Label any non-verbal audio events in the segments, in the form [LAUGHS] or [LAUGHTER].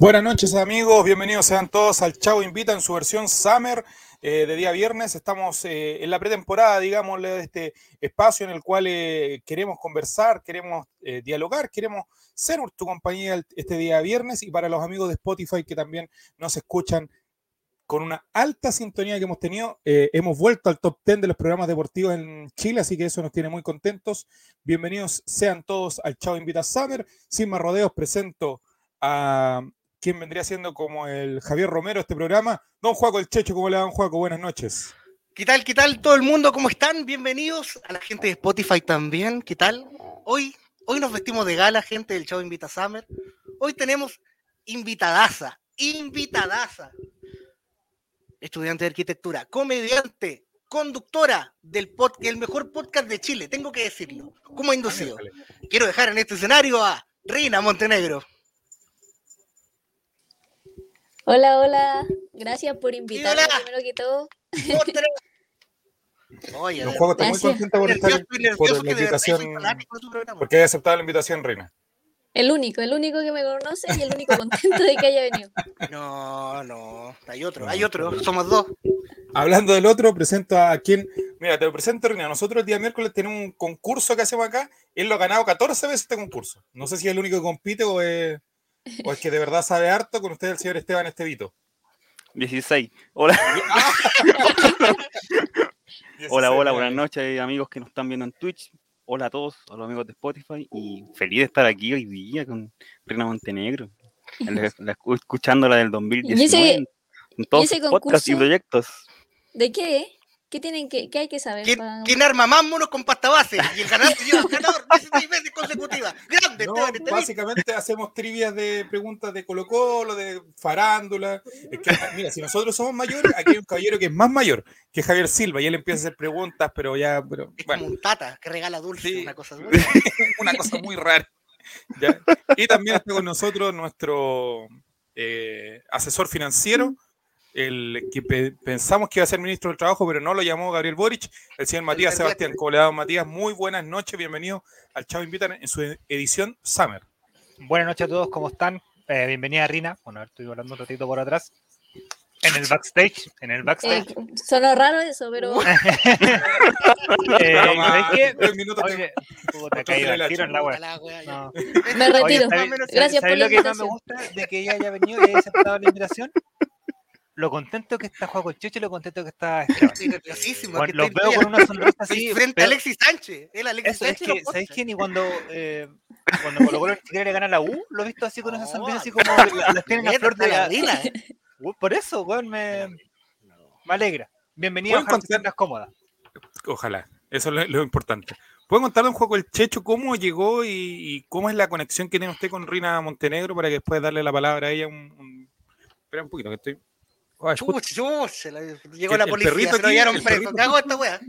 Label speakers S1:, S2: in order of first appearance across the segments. S1: Buenas noches amigos, bienvenidos sean todos al Chavo Invita en su versión Summer eh, de día viernes. Estamos eh, en la pretemporada, digámosle, de este espacio en el cual eh, queremos conversar, queremos eh, dialogar, queremos ser tu compañía este día viernes y para los amigos de Spotify que también nos escuchan con una alta sintonía que hemos tenido. Eh, hemos vuelto al top 10 de los programas deportivos en Chile, así que eso nos tiene muy contentos. Bienvenidos sean todos al Chavo Invita Summer. Sin más rodeos, presento a quien vendría siendo como el Javier Romero de este programa, don Juaco el Checho. ¿Cómo le dan, Juaco? Buenas noches.
S2: ¿Qué tal, qué tal todo el mundo? ¿Cómo están? Bienvenidos a la gente de Spotify también. ¿Qué tal? Hoy, hoy nos vestimos de gala, gente del Chavo Invita Summer. Hoy tenemos invitadaza, invitadaza estudiante de arquitectura, comediante, conductora del pod, el mejor podcast de Chile, tengo que decirlo, como inducido. Quiero dejar en este escenario a
S1: [LAUGHS]
S2: Reina Montenegro.
S3: Hola, hola, gracias por invitarme primero que todo.
S1: Oye, Don Juego, está muy contenta por estar nervioso, por la invitación, porque he aceptado la invitación, Reina.
S3: El único, el único que me conoce y el único [LAUGHS] contento de que haya venido.
S2: No, no, hay otro, hay otro, somos dos.
S1: Hablando del otro, presento a quien. Mira, te lo presento, Reina. Nosotros el día miércoles tenemos un concurso que hacemos acá. Él lo ha ganado 14 veces este concurso. No sé si es el único que compite o es, o es que de verdad sabe harto con usted, el señor Esteban Estevito.
S4: 16. Hola. [LAUGHS] hola, hola, buenas noches, amigos que nos están viendo en Twitch hola a todos, a los amigos de Spotify y feliz de estar aquí hoy día con Reina Montenegro, escuchando la del 2019 ¿Y ese, en todos sus podcasts y proyectos. [LAUGHS]
S3: ¿De qué? ¿Qué, tienen que, qué hay que saber? Eh,
S2: ¿Quién, para... ¿quién arma más monos con pasta base? Y el ganador lleva ganador 16 veces consecutivas. ¡Grande!
S1: No, este básicamente este hacemos trivias de preguntas de Colo Colo, de farándula. Es que, mira, si nosotros somos mayores, aquí hay un caballero que es más mayor, que es Javier Silva, y él empieza a hacer preguntas, pero ya... Pero,
S2: es bueno. como un tata que regala dulce, sí. una cosa
S5: [LAUGHS]
S1: dulce. una cosa muy rara. ¿Ya? Y también está con nosotros nuestro eh, asesor financiero, el que pe pensamos que iba a ser ministro del Trabajo, pero no lo llamó Gabriel Boric, el señor Matías el Sebastián. Como Matías, muy buenas noches, bienvenido al Chavo Invitan en su e-, edición Summer.
S5: Buenas noches a todos, ¿cómo están? Eh, bienvenida Rina, bueno, a ver, estoy hablando un ratito por atrás. En el backstage, en el backstage. Eh,
S3: sonó raro eso, pero... [LAUGHS] eh,
S5: [LAUGHS] ¿Qué? Oye, te caído el tiro en la wea. No.
S3: Me retiro. Oye, Gracias por la
S5: invitación. lo que más me gusta de que ella haya venido y haya aceptado la invitación? lo contento que está Juan Checho y lo contento que está
S2: Estoy nerviosísimo.
S5: Bueno, los veo con una sonrisa así.
S2: Frente pero... a Alexis Sánchez. El Alexis
S5: Eso, Sánchez. Es que, ¿Sabéis quién? Y cuando, eh, cuando Colo Colo le gana la U, lo he visto así con oh, esa sonrisa, así como las tienen a flor de [LAUGHS] la vida. [LAUGHS] Uh, por eso, weón, me, me alegra. Bienvenido a contar... cómodas.
S1: Ojalá. Eso es lo, lo importante. ¿Puede contarle un juego el Checho cómo llegó y, y, cómo es la conexión que tiene usted con Rina Montenegro para que después darle la palabra a ella? Un, un... Espera un poquito, que estoy Oh,
S2: Ay, Chuch, la, llegó la policía, perrito se lo llevaron preso. ¿Qué hago esta weá?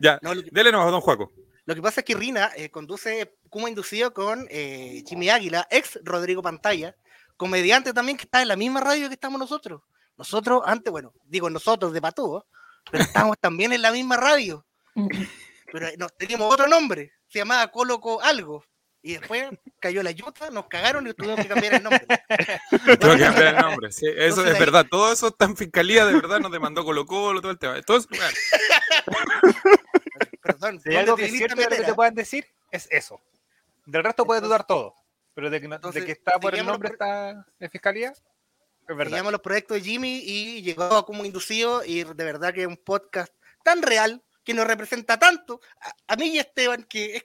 S1: Ya, no, que, dele nomás, don [LAUGHS] Juaco.
S2: Lo que pasa es que Rina eh, conduce Kuma Inducido con eh, Jimmy Águila, ex Rodrigo Pantalla, comediante también que está en la misma radio que estamos nosotros. Nosotros, antes, bueno, digo nosotros de Patudo, pero estamos también en la misma radio. Pero nos teníamos otro nombre, se llamaba Coloco Algo, y después cayó la yuta, nos cagaron y tuvimos que cambiar el nombre.
S1: [LAUGHS] Tuvo que cambiar el nombre, sí, eso Entonces, es verdad. Ahí... Todo eso está en fiscalía, de verdad, nos demandó Colo Colo, todo el tema. Todo eso, claro.
S5: Perdón, si algo que, cierto que te puedan decir es eso. Del resto Entonces, puedes dudar todo, pero de que, no, Entonces, de que está por el nombre, está en fiscalía.
S2: Es verdad. Teníamos los proyectos de Jimmy y llegó como inducido y de verdad que es un podcast tan real que nos representa tanto a, a mí y a Esteban que es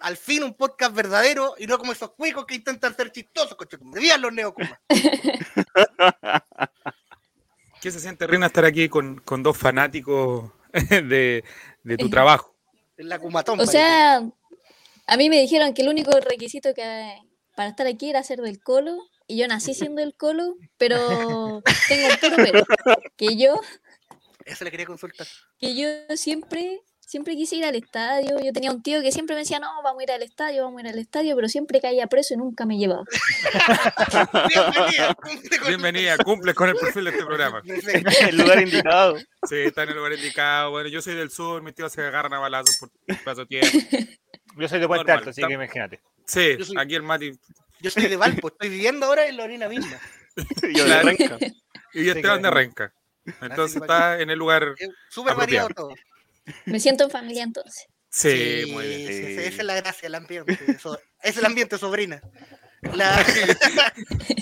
S2: al fin un podcast verdadero y no como esos cuicos que intentan ser chistosos, Me Vivan los neocumas.
S1: ¿Qué se siente, Reina, estar aquí con, con dos fanáticos [LAUGHS] de, de [LAUGHS] tu trabajo?
S2: En la cumatón.
S3: O sea, a mí me dijeron que el único requisito que para estar aquí era ser del colo y yo nací siendo el colo, pero tengo el puro pero. Que yo,
S2: Eso le quería consultar. [LAUGHS]
S3: que yo siempre, siempre quise ir al estadio. Yo tenía un tío que siempre me decía, no, vamos a ir al estadio, vamos a ir al estadio, pero siempre caía preso y nunca me llevaba.
S2: Bienvenida. cumple con-
S1: Bienvenida, cumples con el perfil de este programa.
S2: Perfecto.
S4: El
S1: [LAUGHS]
S4: lugar indicado.
S1: Sí, está en el lugar indicado. Bueno, yo soy del sur, mis tíos se agarran a balazos por paso tiempo.
S5: Yo soy de Puente
S1: Normal,
S5: Alto, así
S1: tam-
S5: que imagínate.
S1: Sí,
S2: Yo soy-
S1: aquí el Mati.
S2: Yo soy de Valpo, estoy viviendo ahora en la orina misma.
S4: Yo de
S1: Claro.
S4: Renca.
S1: Y Esteban de
S5: claro.
S1: este Renca. Entonces está en el lugar.
S2: Es Súper variado todo.
S3: Me siento en familia entonces.
S1: Sí, muy bien.
S2: sí, sí,
S4: Sí.
S2: esa es la gracia, el ambiente. so- es el ambiente, sobrina. La-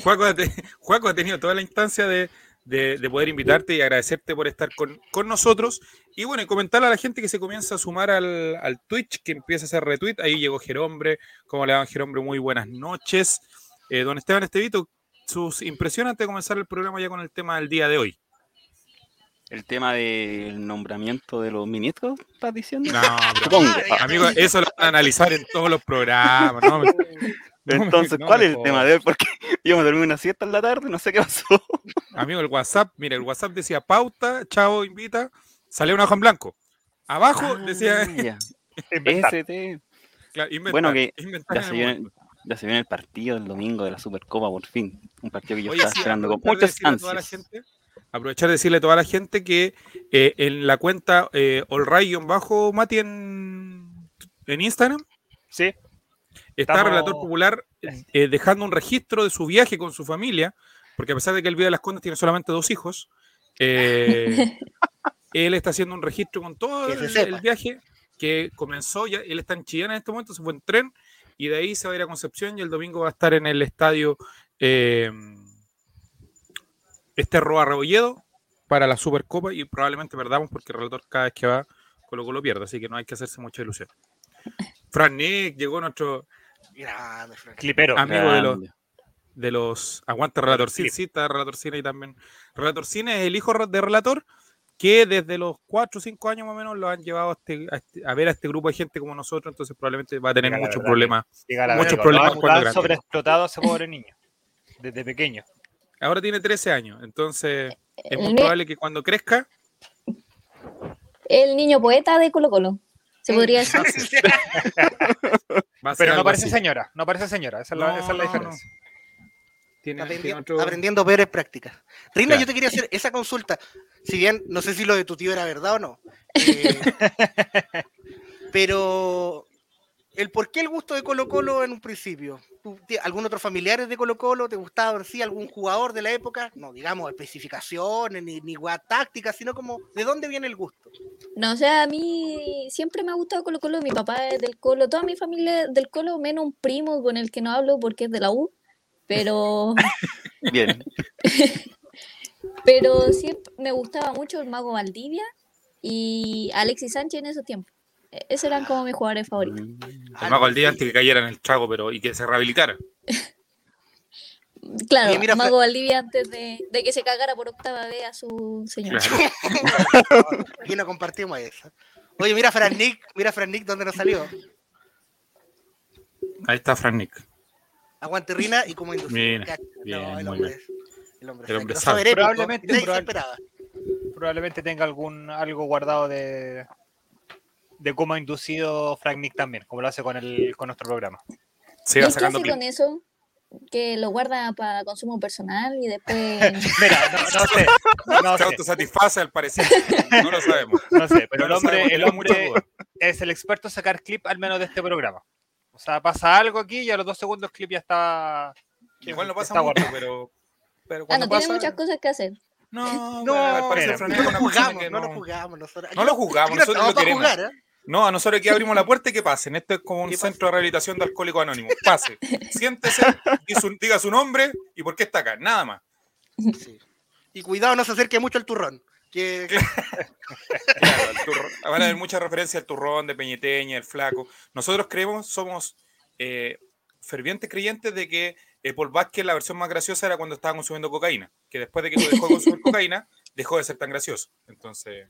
S1: Juaco ha, te- Juaco ha tenido toda la instancia de, de- de poder invitarte y agradecerte por estar con, con nosotros. Y bueno, y comentarle a la gente que se comienza a sumar al, al Twitch, que empieza a hacer retweet. Ahí llegó Gerombre. ¿Cómo le van, Gerombre? Muy buenas noches. Eh, don Esteban Estevito, sus impresiones antes de comenzar el programa ya con el tema del día de hoy.
S4: El tema del nombramiento de los ministros, ¿estás diciendo?
S1: [LAUGHS] No, pero,
S4: Supongo.
S2: Ah, ya.
S1: Ah, amigo, eso lo van a analizar en todos los programas.
S4: [LAUGHS]
S1: No, me- no
S4: Entonces,
S1: me- no
S4: ¿cuál
S1: me
S4: es el
S1: jodas.
S4: tema de hoy? Porque [LAUGHS] yo me dormí una siesta en la tarde, no sé qué pasó.
S1: Amigo, el WhatsApp, mira, el WhatsApp decía pauta, chavo, invita, salía una hoja en blanco. Abajo [LAUGHS]
S4: Ah.
S1: decía [LAUGHS]
S4: ya.
S5: Inventar.
S4: ST.
S1: Claro, inventar,
S4: Bueno, que
S1: inventar
S4: Ya
S1: en
S4: se,
S1: el
S4: viene, ya se viene el partido el domingo de la Supercopa, por fin. Un partido que yo
S1: Oye,
S4: estaba
S1: sí,
S4: esperando con
S1: aprovechar de
S4: muchas
S1: decirle a toda la
S4: ansias.
S1: gente- aprovechar de decirle a toda la gente que eh, en la cuenta eh, bajo Mati en, en Instagram
S5: Sí,
S1: está
S5: Estamos-
S1: Relator Popular eh, dejando un registro de su viaje con su familia, porque a pesar de que el Vida de las Condes tiene solamente dos hijos,
S2: [LAUGHS]
S1: eh, él está haciendo un registro con todo
S2: Que se
S1: el,
S2: sepa.
S1: el viaje que comenzó, ya, él está en Chillán en este momento, se fue en tren y de ahí se va a ir a Concepción y el domingo va a estar en el estadio eh, este Roa Rebolledo para la Supercopa y probablemente perdamos porque el relator cada vez que va Colo Colo pierde, así que no hay que hacerse mucha ilusión. Fran Nick llegó nuestro
S2: Grande, Fran.
S5: clipero.
S1: Ah, amigo de los-
S4: Grande.
S1: de los aguanta Relatorcine, sí, está Relatorcine ahí también. Relatorcine es el hijo de Relator que desde los 4 o 5 años más o menos lo han llevado a, este- a este- a ver a este grupo de gente como nosotros, entonces probablemente va a tener
S5: Mira, la
S1: muchos
S5: verdad
S1: problemas.
S5: Llega la
S1: muchos
S5: verdad,
S1: problemas
S5: lo han-
S1: cuando
S5: lo han
S1: grande.
S5: sobreexplotado a ese pobre niño.
S1: [LAUGHS]
S5: Desde pequeño.
S1: Ahora tiene 13 años, entonces es muy
S3: Eh, El, ni-
S1: probable que cuando crezca,
S3: el niño poeta de Colo Colo. Se podría decir.
S1: va a ser
S5: Pero no
S1: algo
S5: parece
S1: así.
S5: señora, no parece señora. Esa es
S1: No,
S5: la, esa es la
S1: no, no.
S5: diferencia.
S1: Tiene- tiene
S2: Aprendi-
S1: otro-
S2: Aprendiendo peores prácticas. Rina,
S1: Claro.
S2: yo te quería hacer esa consulta. Si bien no sé si lo de tu tío era verdad
S1: [LAUGHS]
S2: o no. eh, pero el por qué el gusto de Colo Colo en un principio. ¿Tú ti- ¿Algún otro familiar es de Colo Colo? ¿Te gustaba en sí algún jugador de la época? No digamos especificaciones ni, ni gua- tácticas, sino como de dónde viene el gusto.
S3: No, o sea, a mí siempre me ha gustado Colo Colo, mi papá es del Colo, toda mi familia es del Colo, menos un primo con el que no hablo porque es de la U, pero,
S1: [LAUGHS]
S4: Bien.
S3: pero siempre me gustaba mucho el Mago Valdivia y Alexis Sánchez en esos tiempos. E- Esos eran como mis jugadores favoritos.
S4: Mm.
S1: El mago al día antes que cayera en el trago pero, y que se
S5: [LAUGHS]
S1: rehabilitara.
S3: Claro,
S2: Oye, mira, Fra-
S3: Mago Valdivia antes de, de que se cagara por octava vez a su señor.
S1: Claro.
S2: y no compartimos esa. Oye, mira Fran Nick, mira Fran Nick, ¿dónde nos salió?
S1: Ahí está Frank Nick.
S2: Aguante Rina y como industrial.
S1: Mira,
S2: Cacha.
S1: bien,
S2: no, el
S1: muy
S2: hombre es. El hombre,
S1: El hombre
S2: es
S1: sabe.
S2: soberbio,
S5: Probablemente,
S2: nadie se
S5: probable-
S2: esperaba.
S5: Probablemente tenga algún algo guardado de, de cómo ha inducido Frank Nick también, como lo hace con, el, con nuestro programa.
S1: Se
S3: ¿Y
S1: iba
S3: él qué
S1: sacando
S3: hace
S1: pin-
S3: con eso? Que lo guarda para consumo personal y después...
S5: Mira, no, no sé. No
S1: Se
S5: sé,
S1: autosatisface al parecer. No lo sabemos.
S5: [LAUGHS] no sé, pero
S1: No
S5: el
S1: lo
S5: hombre,
S1: sabemos,
S5: el
S1: tenemos mucha
S5: hombre
S1: duda.
S5: es el experto en sacar clip al menos de este programa. O sea, pasa algo aquí y a los dos segundos clip ya está.
S1: Igual no pasa
S5: está
S1: mucho,
S5: guardado.
S1: pero. Pero
S3: Ah,
S1: [LAUGHS] cuando
S3: no, tiene
S1: pasa.
S3: muchas cosas que hacer.
S1: No,
S2: ¿Eh? No,
S1: al parecer
S5: mira,
S1: Fran Nick
S2: No
S1: es
S2: lo
S1: una persona
S2: jugamos,
S1: que
S2: no lo
S1: no-
S2: jugamos. Nosotros,
S1: No lo jugamos,
S2: Aquí no
S1: nosotros
S2: estamos
S1: lo
S2: para
S1: queremos.
S2: jugar, ¿eh?
S1: No, a
S2: [LAUGHS]
S1: nosotros aquí abrimos la puerta y que pasen. Esto es como un
S2: Que pasen.
S1: centro de rehabilitación de alcohólicos anónimos. Pase, siéntese, di su- diga su nombre y por qué está acá. Nada más.
S2: Sí. Y cuidado, no se acerque mucho al turrón. Que
S1: Claro, al turro- van a haber muchas referencias al turrón, de Peñeteña, el flaco. Nosotros creemos, somos eh, fervientes creyentes de que eh, Paul Vázquez, la versión más graciosa era cuando estaba consumiendo cocaína. Que después de que dejó de
S2: [LAUGHS]
S1: consumir cocaína, dejó de ser tan gracioso. Entonces,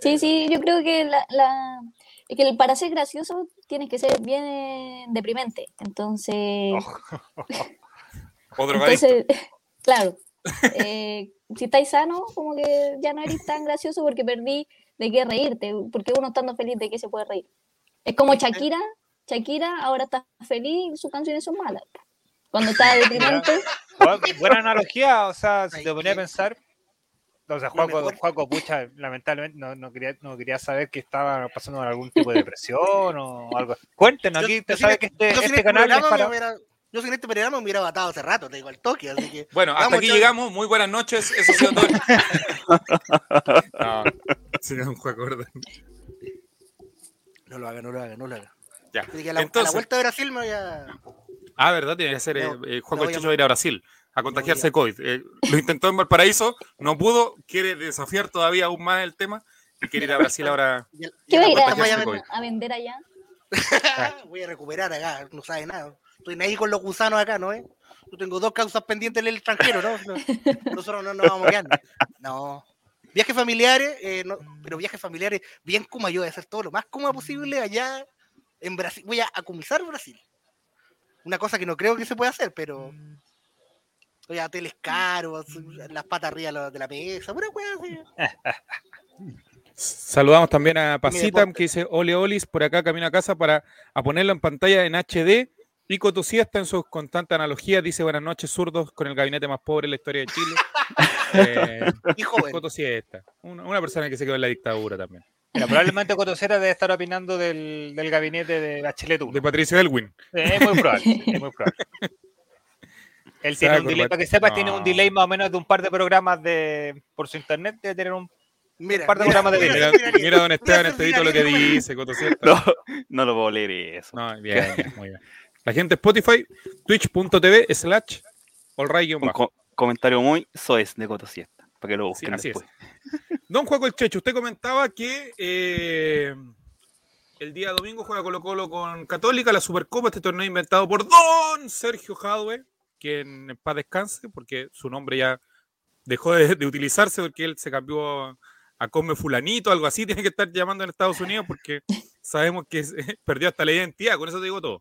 S3: Sí, sí, yo creo que la, la- es que el- para ser gracioso tienes que ser bien eh, deprimente. Entonces,
S1: O drogadicto.
S3: Entonces, [LAUGHS] claro, eh, si estáis sano, como que ya no eres tan gracioso porque perdí de qué reírte, porque uno estando feliz de qué se puede reír. Es como Shakira, Shakira ahora está feliz y sus canciones son malas. Cuando estaba deprimente,
S2: [LAUGHS]
S5: Bu- Buena analogía, o sea, si te ponía a pensar. O sea, Juaco,
S2: mejor.
S5: Juaco, pucha, lamentablemente no, no quería, no quería saber que estaba pasando algún tipo de depresión o algo. Cuéntenos,
S2: Yo-
S5: aquí
S2: yo
S5: te
S2: sin
S5: sabe
S2: este-
S5: que este,
S2: yo sin
S5: este
S2: este
S5: canal es
S2: programa me
S5: para.
S2: hubiera- Yo sin este programa me hubiera matado hace rato, te digo, al toque, así que...
S1: Bueno, hasta
S2: Vamos,
S1: aquí
S2: Chavo.
S1: llegamos. Muy buenas noches. Eso ha sido todo. [LAUGHS] no, sería un juego, ¿verdad?
S2: No lo haga, no lo haga, no lo haga.
S1: Ya.
S2: Así que a la, a la
S1: Entonces,
S2: vuelta de Brasil me voy a...
S1: ah, ¿verdad? Tiene que ser eh,
S2: No,
S1: eh,
S2: no
S1: Juaco
S2: voy
S1: el
S2: a-
S1: Chicho va a ir a Brasil a contagiarse de
S2: a-
S1: COVID. Eh, lo intentó en Valparaíso, no pudo, quiere desafiar todavía aún más el tema y quiere ir a Brasil ahora.
S2: y a- y
S3: ¿qué
S2: a
S3: va
S2: la
S3: a ir
S2: vuelta
S1: Porque
S2: me voy
S1: ya se
S2: a ver-
S1: voy.
S3: a, a vender allá?
S2: [LAUGHS] Voy a recuperar acá, no sabe nada. Estoy ahí con los gusanos acá, ¿no? eh? Yo tengo dos causas pendientes en el extranjero, ¿no?
S5: [LAUGHS]
S2: No- Nosotros no nos vamos a quedar. No. Viajes familiares, eh, no, pero viajes familiares bien como yo voy a hacer todo lo más cómodo posible allá en Brasil. Voy a acumizar Brasil. Una cosa que no creo que se pueda hacer, pero.
S5: Mm.
S2: Voy a hoteles caros, las patas arriba de la- de la mesa, pura weá así.
S5: [LAUGHS]
S1: Saludamos también a Pacitam
S2: deporte.
S1: que dice Ole Olis por acá camino a casa para a ponerlo en pantalla en HD. Pico Tosía está en sus constantes analogías. Dice buenas noches, zurdos, con el gabinete más pobre en la historia de
S2: [LAUGHS]
S1: Chile. Eh,
S2: Y joven.
S1: Coto sí es esta. Una, una persona que se quedó en la dictadura también.
S5: Mira, probablemente Cotocera debe estar opinando del, del gabinete de Bachelet uno.
S1: De Patricio Elwin.
S5: Eh, Es muy probable, es
S1: [LAUGHS]
S5: muy probable. Él tiene
S1: Sabe
S5: un delay,
S1: corbata.
S5: para que sepas, tiene un
S1: No.
S5: delay más o menos de un par de programas de por su internet, debe tener un
S2: Mira,
S5: par de programas de
S2: mira,
S1: Mira,
S2: mira, mira,
S1: mira don Esteban
S2: mira,
S1: Estevito lo
S2: mira,
S1: que
S2: mira.
S1: dice, Coto sí está.
S4: No, no lo puedo leer eso.
S1: No, bien, bien, muy bien. La gente Spotify, twitch.tv slash
S4: Un
S1: allright-bajo.
S4: co- comentario muy soez de Coto Siesta, para que lo busquen
S1: así es.
S4: después.
S1: Don Juaco El Checho, usted comentaba que eh, el día domingo juega Colo Colo con Católica, la Supercopa, este torneo inventado por Don Sergio Jadwe, quien en paz descanse, porque su nombre ya dejó de, de utilizarse porque él se cambió a, a Come Fulanito, algo así, tiene que estar llamando en Estados Unidos porque sabemos que se- [LAUGHS] perdió hasta la identidad, con eso te digo todo.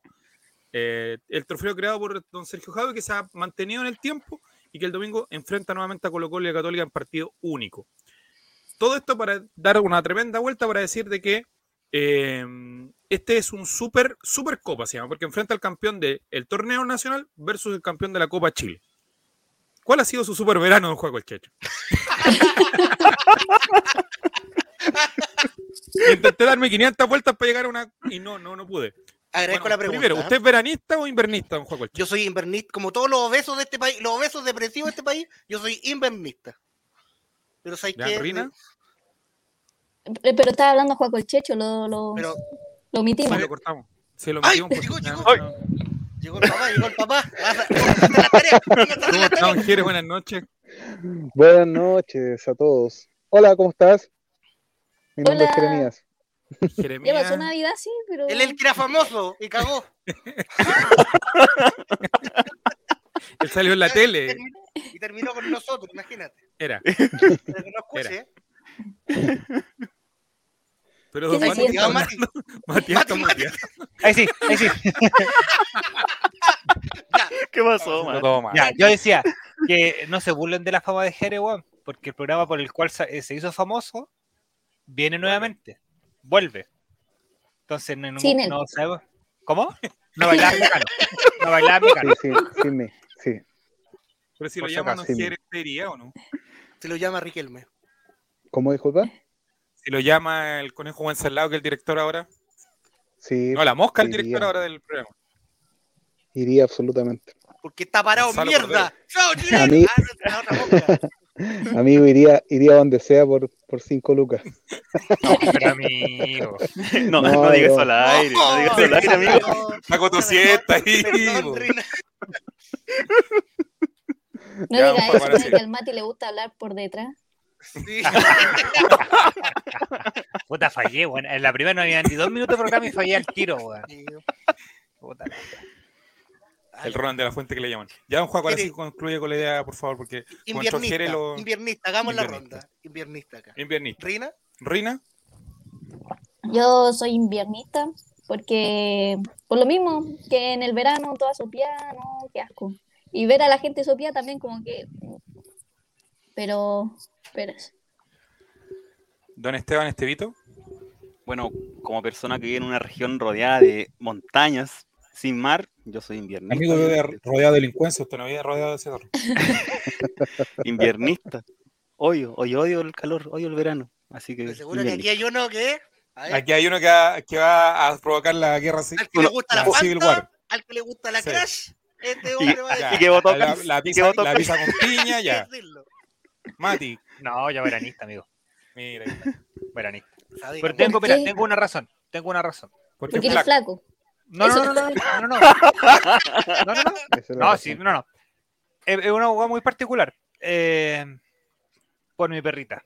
S1: Eh, el trofeo creado por Don Sergio Jadwe que se ha mantenido en el tiempo y que el domingo enfrenta nuevamente a Colo Colo y a Católica en partido único todo esto para dar una tremenda vuelta para decir de que eh, este es un super, super copa, se llama, porque enfrenta al campeón del torneo nacional versus el campeón de la Copa Chile. ¿Cuál ha sido su super verano, don Juan Colchecho? [LAUGHS] Intenté darme 500 vueltas para llegar a una. Y no, no, no pude.
S2: Agradezco
S1: Bueno,
S2: la pregunta.
S1: Primero,
S2: ¿eh?
S1: ¿usted es veranista o invernista, don Juan Colchecho?
S2: Yo soy invernista, como todos los obesos de este país, los obesos depresivos de este país, yo soy invernista. Pero ¿sabes
S1: ¿Ya,
S2: qué?
S1: Rina?
S3: Eh, Pero estaba hablando Juaco el Checho, lo, lo,
S2: Pero
S3: lo
S1: Sí,
S3: omitimos.
S1: lo cortamos. Se lo
S2: Ay,
S1: metimos porque-
S2: llegó, llegó.
S1: Ah, no.
S2: llegó el papá, llegó el papá. Ah, saca la tarea, saca
S1: ¿Cómo
S2: la
S1: está,
S2: tarea.
S1: don Jerez? Buenas noches.
S6: Buenas noches a todos. Hola, ¿cómo estás? Mi nombre
S3: Hola.
S6: es Jeremías.
S3: Ya
S1: Jeremías.
S3: pasó Navidad, sí, pero.
S2: Él es el que era famoso y cagó.
S1: Él salió en la tele.
S2: Y terminó con nosotros, imagínate.
S1: Era.
S2: Pero que no escuche, ¿eh?
S1: Pero don
S3: ¿Qué se
S1: Mati,
S3: siente?
S2: Digamos, [LAUGHS]
S1: Matías,
S2: Mati,
S1: está
S2: Mati,
S1: muteado.
S5: Ahí sí, ahí sí.
S4: ¿Qué pasó, man?
S5: Ya, yo decía que no se burlen de la fama de Jere, weón, porque el programa por el cual sa- eh, se hizo famoso viene nuevamente, vuelve. Entonces, no, no-
S3: Sin él.
S5: no sabemos. ¿Cómo? No bailaba mecano. No bailaba
S6: Sí,
S5: mecano.
S6: sí, sí, me, sí.
S1: Pero si lo
S5: Por si
S1: llaman
S5: acaso.
S1: don Jerez, ¿te iría o no?
S2: Se lo llama Riquelme.
S6: ¿Cómo disculpa?
S1: Si lo llama el conejo Wenceslao, que es el director ahora.
S6: Sí,
S1: No, la mosca, el
S6: iría.
S1: director ahora del programa.
S6: iría absolutamente.
S2: Porque está parado,
S1: Gonzalo
S2: mierda. ¡Chao, Chile!
S6: A mí-
S2: Ah, no, la otra boca.
S6: Amigo, iría, iría donde sea por, por cinco
S5: [LAUGHS]
S6: lucas.
S5: No, pero amigo.
S4: [LAUGHS] No,
S6: No,
S4: no, digas eso
S6: no.
S4: al [LAUGHS] aire. No digas eso al aire,
S1: [LAUGHS]
S4: amigo.
S2: No,
S1: Paco
S2: perdón,
S1: Tosieta ahí.
S2: perdón,
S1: bo.
S2: Rina.
S3: No
S1: Ya,
S3: diga
S1: vamos
S3: eso,
S1: para
S3: es que al Mati le gusta hablar por detrás.
S1: [LAUGHS]
S2: Sí.
S5: Puta, fallé, weón. En la primera no había ni dos minutos de programa y fallé al tiro, weón. Puta.
S1: El Roland de la Fuente que le llaman. Ya, don Juan, ahora sí
S2: Mire.
S1: concluye con la idea, por favor, porque Juan Chon
S2: Inviernista,
S1: Jerez lo.
S2: inviernista, hagamos
S1: Inviernista. Eh,
S2: la ronda. Inviernista acá.
S1: Inviernista.
S2: Rina,
S1: Rina,
S3: Yo soy inviernista porque por lo mismo que en el verano todas sus pianos, qué asco. Y ver a la gente sopía también como que... Pero... pero eso.
S1: Don Esteban Estevito.
S4: Bueno, como persona que vive en una región rodeada de montañas, sin mar, yo soy inviernista.
S1: Amigo, vive rodeado de delincuencia, usted no vive rodeado de cerro.
S4: [LAUGHS] inviernista. Odio, odio, odio el calor, odio el verano. Así que.
S2: Seguro que aquí hay uno que. a ver,
S1: Aquí hay uno que va, que va a provocar la guerra civil.
S2: al que le gusta la
S1: Civil
S2: Fanta,
S1: War.
S2: al que le gusta la
S1: Sí.
S2: Crash, este hombre va a
S1: Ya,
S4: Y que votó
S1: la,
S4: Cast-
S1: la
S4: que
S1: pizza,
S4: votó
S1: la
S4: Cast-
S1: pizza con piña, ya.
S2: decirlo.
S1: Mati,
S5: No, ya veranista, amigo.
S1: mira.
S5: Veranista.
S2: Está bien.
S5: Pero tengo,
S3: ¿Por
S5: espera,
S3: qué?
S5: tengo una razón. Tengo una razón.
S1: Porque
S3: Porque eres
S1: flaco.
S3: flaco.
S5: No, no, no,
S3: Eso.
S5: no, no,
S3: [LAUGHS]
S5: no, no. No, no, no.
S6: Esa es la
S5: No,
S6: razón.
S5: sí, no, no. Es es una hueá muy particular. Eh, por mi perrita.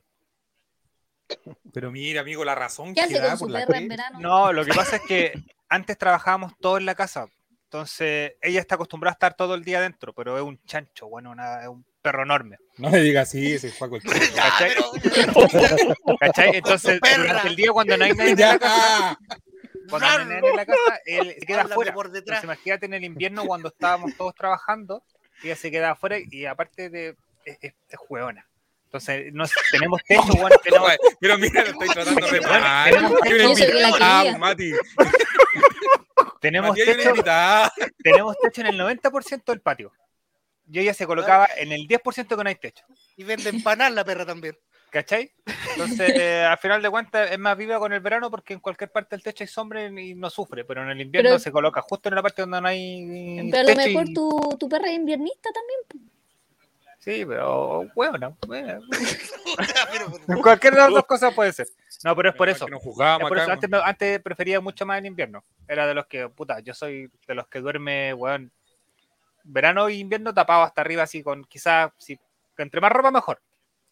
S1: Pero mira, amigo, la razón
S3: ¿Qué
S1: que
S3: hace
S1: da
S3: con su
S1: por la
S3: perra en
S1: que...
S3: verano?
S5: No, lo que pasa es que antes trabajábamos todos en la casa. Entonces, ella está acostumbrada a estar todo el día adentro, pero es un chancho, bueno, una- es un perro enorme.
S1: No me digas así, se fue a [LAUGHS] cualquier
S2: Ya,
S5: ¿cachai?
S2: pero-
S5: ¿Cachai? Entonces,
S2: perra.
S5: durante el día cuando no hay nadie en la
S1: Ya,
S5: casa, cuando no hay nadie en la casa, él se queda
S2: Háblame
S5: afuera.
S2: por detrás.
S5: Entonces, imagínate en el invierno cuando estábamos todos trabajando, ella se quedaba afuera y aparte de es, es- es hueona. Entonces, no, tenemos techo, bueno, tenemos,
S1: pero mira, lo estoy tratando [LAUGHS] de mal.
S5: Tenemos
S1: Hay un
S3: Yo soy la
S1: invitado,
S3: querida.
S1: Mati.
S5: tenemos
S1: Mati, hay un
S5: techo,
S1: invitado.
S5: tenemos techo en el 90% del patio. Yo ya se colocaba en el 10% que no hay techo.
S2: Y vende empanar la perra [LAUGHS] también.
S5: ¿Cachai? Entonces, eh, al final de cuentas, es más viva con el verano porque en cualquier parte del techo hay sombra y no sufre, pero en el invierno
S3: Pero-
S5: se coloca justo en la parte donde no hay
S3: Pero a lo
S5: techo y-
S3: mejor tu, tu perra es inviernista también.
S5: Sí, pero huevona, huevona.
S2: Pero por-
S5: Cualquier de las dos cosas puede ser. No, pero es por eso.
S1: Que nos
S5: Es
S1: juzgábamos
S5: por eso.
S1: acá.
S5: Antes, me- antes prefería mucho más el invierno. Era de los que, puta, yo soy de los que duerme, weón, verano e invierno tapado hasta arriba, así con quizás, si, entre más ropa mejor.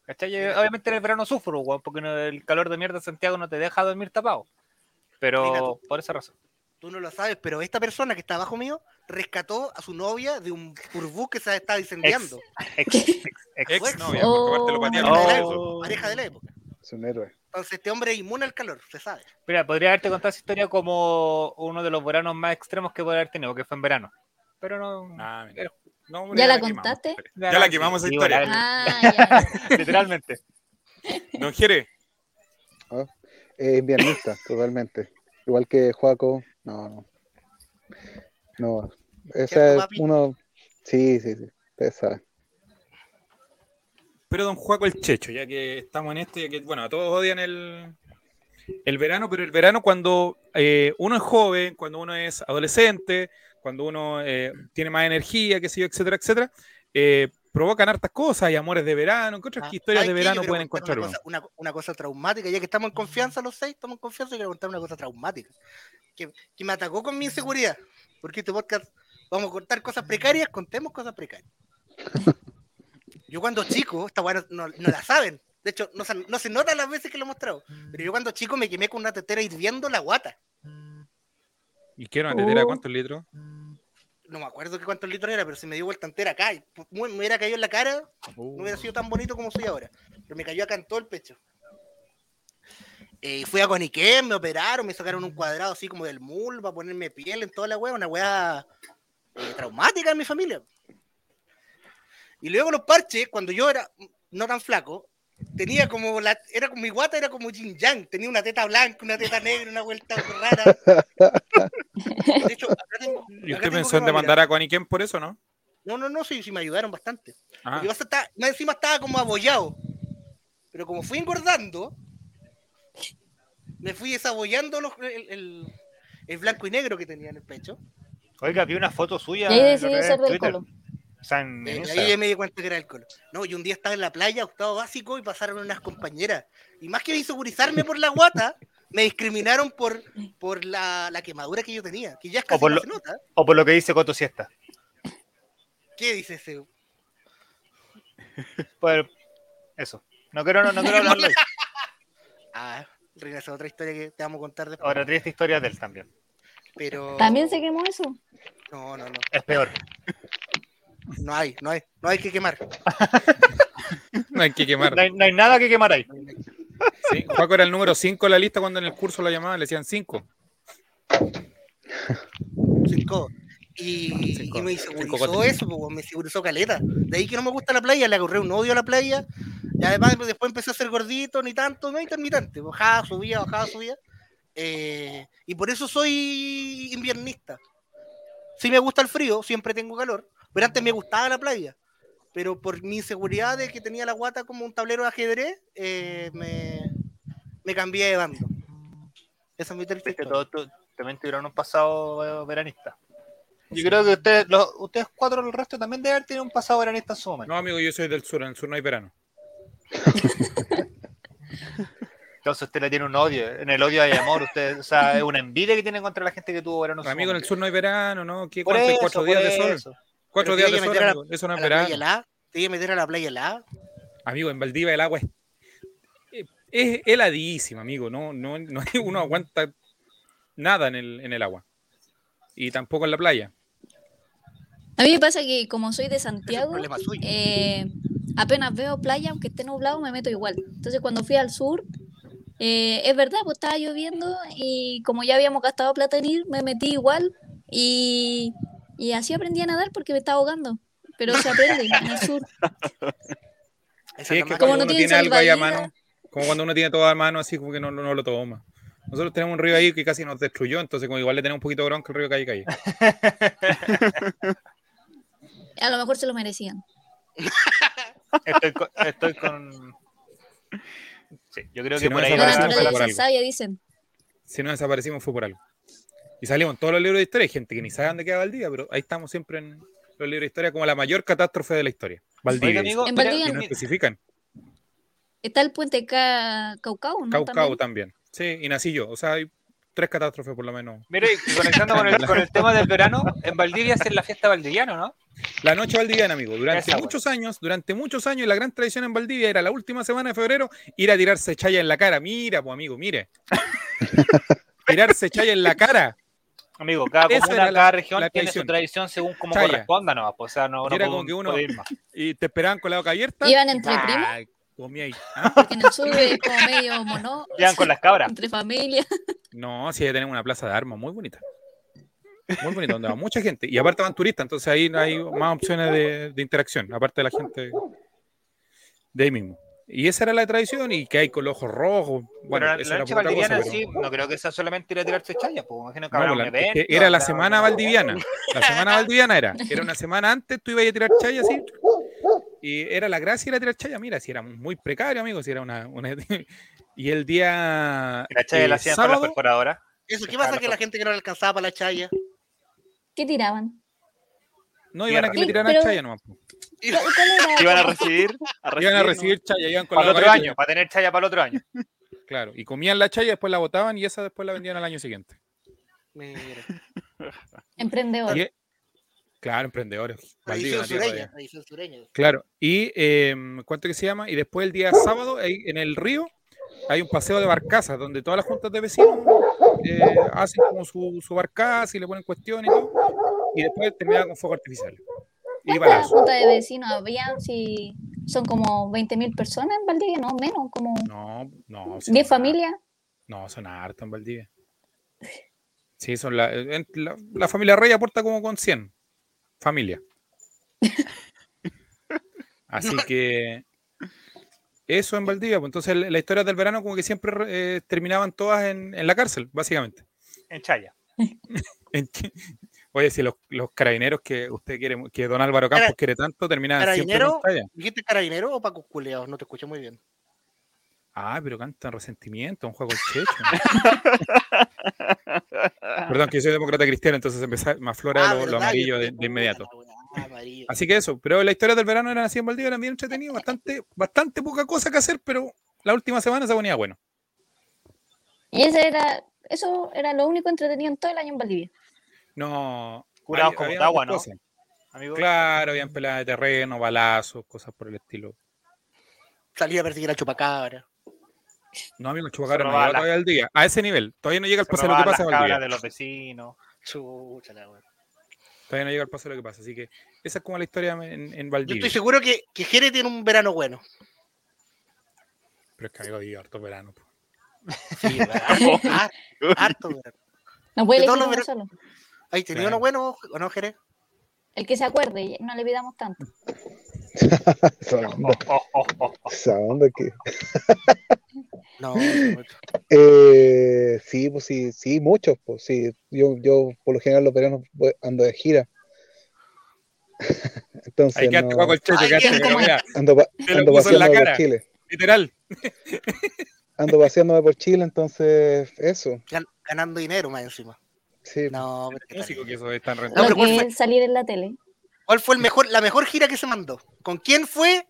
S5: ¿Cachai? Eh, Obviamente en el verano sufro, weón, porque no- el calor de mierda de Santiago no te deja dormir tapado.
S2: Mira tú.
S5: Pero por esa razón.
S2: Tú no lo sabes, pero esta persona que está abajo mío rescató a su novia de un purbú que se estaba incendiando.
S5: Ex, ex, ex.
S1: Ex novia,
S3: Oh.
S1: porque aparte lo patearon.
S2: Oh.
S1: por eso.
S2: Pareja de la época.
S6: Es un héroe.
S2: Entonces este hombre es inmune al calor, se sabe.
S5: Mira, podría haberte contado esa historia como uno de los veranos más extremos que podría haber tenido, que fue en verano. Pero no.
S1: Nah, mira. No, hombre,
S3: ¿Ya la
S1: quemamos.
S3: contaste?
S1: Ya la quemamos esa
S5: Sí,
S1: historia.
S5: la-
S3: Ah,
S5: [LAUGHS]
S3: ya.
S5: Literalmente.
S1: Don Jere,
S6: Es inviernista, totalmente. Igual que Joaco, no, no. No, esa
S2: ¿Cierto,
S6: es
S2: papi?
S6: uno. Sí, sí, sí. Ustedes saben. [LAUGHS]
S1: pero don Juaco el Checho, ya que estamos en este, ya que, bueno, a todos odian el, el verano, pero el verano cuando eh, uno es joven, cuando uno es adolescente, cuando uno eh, tiene más energía, qué sé yo, etcétera, etcétera, eh, provocan hartas cosas, hay amores de verano, ¿qué otras
S2: Ah,
S1: historias
S2: ¿sabes
S1: de
S2: qué? Yo
S1: verano
S2: quiero
S1: pueden
S2: contar
S1: encontrar
S2: una
S1: uno?
S2: cosa, una, una cosa traumática, ya que estamos en confianza los seis, estamos en confianza, yo quiero contar una cosa traumática. Que, que me atacó con mi inseguridad. Porque este podcast, vamos a contar cosas precarias, contemos cosas
S1: [LAUGHS]
S2: precarias. Yo cuando chico, esta weá no, no la saben. De hecho, no, se- no se nota las veces que lo he mostrado. Pero
S1: Mm.
S2: yo cuando chico me quemé con una tetera hirviendo la guata.
S1: ¿Y quiero una tetera de
S3: Oh.
S1: cuántos litros?
S2: No me acuerdo qué cuántos litros era, pero se me dio vuelta entera acá. Y pu- me hubiera caído en la cara, No hubiera sido tan bonito como soy ahora. Pero me cayó acá en todo el pecho. Eh, fui a Coniquén, me operaron, me sacaron un cuadrado así como del mul para ponerme piel en toda la wea, una wea eh, traumática en mi familia. Y luego los parches, cuando yo era no tan flaco, tenía como la, era como mi guata era como Jin Yang, tenía una teta blanca, una teta negra, una vuelta rara. De hecho, acá tengo-
S1: ¿Y
S2: acá
S1: usted
S2: tengo
S1: pensó en
S2: que-
S1: demandar a Coniquén por eso, no?
S2: No, no, no, sí, sí me ayudaron bastante.
S1: Ah,
S2: Lo que pasa está- más encima estaba como abollado. Pero como fui engordando, me fui desabollando los- el, el- el blanco y negro que tenía en el pecho.
S5: Oiga, vi una foto suya.
S3: Y ahí
S5: la
S3: decidí
S5: otra vez en
S3: ser del
S5: Twitter.
S3: colo.
S5: O sea, en
S2: Eh,
S5: Instagram.
S2: ahí ya me di cuenta que era el color. No, y un día estaba en la playa, octavo básico, y pasaron unas compañeras. Y más que insegurizarme por la guata, me discriminaron por, por la, la quemadura que yo tenía. Que ya es
S5: O
S2: casi
S5: por
S2: no
S5: lo-
S2: se nota.
S5: O por lo que dice Coto Siesta.
S2: ¿Qué dice ese?
S5: Pues, eso. No quiero, no, no quiero hablarlo. hoy.
S2: Ah, Reina, esa es otra historia que te vamos a contar después.
S5: Ahora, triste historia de él también.
S2: Pero...
S3: También se quemó eso.
S2: No, no, no.
S5: Es peor.
S2: No hay, no hay. No hay que quemar.
S1: no hay que quemar.
S5: [LAUGHS] No hay, no hay nada que quemar ahí.
S1: Sí, Juaco era el número 5 en la lista cuando en el curso lo llamaban, le decían 5.
S2: Cinco. Y,
S7: Cinco-
S2: y me
S7: cinco
S2: insegurizó
S7: cotes.
S2: eso, po, me insegurizó caleta. De ahí que no me gusta la playa, le agarré un odio a la playa. Y además pues, después empecé a ser gordito, ni tanto, no intermitente. pues, Bajaba, subía, bajaba, subía. Eh, y por eso soy inviernista. Sí me gusta el frío, siempre tengo calor. Pero antes me gustaba la playa. Pero por mi inseguridad de que tenía la guata como un tablero de ajedrez, eh, me, me cambié de bando. Esa es mi triste
S5: Viste,
S2: historia.
S5: todos tu- también tuvieron un pasado eh, veranista. Yo creo que ustedes, los, ustedes cuatro, el resto también deben tener un pasado veranista en su momento.
S1: No, amigo, yo soy del sur, en el sur no hay verano.
S5: Entonces usted le tiene un odio. En el odio hay amor. Usted, o sea, es una envidia que tienen contra la gente que tuvo verano. su
S1: amigo, en el
S5: momento.
S1: sur no hay verano, ¿no? ¿Qué,
S5: Por
S1: ¿Cuánto?
S5: eso,
S1: ¿Cuatro
S5: por
S1: días de sol?
S5: eso.
S1: Cuatro
S2: Pero
S1: días
S2: te
S1: de
S2: iba a
S1: sol,
S2: meter a la-
S1: amigo. Eso no
S2: a
S1: es
S2: la playa
S1: verano.
S2: helada, te iba a meter a la playa helada.
S1: Amigo, en Valdivia el agua es, eh, es heladísima, amigo. No, no, no hay- uno aguanta nada en el, en el agua. Y tampoco en la playa.
S3: A mí me pasa que como soy de
S2: Ese es un
S3: Santiago,
S2: problema suyo.
S3: eh, apenas veo playa, aunque esté nublado, me meto igual. Entonces cuando fui al sur, eh, es verdad, pues estaba lloviendo y como ya habíamos gastado plata en ir, me metí igual y, y así aprendí a nadar porque me estaba ahogando. Pero se aprende en el sur.
S2: Esa
S1: Sí,
S2: es
S1: es
S2: la
S1: que
S2: más-
S1: cuando
S3: Como no
S1: uno
S3: tienen
S1: tiene algo ahí a
S3: salvavidas.
S1: mano, como cuando uno tiene todo a mano, así como que no, no- no lo toma. Nosotros tenemos un río ahí que casi nos destruyó, entonces como igual le tenemos un poquito de bronca al río Calle Calle.
S3: A lo mejor se lo merecían.
S5: Estoy con. Estoy con... Sí, yo creo
S1: Si
S5: que
S1: no,
S5: por ahí
S1: esa
S3: La
S5: va-
S1: frase-
S5: va-
S1: por
S3: naturaleza
S1: algo.
S3: es sabia, dicen.
S1: Si no desaparecimos fue por algo. Y salimos en todos los libros de historia, hay gente que ni sabe dónde queda Valdivia, pero ahí estamos siempre en los libros de historia como la mayor catástrofe de la historia. Valdivia.
S5: Oiga,
S1: dice.
S5: amigo,
S3: En
S5: mira,
S3: Valdivia
S1: Y no especifican.
S3: Está el puente Ca- Caucao, ¿no?
S1: Caucao
S3: También.
S1: también. Sí, y nací yo. O sea, hay tres catástrofes por lo menos.
S5: mira, y conectando con el, con el tema del verano, en Valdivia hacen la fiesta valdiviana, ¿no?
S1: La noche valdiviana, amigo. Durante
S5: Esa, güey.
S1: muchos años, durante muchos años, la gran tradición en Valdivia era la última semana de febrero ir a tirarse chaya en la cara. Mira, pues amigo,
S3: [LAUGHS]
S1: mire. tirarse chaya en la cara.
S5: Amigo, cada
S1: Esa
S5: comuna,
S1: era la-
S5: cada región
S1: la
S5: tiene
S1: tradición.
S5: su tradición según como
S1: Chaya.
S5: corresponda, ¿no? Pues, O sea, no,
S1: Y
S5: no
S1: era
S5: puedo-
S1: como que uno-
S5: puedo ir
S1: [LAUGHS]
S5: más.
S1: Y te esperaban con la boca abierta.
S3: Iban entre
S1: Ah,
S3: primos,
S1: comía ahí. Ah,
S3: porque en el sur es como medio mono,
S5: Llegan con las cabras.
S3: entre familias.
S1: No, sí, ahí tenemos una plaza de armas muy bonita. Muy bonita, donde va mucha gente. Y aparte van turistas, entonces ahí hay más opciones de, de interacción, aparte de la gente de ahí mismo. Y esa era la tradición, y que hay con los ojos rojos. Bueno,
S5: pero la-
S1: esa
S5: la
S1: era
S5: noche
S1: por otra cosa,
S5: valdiviana
S1: pero-
S5: sí, pues, no creo que sea solamente ir a tirarse chaya, pues imagino que
S1: No,
S5: habrá un
S1: la-
S5: evento.
S1: que era la
S5: habrá
S1: semana
S5: una-
S1: valdiviana. La semana valdiviana era. Era una semana antes, tú ibas a tirar chaya así. Y era la gracia ir a tirar chaya. Mira, si era muy precario, amigo, si era una. una- [LAUGHS] y el día.
S5: La chaya
S1: eh,
S5: la hacían con la
S1: sábado,
S5: perforadora.
S2: Eso,
S1: Ah,
S2: ¿qué pasa que la gente que no le alcanzaba para la chaya?
S3: ¿Qué tiraban?
S1: no iban a que le
S3: Sí,
S1: tiraran
S3: pero-
S1: chaya nomás. po.
S3: ¿Cuál cuál era?
S4: Iban a recibir.
S1: Iban a
S4: ¿no?
S1: recibir chaya, iban con
S5: Para el
S1: la
S5: otro
S1: boca
S5: año, para tener chaya para el otro año.
S1: abierta, Claro, y comían la chaya, después la botaban y esa después la vendían al año siguiente. [LAUGHS]
S2: Mira,
S3: Emprendedor.
S1: Y- claro, emprendedores. Valdivia,
S2: tradición
S1: una tierra de-
S2: sureña, tradición sureña.
S1: Claro, y eh, ¿cuánto que se llama? Y después el día sábado, ahí en el río, hay un paseo de barcazas donde todas las juntas de vecinos eh, hacen como su, su barcaza y le ponen cuestiones y todo. Y después termina con fuego artificial. Y
S3: ¿Cuánta
S1: balazos.
S3: junta de vecinos había? Si son como 20.000 personas en Valdivia, no, menos, como
S1: No, no. sí,
S3: 10
S1: son har-
S3: familias.
S1: No, son harto en Valdivia. Sí, son la, eh, en- la, la familia Rey aporta como con 100 familias. Así que eso en Valdivia. pues, Entonces las historias del verano como que siempre eh, terminaban todas en, en la cárcel, básicamente.
S5: En chaya.
S1: En que- Oye, si los, los carabineros que usted quiere, mu- que don Álvaro
S2: Cara-
S1: Campos quiere tanto, terminaban siempre en
S2: ¿Carabinero?
S1: Montalla.
S2: ¿Dijiste carabinero o Paco Culeados? No te escuché muy bien.
S1: Ah, pero cantan resentimiento, un juego de checho. Perdón, que yo soy demócrata cristiano, entonces empezá- me aflora
S2: Ah,
S1: lo- lo,
S2: ¿verdad?
S1: amarillo
S2: Yo
S1: de,
S2: te-
S1: de inmediato.
S2: puta la weá, amarillo.
S1: Así que eso, pero la historia del verano era así en Valdivia, era bien entretenido, bastante, bastante poca cosa que hacer, pero la última semana se ponía bueno.
S3: Y ese era, eso era lo único entretenido en todo el año en Valdivia.
S1: No.
S5: Curados
S1: había-
S5: como
S1: había
S5: Tagua,
S1: otras
S5: ¿no?
S1: cosas.
S5: Amigo,
S1: Claro, habían peladas de terreno, balazos, cosas por el estilo.
S2: Salí a perseguir a Chupacabra.
S1: No, amigo, el Chupacabra
S5: Se
S1: no
S5: robaban
S1: llega
S5: las-
S1: todavía al día. A ese nivel, todavía no llega el
S5: se
S1: pase de lo que
S5: robaban las
S1: pasa en Valdivia.
S5: cabras de los vecinos.
S2: Chucha la weá.
S1: Todavía no llega el paso de lo que pasa. Así que esa es como la historia en, en
S2: Yo
S1: Valdivia.
S2: estoy seguro que, que Jere tiene un verano bueno.
S1: Pero es que amigo, había harto verano. po. [LAUGHS]
S2: Sí, harto, harto, harto verano.
S3: No puede
S2: De todos
S3: elegir uno
S2: los
S3: solo.
S2: ¿Hay tenido
S1: Claro.
S2: uno bueno o no, Jerez?
S3: El que se acuerde, no le pidamos tanto.
S6: Esa onda,
S5: Oh,
S6: esa onda que.
S1: [LAUGHS]
S2: No.
S6: Eh, sí, pues sí, sí, muchos, pues sí. Yo, yo por lo general los veranos voy- ando de gira. [LAUGHS] Entonces
S1: Ahí quedaste
S6: no-
S1: guaco el checho,
S2: Ay,
S1: quedaste,
S2: es
S1: pero
S2: como-
S1: mira,
S6: ando, pa-
S1: Te lo
S6: ando
S1: puso en la
S6: paseándome por
S1: cara.
S6: Chile.
S1: literal.
S6: Ando paseándome por Chile, entonces eso.
S2: Gan- ganando dinero más encima.
S6: Sí.
S2: No, pero ¿qué tal?
S1: Músico que eso es tan
S2: No,
S1: rentable.
S3: Lo
S2: pero ¿cuál
S3: que
S2: fue?
S3: es salir en la tele.
S2: ¿Cuál fue el mejor, la mejor gira que se mandó? ¿Con quién fue?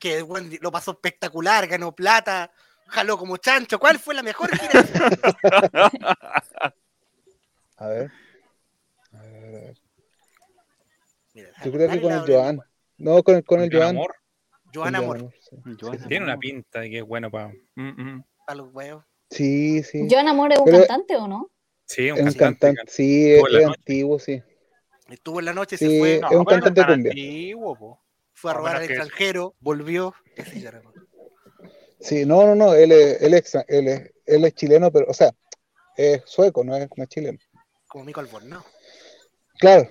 S2: Que bueno, lo pasó espectacular, ganó plata, jaló como chancho. ¿Cuál fue la mejor gira?
S6: [LAUGHS]
S2: que se mandó?
S6: A ver. A ver, a ver.
S2: Mira,
S6: Yo creo que
S2: dale
S6: con
S2: la
S6: el
S2: hora.
S6: Joan. No, con el, con el
S1: Gran
S6: Joan.
S1: amor.
S6: Con
S2: Joan Amor,
S6: Joan, sí.
S4: Joana,
S1: Tiene una
S4: no.
S1: pinta de que es bueno para. mm.
S2: a los huevos.
S6: Sí, sí.
S3: Joan Amor es un
S6: Pero-
S3: cantante o no?
S1: Sí, un
S6: Es un
S1: cantante.
S6: cantante, sí, es,
S1: Toda la
S6: es
S1: noche.
S6: antiguo, sí.
S2: Estuvo en la noche,
S6: Sí.
S2: se fue,
S6: Es un
S5: pero
S6: cantante
S5: tan
S6: cumbia.
S5: antiguo, po.
S2: fue a
S5: Más o
S2: robar al
S5: menos que eso.
S2: extranjero, volvió. Ese Joan Amor.
S6: Sí, no, no, no, él es, él es, él es, él es chileno, pero, o sea, es sueco, no es, no es chileno.
S2: Como Mico Albornoz.
S1: [LAUGHS]
S6: Claro,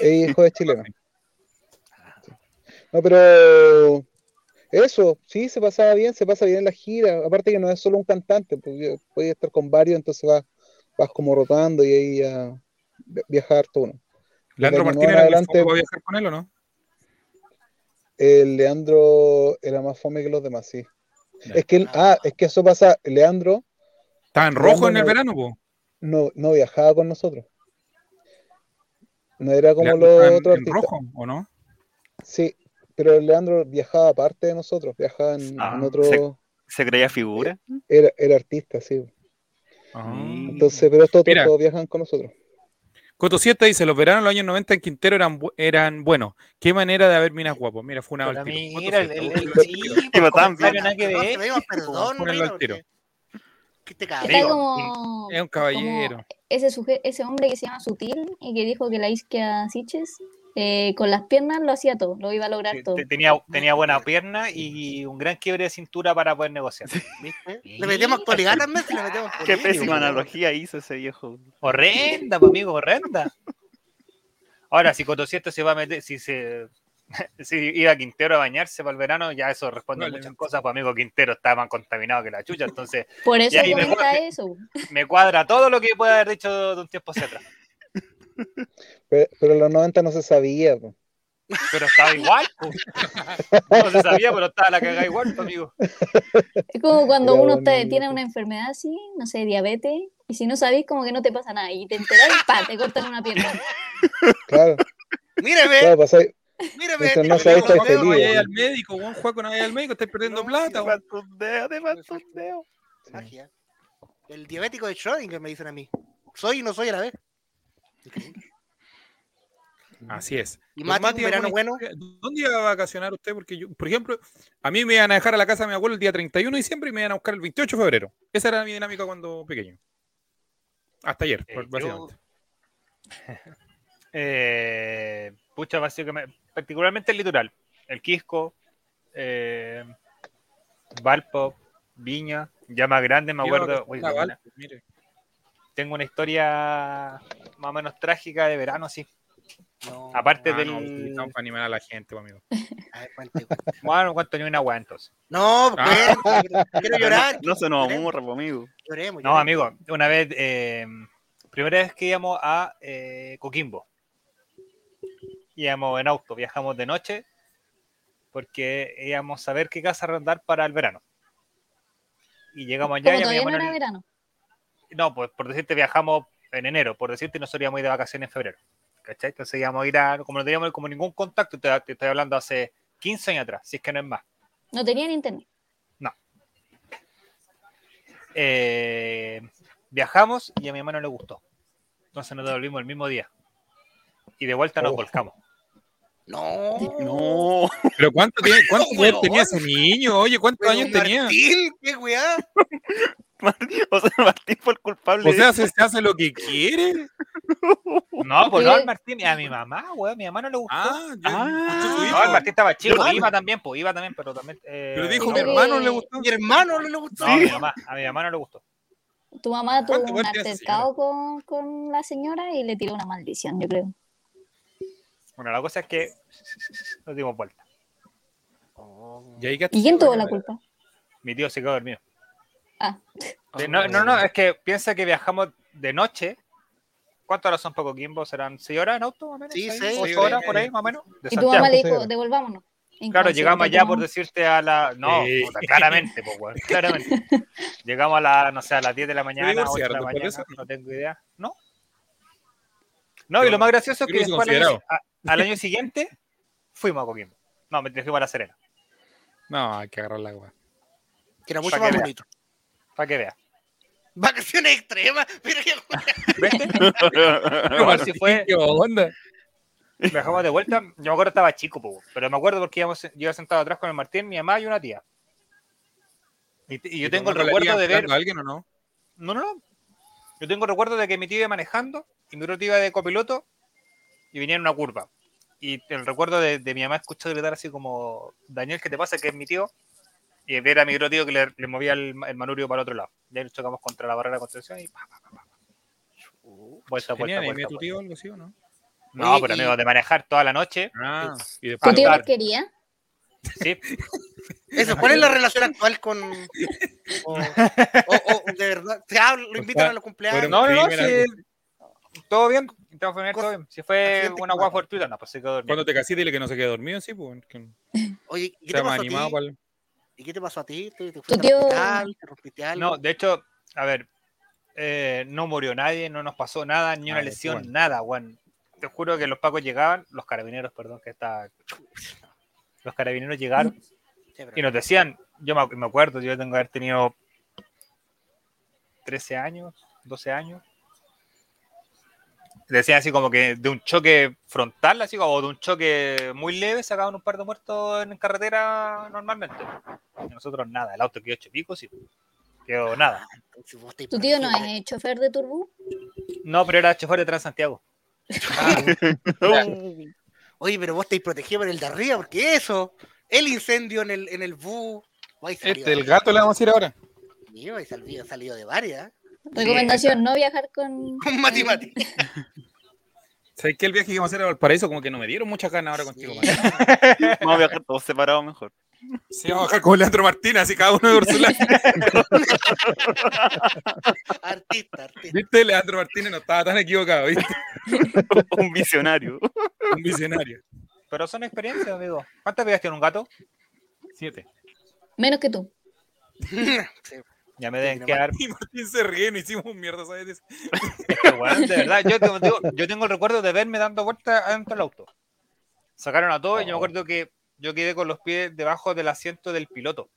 S6: es hijo de chileno. No, pero eso, sí, se pasaba bien, se pasa bien en la gira. Aparte que no es solo un cantante, pues, porque puedes estar con varios, entonces vas, vas como rotando y ahí ya vi- viaja harto uno.
S1: Leandro
S6: Desde que no
S1: Martínez era el que
S6: adelante-
S1: fue a viajar con él o no?
S6: El Leandro era más fome que los demás, sí.
S1: Ya.
S6: Es que, él- ah, es que eso pasa, Leandro
S1: Estaba en rojo en el
S6: Leandro-
S1: verano, po.
S6: no, no viajaba con nosotros. No era como
S1: Leandro
S6: los
S1: estaba en-
S6: otros
S1: en
S6: artistas.
S1: rojo o no?
S6: Sí, pero Leandro viajaba aparte de nosotros, viajaba en, en
S4: Ah,
S6: otro...
S4: se- ¿Se creía figura?
S6: Era, era artista, sí.
S1: Ajá.
S4: Mm.
S6: Entonces, pero estos otros
S1: Ah. Mira.
S6: todos viajan con nosotros.
S1: Coto 7 dice, los veranos de los años 90 en Quintero eran, bu- eran buenos. Qué manera de haber minas guapos. Mira, fue una
S5: Pero
S1: al tiro. Coto
S5: mira, el,
S1: Siete,
S5: el,
S1: bueno.
S5: el- sí,
S4: Pero también.
S5: pues, comentario nada que
S2: Perdón,
S5: ver.
S2: te pedimos perdón,
S1: Ponelo
S2: Rino,
S1: al tiro.
S2: porque- Que te
S3: Está
S2: cae.
S5: Digo,
S3: como,
S1: Es un caballero.
S3: ese, suje- ese hombre que se llama Sutil y que dijo que la isquia Siches eh, con las piernas lo hacía todo, lo iba a lograr
S5: Te-
S3: todo.
S5: te- Tenía, tenía buena pierna y un gran quiebre de cintura para poder negociar.
S2: Le metemos actualidad también, si le metemos
S4: Qué
S2: política,
S4: pésima
S2: weón.
S4: analogía hizo ese viejo.
S5: Horrenda, pues, amigo, horrenda. Ahora, si Cotosieto se va a meter, si se [LAUGHS] si iba Quintero a bañarse para el verano, ya eso responde a muchas
S1: Probablemente.
S5: cosas, pues amigo Quintero está más contaminado que la chucha, entonces
S3: Por eso
S5: Y ahí me
S3: comenta
S5: acuerdo-
S3: eso.
S5: me cuadra todo lo que puede haber dicho de un tiempo hacia atrás.
S6: Pero, pero en los 90 no se sabía. po.
S5: Pero estaba igual, pues. no se sabía, pero estaba la cagada igual, pues, amigo.
S3: Es como cuando
S6: Era
S3: uno
S6: bueno,
S3: te- tiene
S6: loco.
S3: una enfermedad así, no sé, diabetes, y si no sabís, como que no te pasa nada. Y te enterás y pa, te cortan una
S5: [LAUGHS]
S3: pierna.
S6: Claro,
S2: Míreme,
S6: claro, pues, pasáis,
S2: míreme.
S6: mientras no
S2: míreme,
S6: sabéis, estáis
S2: weón.
S1: Juan,
S6: feliz.
S1: vaya
S6: po.
S1: al médico, Juan Juaco, no vaya al médico, estáis perdiendo
S2: No,
S1: plata. Juan.
S4: Matundeo, de matundeo.
S2: Magia. El diabético de Schrödinger me dicen a mí. Soy y no soy a la vez.
S1: Así es.
S2: Y
S1: Don
S2: Mati, un verano
S1: ¿alguna
S2: bueno.
S1: historia? ¿Dónde iba a vacacionar usted? Porque yo, por ejemplo, a mí me iban a dejar a la casa de mi abuelo el día 31 de diciembre y me iban a buscar el 28 de febrero. Esa era mi dinámica cuando pequeño. Hasta ayer,
S5: Eh,
S1: por-
S5: yo-
S1: básicamente.
S5: Eh, pucha, básicamente, particularmente el litoral, el Quisco, eh, Valpo, Viña, ya más grande,
S1: Iba
S5: me
S1: a
S5: acuerdo.
S1: vacacionar
S5: Uy,
S1: a
S5: buena.
S1: Valpo, mire.
S5: tengo una historia más o menos trágica de verano, sí.
S2: No,
S5: Aparte
S1: Ah,
S5: del.
S1: no, estamos para animar a la gente, pues, amigo.
S2: a ver, cuente, cuente.
S5: Bueno, no cuento ni una hueá entonces.
S2: No,
S1: Ah.
S2: cuente, quiero- quiero llorar.
S4: No se nos
S2: lloremos,
S4: amurra, po, amigo.
S3: Pues
S2: Lloremos,
S5: No,
S2: lloremos.
S5: amigo, una vez, eh, primera vez que íbamos a eh, Coquimbo. Íbamos en auto, viajamos de noche porque íbamos a ver qué casa arrendar para el verano. Y llegamos allá
S3: Como
S5: y
S3: todavía
S5: habíamos-
S3: no era verano.
S5: No, pues por decirte, viajamos en enero, por decirte, y nosotros íbamos a ir de vacaciones en febrero. ¿Cachai? Entonces íbamos a ir a. Como no teníamos como ningún contacto, te, te estoy hablando hace 15 años atrás, si es que no es más.
S3: No tenían internet.
S5: Eh, viajamos y a mi hermano le gustó. Entonces nos devolvimos el mismo día. Y de vuelta nos
S6: Oh.
S5: volcamos.
S2: No.
S4: No.
S1: Pero ¿cuánto tiene- cuántos años
S2: Huevón.
S1: tenía ese niño? Oye, ¿cuántos
S2: Pero
S1: años tenía?
S2: Martín, qué weá.
S4: [LAUGHS] O sea, Martín fue el culpable.
S1: O
S4: [LAUGHS]
S1: sea, se, se hace lo que quiere.
S5: No, pues
S3: ¿Qué?
S5: no al Martín, a mi mamá, weón, mi mamá no le gustó.
S1: Ah, yo-
S4: Ah.
S1: usted es su hijo.
S5: no, el Martín estaba chico,
S4: Yo-
S5: iba también, pues iba también, pero también. eh,
S1: Pero dijo,
S3: Yo
S1: mi
S3: creo
S1: hermano
S3: que-
S1: le gustó.
S2: Mi hermano no le gustó.
S5: No, a mi mamá, a mi mamá no le gustó.
S3: Tu
S5: Ah,
S3: mamá tuvo
S1: ¿Cuánto
S3: un
S1: fuerte esa
S3: altercado con, con la señora y le tiró una maldición, yo creo.
S5: Bueno, la cosa es que nos dimos vuelta.
S1: ¿Y, ahí qué-
S3: ¿Y quién tuvo la culpa?
S5: Mi tío se quedó dormido.
S3: Ah,
S5: De- No, no, no, es que piensa que viajamos de noche. ¿Cuántas horas son poco Kimbo? ¿Serán 6 horas en auto más o menos?
S2: Sí,
S5: ¿Seis,
S2: seis,
S5: ocho
S2: seis,
S5: horas
S2: seis.
S5: por ahí más o menos? De
S3: y tu mamá le
S6: Santiago,
S3: dijo,
S6: sí.
S3: devolvámonos.
S5: Claro,
S3: Inconsciente,
S5: llegamos allá
S3: tu
S5: por
S3: mamá.
S5: decirte a la. No,
S1: Sí.
S5: puta, claramente, pues, weón, claramente. Llegamos a la, no sé, a las 10 de la mañana, 8 de la
S1: divorciaron después de
S5: mañana,
S1: eso?
S5: no tengo idea. ¿No? No,
S1: Qué
S5: y lo más
S1: bueno.
S5: gracioso es que
S1: Creo que
S5: después al año,
S1: considerado.
S5: a- al año siguiente fuimos a Coquimbo. No, me trajimos a La Serena,
S1: No, hay que agarrar la agua.
S2: que era mucho
S5: Pa' que
S2: más
S5: vea.
S2: bonito.
S5: para que veas.
S2: Vacaciones extremas, pero que
S5: ¿Viste?
S1: Pero
S5: si fue-
S1: ¿Qué onda?
S5: Viajamos de vuelta. Yo me acuerdo estaba chico, po, pero me acuerdo porque íbamos, yo iba sentado atrás con el Martín, mi mamá y una tía. Y, te- y yo
S1: ¿Y
S5: tengo el
S1: tu mamá la
S5: recuerdo
S1: liga
S5: de ver.
S1: buscando a alguien o no?
S5: No, no, no. Yo tengo el recuerdo de que mi tío iba manejando y mi otro tío iba de copiloto y venía en una curva. Y el recuerdo de, de mi mamá escuchó gritar así como, Daniel, ¿qué te pasa? Que es mi tío. Y ver a mi otro tío que le, le movía el, el manurio para el otro lado. Y ahí nos chocamos contra la barrera de contención y pa, pa, pa, pa, pa. Vuelta, vuelta,
S1: Tenían ahí
S5: vuelta,
S1: tu
S5: vuelta.
S1: tío o algo así o no?
S5: No,
S2: Oye,
S5: pero
S2: y-
S5: amigos, de manejar toda la noche.
S1: Ah, y
S3: ¿Tu
S1: después.
S3: tío
S5: Claro.
S3: los quería?
S2: [LAUGHS]
S5: Sí,
S2: Eso, ¿cuál es la relación actual con. O, o- o de verdad, te hablo,
S5: Pues
S2: lo invitan a los cumpleaños.
S1: Fueron-
S5: No, no, no,
S1: Sí,
S5: sí, todo bien. Todo fue bien,
S2: Cosa-
S5: todo bien. Si fue
S2: accidente que
S5: una guagua
S2: mata.
S5: fortuita, no, pues se quedó dormido.
S1: Cuando te casé, dile que no se quede dormido, sí, pues. Que
S2: Oye, ¿y qué
S1: está
S2: te
S1: más
S2: pasó a ti?
S1: animado para el-
S2: ¿Y qué te pasó a ti? ¿Te, te fuiste
S3: tío-
S2: al hospital? ¿Te rompiste algo?
S5: No, de hecho, a ver, eh, no murió nadie, no nos pasó nada, ni una
S1: Ah,
S5: lesión,
S1: bueno.
S5: nada, Juan. Te juro que los pacos llegaban, los carabineros, perdón, que está. Los carabineros llegaron
S2: Sí, pero-
S5: y nos decían, yo me, ac- me acuerdo, yo tengo que haber tenido 13 años, 12 años. Decían así como que de un choque frontal, así como de un choque muy leve, sacaban un par de muertos en carretera normalmente. Y nosotros nada, el auto quedó hecho picos y quedó nada.
S2: Entonces vos te
S3: ¿Tu tío no
S2: imagínate.
S3: es chofer de turbú?
S5: No, pero era chofer de Transantiago.
S1: Ah.
S2: [LAUGHS] Oye, pero vos te protegido por el de arriba, porque eso, el incendio en el, en el bus. Ay, salió-
S1: Este, el gato le vamos a ir ahora.
S2: Mío, y salido, salido de varias. ¿eh? [LAUGHS]
S3: Recomendación, no viajar
S5: [LAUGHS]
S3: con...
S2: Con Mati Mati.
S1: ¿Sabes qué? El viaje que íbamos a hacer a Valparaíso, como que no me dieron muchas ganas ahora contigo, man.
S4: Vamos a viajar todos separados mejor.
S1: Sí, vamos a bajar con Leandro Martínez, así cada uno de Ursula.
S2: Artista,
S1: [LAUGHS]
S2: artista. [LAUGHS]
S1: ¿Viste? Leandro Martínez no estaba tan equivocado, ¿viste?
S4: Un visionario.
S1: Un visionario.
S5: Pero son experiencias, amigo. ¿Cuántas vidas tiene un gato?
S1: Siete.
S3: Menos que tú.
S2: Sí.
S5: Ya me deben
S2: Tiene
S5: quedar.
S1: Y Martín se ríe, no hicimos un mierda, ¿sabes?
S5: Este weón, de verdad,
S1: [LAUGHS]
S5: yo tengo, digo, yo tengo el recuerdo de verme dando vueltas adentro del auto. Sacaron a todos y
S1: Oh.
S5: yo me acuerdo que yo quedé con los pies debajo del asiento del piloto.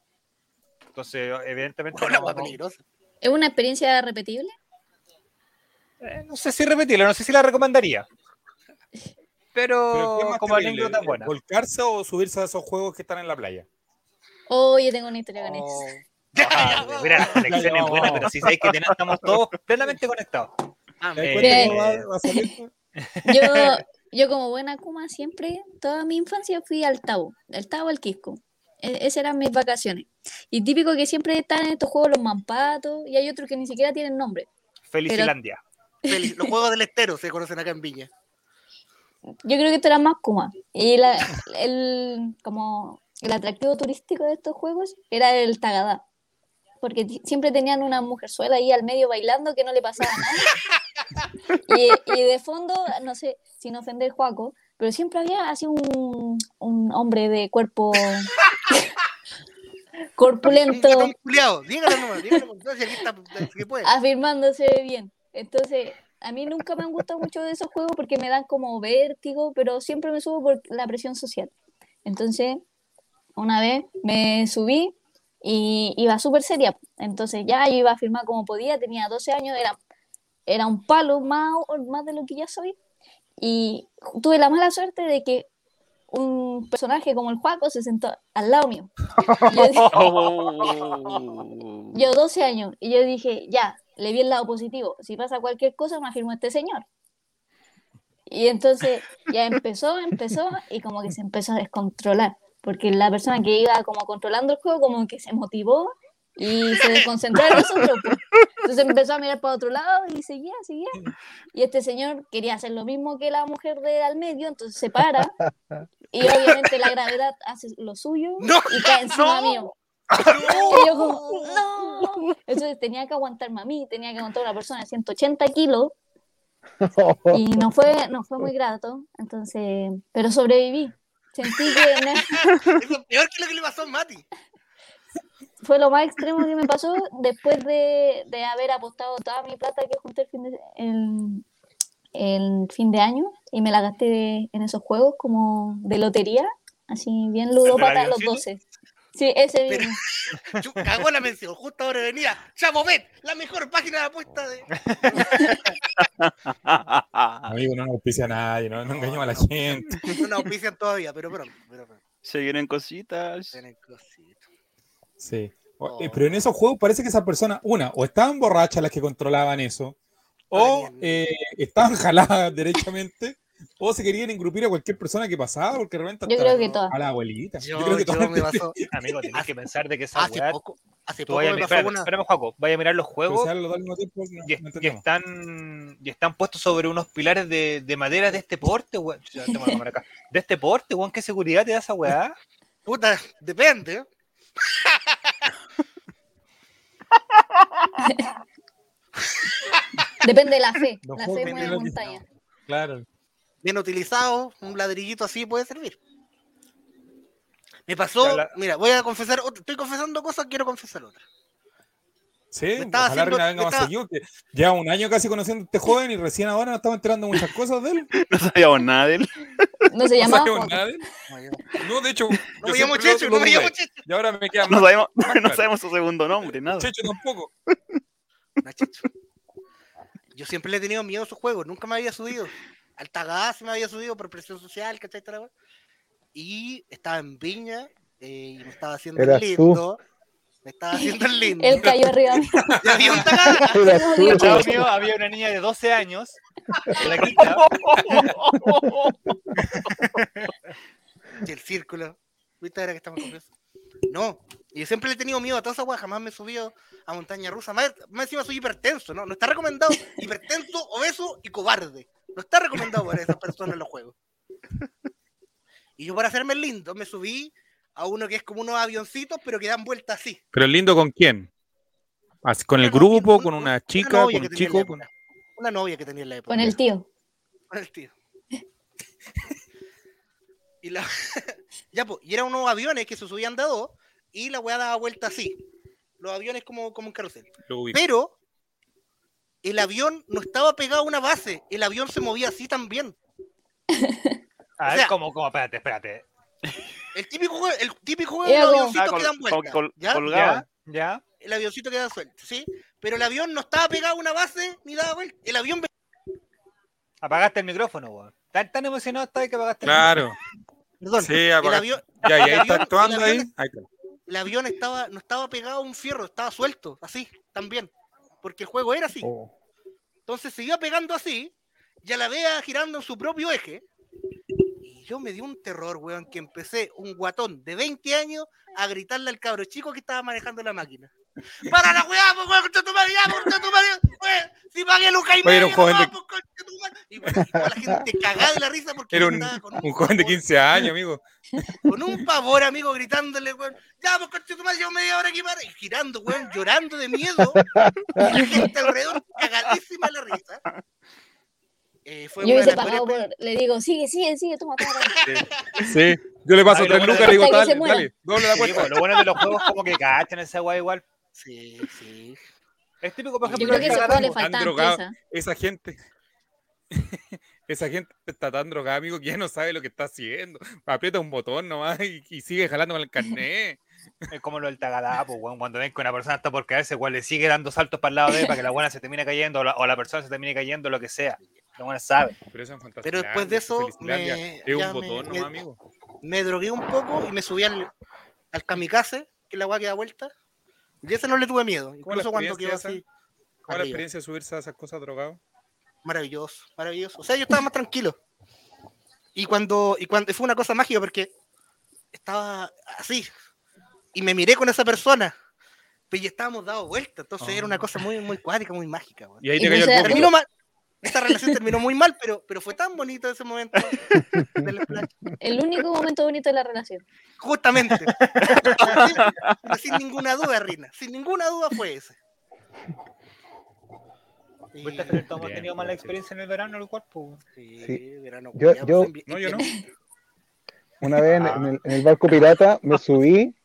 S5: Entonces, evidentemente.
S2: Bueno, la
S5: no-
S2: hueá
S5: no-
S2: peligrosa.
S3: ¿Es una experiencia repetible?
S5: eh, no sé si repetirla, no sé si la recomendaría. Pero,
S1: ¿qué es más
S5: como
S1: terrible,
S5: anécdota buena.
S1: ¿Volcarse o subirse a esos juegos que están en la playa?
S3: Oye, tengo una historia con eso.
S5: Oh. Ah, mira,
S1: [LAUGHS]
S5: las conexiones
S1: vamos,
S5: buenas,
S1: vamos.
S5: pero si sabéis que tenemos- estamos todos plenamente conectados.
S2: Ah,
S1: ¿Te das
S5: Eh,
S1: cuenta cómo
S5: eh,
S1: va, va a salir?
S3: Yo, yo como buena Kuma siempre, toda mi infancia fui al Tabo, al Tabo al Quisco. E- esas eran mis vacaciones. Y típico que siempre están en estos juegos los mampatos y hay otros que ni siquiera tienen nombre.
S5: Felicilandia.
S2: feliz. Los juegos del estero se conocen acá en Viña.
S3: Yo creo que esto era más Kuma. Y la- el, como el atractivo turístico de estos juegos era el Tagadá. Porque ti- siempre tenían una mujerzuela ahí al medio bailando que no le pasaba nada. Y, y de fondo, no sé, sin ofender Juaco, pero siempre había así un, un hombre de cuerpo
S2: Un
S3: corpulento
S2: gatón culiado. Dígalo nomás, dígalo con todo, si aquí está, eh, si puede.
S3: Ah. afirmándose bien. Entonces, a mí nunca me han gustado mucho de esos juegos porque me dan como vértigo, pero siempre me subo por la presión social. Entonces, una vez me subí y iba súper seria. Entonces, ya yo iba a firmar como podía, tenía 12 años, era, era un palo más, o- más de lo que ya soy. Y tuve la mala suerte de que un personaje como el Juaco se sentó al lado mío. Y yo dije,
S4: Oh.
S3: yo 12 años y yo dije, ya, le vi el lado positivo. Si pasa cualquier cosa, me afirmó este señor. Y entonces ya empezó, empezó y como que se empezó a descontrolar. Porque la persona que iba como controlando el juego como que se motivó Y se desconcentraron nosotros. pues. Entonces empezó a mirar para otro lado y seguía, seguía. Y este señor quería hacer lo mismo que la mujer de al medio, entonces se para. Y obviamente la gravedad hace lo suyo
S2: No,
S3: y
S2: [LAUGHS]
S3: cae encima
S2: no.
S3: mío. Y yo como, no. Entonces tenía que aguantarme a mí, tenía que aguantar a una persona de 180 kilos y no fue, no fue muy grato. Entonces, pero sobreviví. Sentí que no-
S2: Eso es peor que lo que le pasó a Mati.
S3: [LAUGHS] fue lo más extremo que me pasó después de, de haber apostado toda mi plata que junté el fin de, el, el fin de año y me la gasté de- en esos juegos como de lotería, así bien ludópata a los
S5: avioncito?
S3: 12. Sí, ese
S2: Pero-
S3: mismo.
S2: Chu- Cagó la mención, justo ahora venía. Chamovet, la mejor página de apuesta de.
S1: Amigo, no nos auspicia a nadie, no, no engañemos a la gente.
S2: No nos auspician todavía, pero pronto. Pero pronto.
S4: Se vienen cositas.
S2: Tienen cositas.
S1: Sí. O- eh, Pero en esos juegos parece que esa persona, una, o estaban borrachas las que controlaban eso, o
S2: tenían-
S1: eh, estaban [LAUGHS] jaladas derechamente, o se querían engrupir a cualquier persona que pasaba, porque de repente
S3: Yo
S1: hasta
S3: creo
S1: la-
S3: que todas.
S1: a la abuelita.
S2: Yo,
S1: Yo, creo que
S2: yo
S1: todas.
S2: me pasó
S5: Amigo, tenés que pensar de que esa
S2: hace
S5: weá.
S2: poco. Hace
S5: Tú
S2: poco
S5: vaya a
S2: me
S5: mi-
S2: pasó
S5: espérame,
S2: una.
S5: espérame, Joaco, vaya a mirar
S1: [LAUGHS]
S5: los
S1: Pero si
S5: juegos
S1: hablan los dos al mismo tiempo, no-
S5: y,
S1: no
S5: y
S1: entendemos.
S5: están, y están puestos sobre unos pilares de, de madera de este porte, weón. Chuta, tengo la cámara acá. De este porte, weón, ¿qué seguridad te da esa weá?
S2: Puta, depende. ¿eh?
S3: Depende de la fe.
S1: Los
S3: la
S1: juegos
S3: fe
S1: depende
S3: mueve
S1: de lo que-
S3: montaña.
S1: Claro.
S2: Bien utilizado, un ladrillito así puede servir. Me
S5: Ya
S2: pasó,
S5: la-
S2: mira, voy a confesar, otra- estoy confesando cosas, quiero confesar otra.
S1: Sí, pues,
S2: Me estaba
S1: ojalá
S2: haciendo-
S1: Reina venga
S2: me
S1: más
S2: estaba-
S1: seguido, que lleva un año casi conociendo a este joven y recién ahora nos estamos enterando muchas cosas de él.
S4: No sabíamos nada de él. [LAUGHS]
S3: No se
S1: No
S3: llamaba
S1: sabemos
S3: Juan.
S1: nada de él. No, de hecho,
S2: No
S1: yo
S2: me llamo
S1: siempre lo-
S2: Checho,
S1: lo
S2: no me llamo
S1: dudé.
S2: Checho.
S1: Y ahora me queda
S4: No
S1: más
S4: sabemos, [LAUGHS] no
S1: claro.
S4: sabemos su segundo nombre, nada.
S1: Checho tampoco.
S2: No, Checho. Yo siempre le he tenido miedo a esos juegos, nunca me había subido. Al Tagada se me había subido por presión social, ¿cachai? Toda la wea. Y estaba en Viña eh, y me estaba haciendo el
S6: Eras tú.
S2: lindo. Me estaba
S3: [LAUGHS]
S2: haciendo el lindo.
S3: Él cayó arriba mío.
S2: Y había un Tagada.
S3: [LAUGHS]
S6: Era
S3: Dios
S6: tú.
S3: mío.
S5: Al lado mío había una niña de 12 años, flaquita,
S2: Y el círculo. ¿Viste ahora que estamos con eso? No. Y yo siempre le he tenido miedo a toda esa weá. Jamás me he subido a montaña rusa. Más, más encima soy hipertenso, ¿no? No está recomendado. Hipertenso, obeso y cobarde. No está recomendado para esas personas en los juegos. Y yo para hacerme lindo me subí a uno que es como unos avioncitos, pero que dan vuelta así.
S1: Pero lindo con quién? ¿Con
S2: Una novia- un- un- novia que tenía en la época. Una novia que tenía en la época.
S3: Con
S4: pues,
S3: el tío.
S2: con el tío. [LAUGHS] y la [LAUGHS] ya pues, y eran unos aviones que se subían de a dos y la weá daba vuelta así. Los aviones como, como un carrusel. Pero el avión no estaba pegado a una base, el avión se movía así también.
S5: A
S2: O
S5: ver,
S2: sea-
S5: como, como, espérate, espérate.
S2: El típico juego, el típico juego de
S3: Era
S2: los
S3: como-
S2: avioncitos
S4: Ah,
S2: que dan
S4: col- col-
S2: vuelta.
S4: col-
S2: ¿ya?
S4: colgado.
S5: ¿Ya? ¿Ya?
S2: El avioncito que da suelto, ¿sí? Pero el avión no estaba pegado a una base ni daba vuelta. El avión
S5: Apagaste el micrófono, weón. Tan, tan emocionado estás que apagaste
S1: Claro.
S2: perdón,
S1: Sí,
S2: el
S1: apaga-
S2: avión,
S1: Ya, y ahí está
S2: El
S1: actuando
S2: avión-
S1: ahí. Ahí está.
S2: el avión estaba, no estaba pegado a un fierro, estaba suelto, así, también. Porque el juego era así.
S6: Oh.
S2: Entonces se iba pegando así, y a la vea girando en su propio eje. Y yo me di un terror, weón, que empecé un guatón de 20 años a gritarle al cabro chico que estaba manejando
S1: [LAUGHS]
S2: la máquina. ¡Para la weá, pues, weón, concha tu madre, ya, pues, concha tu madre! weón! ¡Si pagué Lucas y
S1: Oye, era un
S2: medio,
S1: joven
S2: weón,
S1: de-
S2: pues, concha tu madre! Y, weón, y toda la gente cagada de la risa porque
S1: Era
S2: yo
S1: un,
S2: estaba con
S1: un joven de
S2: pavor-
S1: 15 años,
S2: [LAUGHS]
S1: amigo.
S2: con un pavor, amigo, gritándole, weón. Ya, pues coche tu madre, llevo media hora aquí para. Y girando, weón, llorando de miedo. Y la gente alrededor cagadísima de la risa. Eh, fue
S3: Yo
S2: una de
S3: hubiese
S2: las
S3: pagado
S2: peores-
S3: por. Le digo, sigue, sigue, sigue, toma, toma. toma".
S4: [LAUGHS]
S1: Sí. Yo le paso
S5: Ay, lo
S1: tres
S5: bueno
S1: lucas
S5: que
S1: y digo,
S3: hasta que
S1: dale,
S2: pues,
S3: se muera.
S1: dale, doble la
S5: Sí,
S1: cuenta.
S5: weón, lo bueno de los juegos es como que cachan esa weá igual.
S2: Sí, sí.
S5: Es típico, por
S3: Yo
S5: ejemplo,
S3: creo
S5: lo
S3: que
S5: que
S3: ese juego le
S5: Calatambo.
S1: falta.
S3: faltaban
S1: drogado.
S3: piezas.
S1: [LAUGHS] Esa gente. [LAUGHS] Esa gente está tan drogada, amigo, que ya no sabe lo que está haciendo. Aprieta un botón nomás y, y sigue jalando con el carnet.
S5: Es como lo del tagadá, pues, weón, cuando ven que una persona está por caerse, weón, le sigue dando saltos para el lado de él para que la buena se termine cayendo o la, o la persona se termine cayendo, lo que sea. La buena sabe.
S1: Pero eso es fantástico.
S2: [LAUGHS] Pero después de eso, me,
S1: Es
S2: ya
S1: un
S2: me-
S1: botón
S2: me-
S1: nomás, amigo.
S2: me drogué un poco y me subí al, al kamikaze, que la weá que da vuelta. Y ese no le tuve miedo.
S1: ¿Cómo la
S2: Incluso cuando quedó
S1: experiencia
S2: así.
S1: ¿Cuál es la
S2: arriba.
S1: experiencia de subirse a esas cosas drogadas?
S2: Maravilloso, maravilloso. O sea, yo estaba más tranquilo. Y cuando, y cuando fue una cosa mágica porque estaba así y me miré con esa persona Pero ya estábamos dado vuelta, entonces era una cosa muy, muy cuática, muy mágica. weón.
S5: Oh. Y ahí
S2: [LAUGHS]
S3: Y
S5: te
S3: no
S5: cayó
S3: se da
S5: el bombo.
S3: risa.
S2: Terminó mal. Esa relación terminó muy mal, pero, pero fue tan bonito ese momento del splash.
S3: El
S4: [LAUGHS]
S3: único momento bonito de la relación.
S2: Justamente. Sin- sin ninguna duda, Rina. Sin ninguna duda fue ese. Y-
S5: Puta, pero todos hemos
S7: Bien,
S5: tenido mala
S7: gracias.
S5: experiencia en el verano, el cuerpo.
S2: Sí,
S6: Sí.
S2: verano,
S6: Yo-
S2: culiao, pues,
S6: yo-
S2: envi-
S1: No, yo no.
S6: Una vez en, en el, en el barco pirata me subí,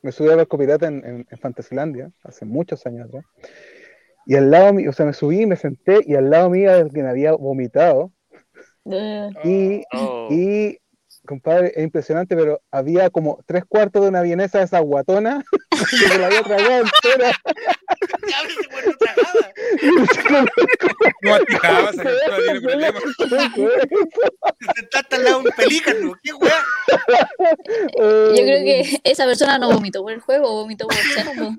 S6: me subí al barco pirata en, en- en Fantasylandia, hace muchos años atrás. Y al lado mío, o sea, me subí, me senté y al lado mío alguien había vomitado.
S3: Eh,
S6: Y,
S4: Oh.
S6: y, compadre, es impresionante, pero había como tres cuartos de una vienesa de esa [LAUGHS] guatona que se la había tragado entera.
S2: [LAUGHS] Ya, a ver si fue otra cagada.
S1: No atajabas, acá no tiene problema.
S2: Te sentaste al lado de un pelícano. ¿Qué weá?
S3: Yo creo que esa persona no vomitó por el juego, vomitó por ser. po.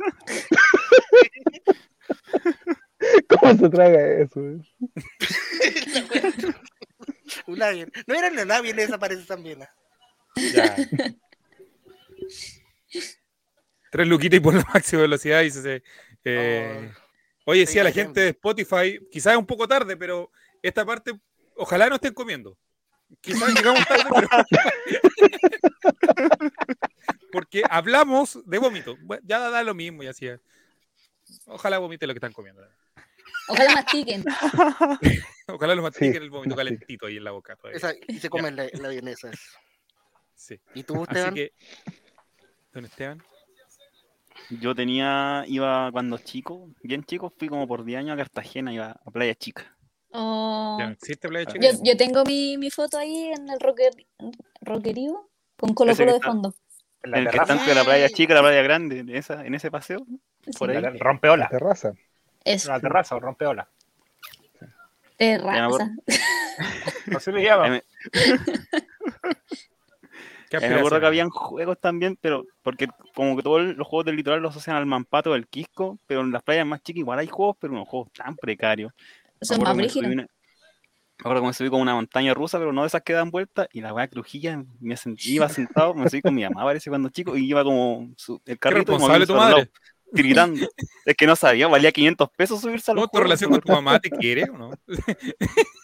S6: ¿Cómo se traga eso?
S2: Una bien. No era una nave, desaparece también. ah.
S5: Ya.
S1: Tres luquitas y por la [LAUGHS] máxima velocidad. Y se, se- eh,
S4: Oh,
S1: Oye, sí, a la gente de Spotify, quizás es un poco tarde, pero esta parte, ojalá no estén comiendo. Quizás llegamos tarde, pero. [LAUGHS] Porque hablamos de vómito. Bueno, Ya da lo mismo, y así. es. Ojalá vomite lo que están comiendo.
S3: Ojalá mastiquen.
S1: Ojalá los mastiquen
S6: Sí,
S1: el vómito
S6: mastique.
S1: calentito ahí en la boca. todavía.
S2: Esa- y se comen la, la vienesa. eso.
S1: Sí.
S2: ¿Y tú,
S1: Así
S2: Esteban?
S1: que, don Esteban.
S4: Yo tenía, iba cuando chico, bien chico, fui como por 10 años a Cartagena, iba a Playa Chica.
S3: Oh,
S1: Ya no existe Playa Chica.
S3: yo, yo tengo mi, mi foto ahí en el rocker, rockerío con Colo
S4: Ese que
S3: Colo de
S4: está-
S3: fondo.
S5: La
S4: en el que
S5: terraza.
S4: tanto de la Playa Chica, la Playa Grande, en, esa, en ese paseo, por
S5: La
S4: ahí.
S5: gran rompeola.
S6: Terraza.
S3: Es
S5: Una terraza, o rompeola.
S3: terraza.
S5: Así le llaman.
S1: ¿Qué
S4: Eh, me acuerdo que
S1: aspiraciones?
S4: habían juegos también, pero porque como que todos los juegos del litoral los asocian al mampato del Quisco, pero en las playas más chicas igual hay juegos, pero unos juegos tan precarios. Me
S3: Son
S4: acuerdo
S3: más
S4: que me subí
S3: brígidos.
S4: una- me acuerdo que me subí como una montaña rusa, pero no de esas que dan vueltas, y la weá crujía, me sent-
S1: [LAUGHS]
S4: iba sentado, me subí con mi mamá, parece, cuando chico, y iba como su- el
S1: Qué
S4: carrito como
S1: responsable tu madre.
S4: tiritando. Es que no sabía, valía 500 pesos subirse al
S1: ¿Cómo tu relación con tu mamá te quiere o no?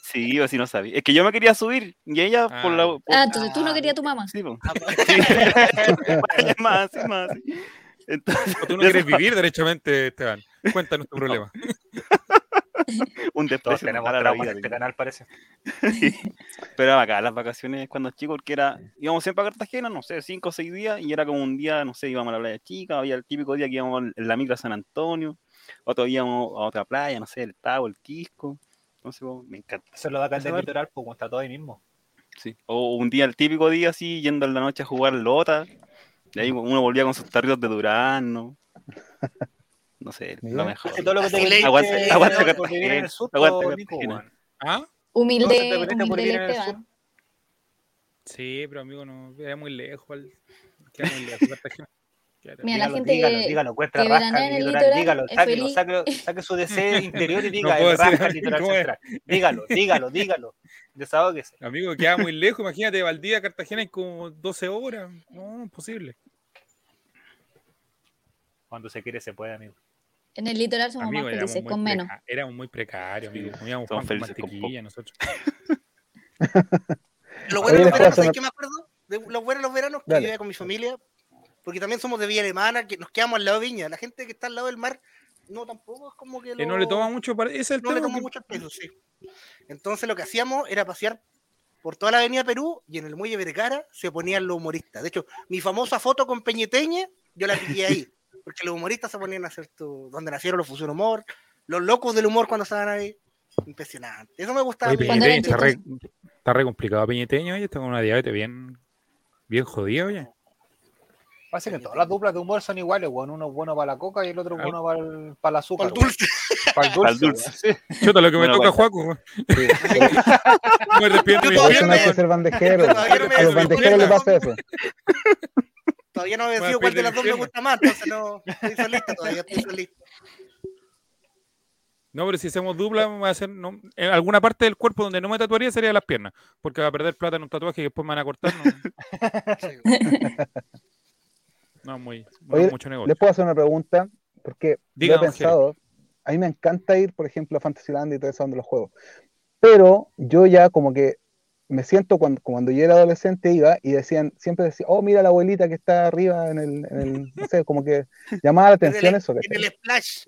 S4: Sí, yo sí no sabía. Es que yo me quería subir, y ella por la...
S1: Ah.
S4: por-
S3: Ah, entonces tú no
S2: Ah,
S3: querías a tu mamá.
S4: sí, po.
S2: Ah,
S4: [LAUGHS] Vaya, más, sí, más. Entonces, [LAUGHS]
S1: O tú no quieres vivir derechamente, Esteban. Cuéntanos tu problema.
S4: un
S5: Todos
S4: desprecio
S5: tenemos
S4: total a la
S5: traumas
S4: vida,
S5: en este
S4: digo.
S5: canal, parece.
S4: Pero era acá, las vacaciones cuando chico, porque era, íbamos siempre a Cartagena, no sé, cinco o seis días, y era como un día, no sé, íbamos a la playa chica, había el típico día que íbamos en la micro a San Antonio, otro día íbamos a otra playa, no sé, el Tavo, el Quisco, entonces pues, me encanta,
S5: Eso es lo de acá del
S4: A ver.
S5: litoral, pues, está todo ahí mismo.
S4: sí. O un día, el típico día así, yendo en la noche a jugar lota, y ahí uno volvía con sus tarritos de [LAUGHS] durazno, no sé,
S6: Mira.
S4: lo mejor.
S5: Todo lo que te
S2: Así le-
S5: viniste
S4: Aguante- aguante
S5: por vivir en el sur,
S4: Cartagena, aguante
S5: Nico,
S4: Cartagena.
S5: weón.
S1: ¿Ah?
S5: No, se te
S3: Humilde,
S5: conecta por
S3: humilde
S5: bien
S3: el
S5: en el sur.
S3: Esteban.
S1: Sí, pero amigo, no, queda muy lejos. al- Queda muy lejos. Cartagena. Queda-
S3: Mira, la
S5: Dígalo,
S3: gente
S5: dígalo,
S3: que-
S5: dígalo, cuesta
S3: que
S5: rasca
S3: veranea en
S5: el
S3: el
S5: litoral,
S3: litoral
S5: dígalo,
S3: es
S5: sáquelo,
S3: feliz.
S5: sáquelo, saque su deseo interior y diga,
S1: puedo
S5: el rasca el
S1: decir,
S5: litoral
S1: ¿cómo es?
S5: central. Dígalo, dígalo, dígalo, desahóguese.
S1: Amigo, queda muy lejos. Imagínate, de Valdivia, a Cartagena, hay como 12 horas. No, imposible.
S5: Cuando se quiere se puede, amigo.
S3: En el litoral somos
S1: Amigo,
S3: más
S1: éramos
S3: felices,
S1: muy,
S3: con menos.
S1: preca- éramos muy precarios, amigo. Comíamos
S4: Somos
S1: pan con
S4: felices con poco.
S1: mantequilla nosotros.
S2: Lo bueno de
S6: Oye,
S2: los
S6: Juan,
S2: veranos, ¿sabes
S6: son-
S2: qué me acuerdo? De los buenos los veranos que
S6: Dale.
S2: yo iba con mi familia, porque también somos de Villa Alemana, que nos quedamos al lado de Viña. La gente que está al lado del mar, no, tampoco es como que
S1: Eh, no le toma mucho. para- Ese es el
S2: no le
S1: tema. pues.
S2: toma
S1: que-
S2: mucho el peso, sí. Entonces lo que hacíamos era pasear por toda la avenida Perú y en el muelle Vergara se ponían los humoristas. De hecho, mi famosa foto con Peñeteña, yo la pillé ahí, porque los humoristas se ponían a hacer tu- donde nacieron los Fusión Humor, los locos del humor cuando estaban ahí. Impresionante. Eso me gustaba.
S1: Oye,
S2: a mí.
S3: Cuando
S1: Peñiteño,
S3: eran
S1: está re, está re complicado. Peñiteño, oye, está con una diabetes bien, bien jodida, oye.
S5: Pasa que todas las duplas de humor son iguales, weón. Uno es bueno para la coca y el otro es bueno para el, para el azúcar.
S2: Con dulce.
S5: weón. Para el dulce.
S4: Al dulce.
S1: Chuta, lo que me
S4: Bueno,
S1: toca, Juaco. weón.
S2: [LAUGHS]
S6: Sí,
S1: Me
S6: pero
S1: arrepiento de
S2: Yo
S1: mi
S6: por
S2: todavía
S6: eso
S1: persona,
S6: no
S2: me-
S6: hay que
S1: weón.
S2: [LAUGHS]
S6: ser bandejeros.
S2: Yo todavía no me
S6: A los bandejeros les pasa eso.
S2: Todavía no he
S1: Bueno,
S2: decidido cuál de
S1: Peter
S2: las dos me
S1: Jenner.
S2: gusta más, entonces no estoy solista todavía, estoy solista.
S1: No, pero si hacemos dupla, me voy a hacer, no- en alguna parte del cuerpo donde no me tatuaría sería las piernas, porque va a perder plata en un tatuaje que después me van a cortar.
S2: [LAUGHS]
S1: No,
S2: Sí.
S1: no, muy, no
S6: Oye,
S1: mucho
S6: ¿Les
S1: negocio.
S6: puedo hacer una pregunta? Porque
S1: Diga,
S6: yo he
S1: don Jere.
S6: pensado, a mí me encanta ir, por ejemplo, a Fantasyland y todo eso donde los juegos. Pero yo ya como que me siento cuando, cuando yo era adolescente iba y decían, siempre decía, oh, mira la abuelita que está arriba en el, en el-" no sé, como que llamaba la
S2: En el-
S6: atención eso.
S2: En
S6: ¿cachai?
S2: el splash.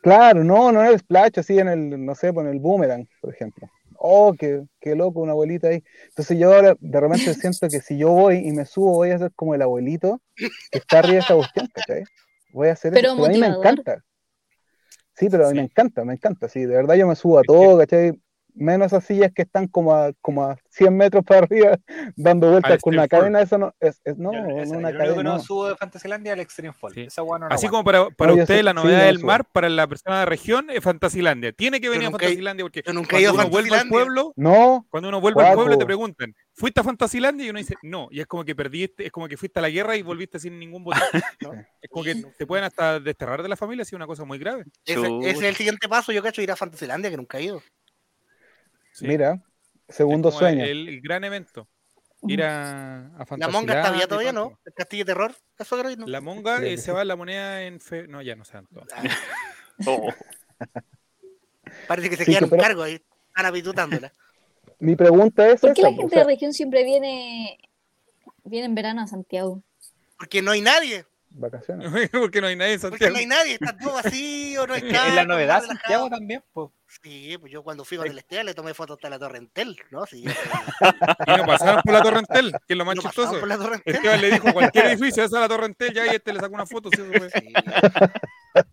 S6: Claro, no, no en el splash, así en el, no sé, pues en el boomerang, por ejemplo. Oh, qué, qué loco, una abuelita ahí. Entonces yo ahora de repente siento que si yo voy y me subo, voy a ser como el abuelito que está arriba de esa cuestión, ¿cachai? Voy a hacer
S3: Pero
S6: eso, pero a mí me
S3: motivador.
S6: encanta. Sí, pero a mí me
S1: Sí.
S6: encanta, me encanta, sí, de verdad yo me subo a
S1: Es que-
S6: todo, ¿cachai? Menos esas sillas que están como a, como a 100 metros para arriba [LAUGHS] dando vueltas con
S1: Extreme
S6: una
S1: Fall.
S6: cadena, eso no, es, es- no,
S5: Yo-
S6: no,
S5: esa-
S6: una
S5: yo lo único
S6: cadena.
S5: que
S6: no.
S5: no subo de Fantasylandia es el Extreme Fall.
S1: Sí.
S5: Esa weá no la
S1: Así
S5: aguanto.
S1: como para, para
S6: No, yo
S1: usted
S6: sé-
S1: la
S6: sí,
S1: novedad
S6: no,
S1: del
S6: sí.
S1: mar, para la persona de región es Fantasilandia. Tiene que venir a
S2: nunca he-
S1: Fantasilandia porque
S2: Yo nunca he ido
S1: cuando
S2: a
S1: uno vuelve al
S2: Fantasylandia.
S1: pueblo,
S6: No,
S1: cuando uno vuelve al
S6: Guaco.
S1: pueblo te preguntan, ¿fuiste a Fantasilandia? Y uno dice, no. Y es como que perdiste, es como que fuiste a la guerra y volviste sin ningún botín.
S2: [LAUGHS]
S1: ¿no? Es como que te pueden hasta desterrar de la familia, si es una cosa muy grave.
S2: Ese, ese es
S4: Chuta.
S2: el siguiente paso, yo cacho, ir a Fantasylandia, que nunca he ido.
S1: Sí.
S6: mira,
S1: Es
S6: segundo
S1: como el-
S6: sueño.
S1: El, el gran evento. Ir a, a
S2: [LAUGHS] La
S1: Fantasilandia.
S2: monga está viva todavía,
S1: y todo
S2: ¿no? El castillo de terror, eso creo que no.
S1: eso. La monga
S6: Creo
S1: eh,
S6: que
S1: se
S6: sí.
S1: va la moneda en fe... No, ya no se dan todas.
S4: [LAUGHS] Oh,
S2: Parece que se
S6: Sí,
S2: quedan
S6: que
S2: un
S6: pero-
S2: cargo ahí, están apitutándola.
S6: Mi pregunta es
S3: ¿Por qué
S6: esa,
S3: la
S6: pues, o
S3: gente
S6: sea,
S3: de región siempre viene, viene en verano a Santiago?
S2: Porque no hay nadie,
S6: vacaciones.
S1: [LAUGHS] Porque no hay nadie en
S2: porque
S1: Santiago.
S2: no hay nadie, está todo
S1: [LAUGHS]
S2: vacío, no hay
S5: Es
S2: nada.
S5: la novedad, Santiago también, po.
S2: Sí, pues yo cuando fui con el Esteban le tomé fotos hasta la Torrentel,
S1: [LAUGHS]
S2: ¿no? Sí,
S1: Y no pasaron por la Torrentel, que es
S2: [LAUGHS]
S1: lo más
S2: no pasamos
S1: chistoso.
S2: por la Torrentel.
S1: Esteban le dijo
S2: [LAUGHS]
S1: cualquier edificio, esa es la Torrentel, ya y este le sacó una foto. sí, eso fue.
S2: Sí.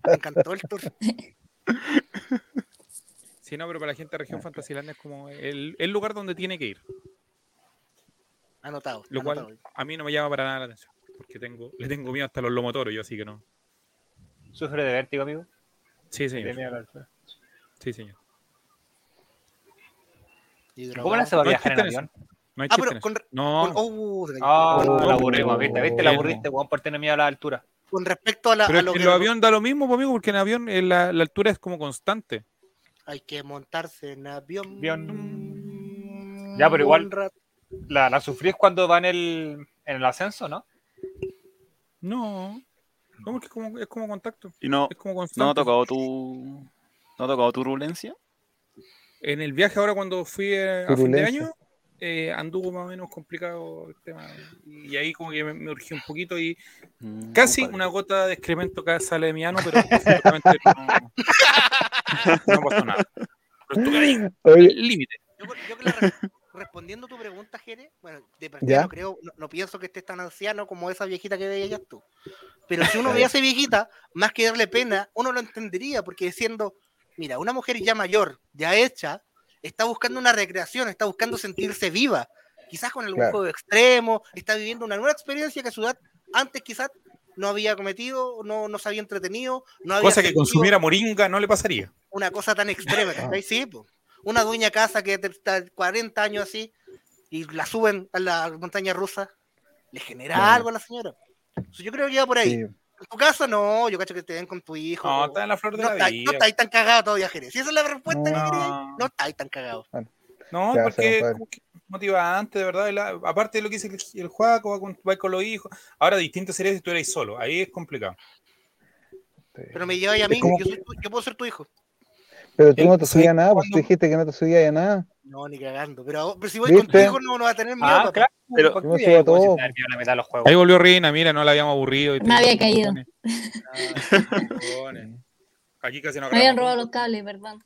S2: Me encantó el tour.
S1: Sí, no, pero para la gente de región Fantasilandia es como el, el lugar donde tiene que ir.
S2: Ah, Anotado.
S1: Lo cual-
S2: anotado.
S1: A mí no me llama para nada la atención, porque tengo, le tengo miedo hasta los lomotoros, yo así que no.
S5: Sufre de vértigo, amigo.
S1: Sí,
S5: De
S1: señor.
S5: miedo a la altura.
S1: Sí, señor.
S2: Y
S5: ¿Cómo
S2: drogado.
S5: la se va a
S1: No hay
S5: viajar en
S1: chiste en
S5: avión?
S1: No hay chiste
S2: Ah,
S1: en
S2: pero
S1: eso.
S2: con, re-
S1: No,
S2: con, oh, se cayó.
S5: Ah,
S2: Con-
S5: no, la
S6: Oh.
S5: aburrimos, ¿viste? ¿Viste? La aburriste, weón, por tener miedo a la altura.
S2: con respecto a, la,
S1: pero
S2: a
S1: es
S2: lo
S1: que
S2: que
S1: en los aviones da lo mismo, pues, amigo, porque en avión eh, la, la altura es como constante.
S2: hay que montarse en avión.
S5: Avión. Ya, pero igual-
S2: Un rato.
S5: La, la sufrís cuando va en el, en el ascenso, ¿no?
S1: No, no porque es como, es como contacto,
S4: y no,
S1: es como
S4: no
S1: constante.
S4: ha tocado tu. No ha tocado turbulencia.
S1: En el viaje ahora cuando fui eh, a fin de
S6: Turbulencia.
S1: año, eh, anduvo más o menos complicado el tema. Y ahí como que me, me urgió un poquito y
S4: Mm,
S1: casi
S4: compadre.
S1: una gota de excremento acá sale de mi ano, pero afortunadamente no, no pasó nada. Pero estuve ahí,
S6: Oye,
S1: al límite.
S2: Yo, cre- yo que la
S6: [LAUGHS]
S2: re- respondiendo tu pregunta, Jere, bueno, de
S6: ¿Ya?
S2: partida no creo, no, no pienso que estés tan anciano como esa viejita que veías tú. Pero si uno veía a esa viejita, más que darle pena, uno lo entendería, porque diciendo, mira, una mujer ya mayor, ya hecha, está buscando una recreación, está buscando sentirse viva, quizás con algún
S6: Claro.
S2: juego extremo, está viviendo una nueva experiencia que a su edad antes quizás no había cometido, no, no se había entretenido, no había
S1: Cosa que
S2: sentido
S1: consumiera moringa no le pasaría.
S2: una cosa tan extrema,
S6: Ah.
S2: ¿cachai? Sí, po. Una dueña casa que te- está 40 años así y la suben a la montaña rusa, le genera
S6: Claro.
S2: algo a la señora. So, yo creo que va por ahí.
S6: sí,
S2: En tu caso, no, yo cacho que te ven con tu hijo.
S1: No,
S2: No,
S1: está en la flor de
S2: no
S1: la
S2: está, no
S1: vida.
S2: está ahí tan cagado todavía, Jerez. Si esa es la respuesta que
S6: No.
S2: quería, no está ahí tan cagado.
S1: No,
S6: Ya,
S1: porque
S6: se va a poder.
S1: como que motivante, de verdad. y la- aparte de lo que dice el, el Juaco, va con, va con los hijos. Ahora, distinto sería si tú eres solo. Ahí es complicado.
S6: sí.
S2: Pero me lleváis a
S6: Es
S2: mí,
S6: como-
S2: yo, soy tu- yo puedo ser tu hijo.
S6: Pero tú
S1: él-
S6: no te
S1: ¿sabes
S6: subías a nada, pues tú
S1: eh, cuándo?
S6: dijiste que no te subías a nada.
S2: No, ni cagando. Pero, pero si voy con tu
S6: ¿Viste?
S2: hijo, no, no va a tener miedo.
S5: Ah,
S2: papá.
S5: claro.
S4: Pero-
S5: ¿por qué
S6: Yo me
S5: voy
S6: subo
S5: a
S6: a
S5: ir, weón, si
S6: todo.
S5: te da miedo la mitad de los juegos?
S1: Ahí volvió Reina, mira, no la habíamos aburrido. y
S3: No había caído. [LAUGHS]
S1: Aquí casi no
S3: Me habían
S1: agarramos,
S3: robado
S1: combo,
S3: los cables, perdón.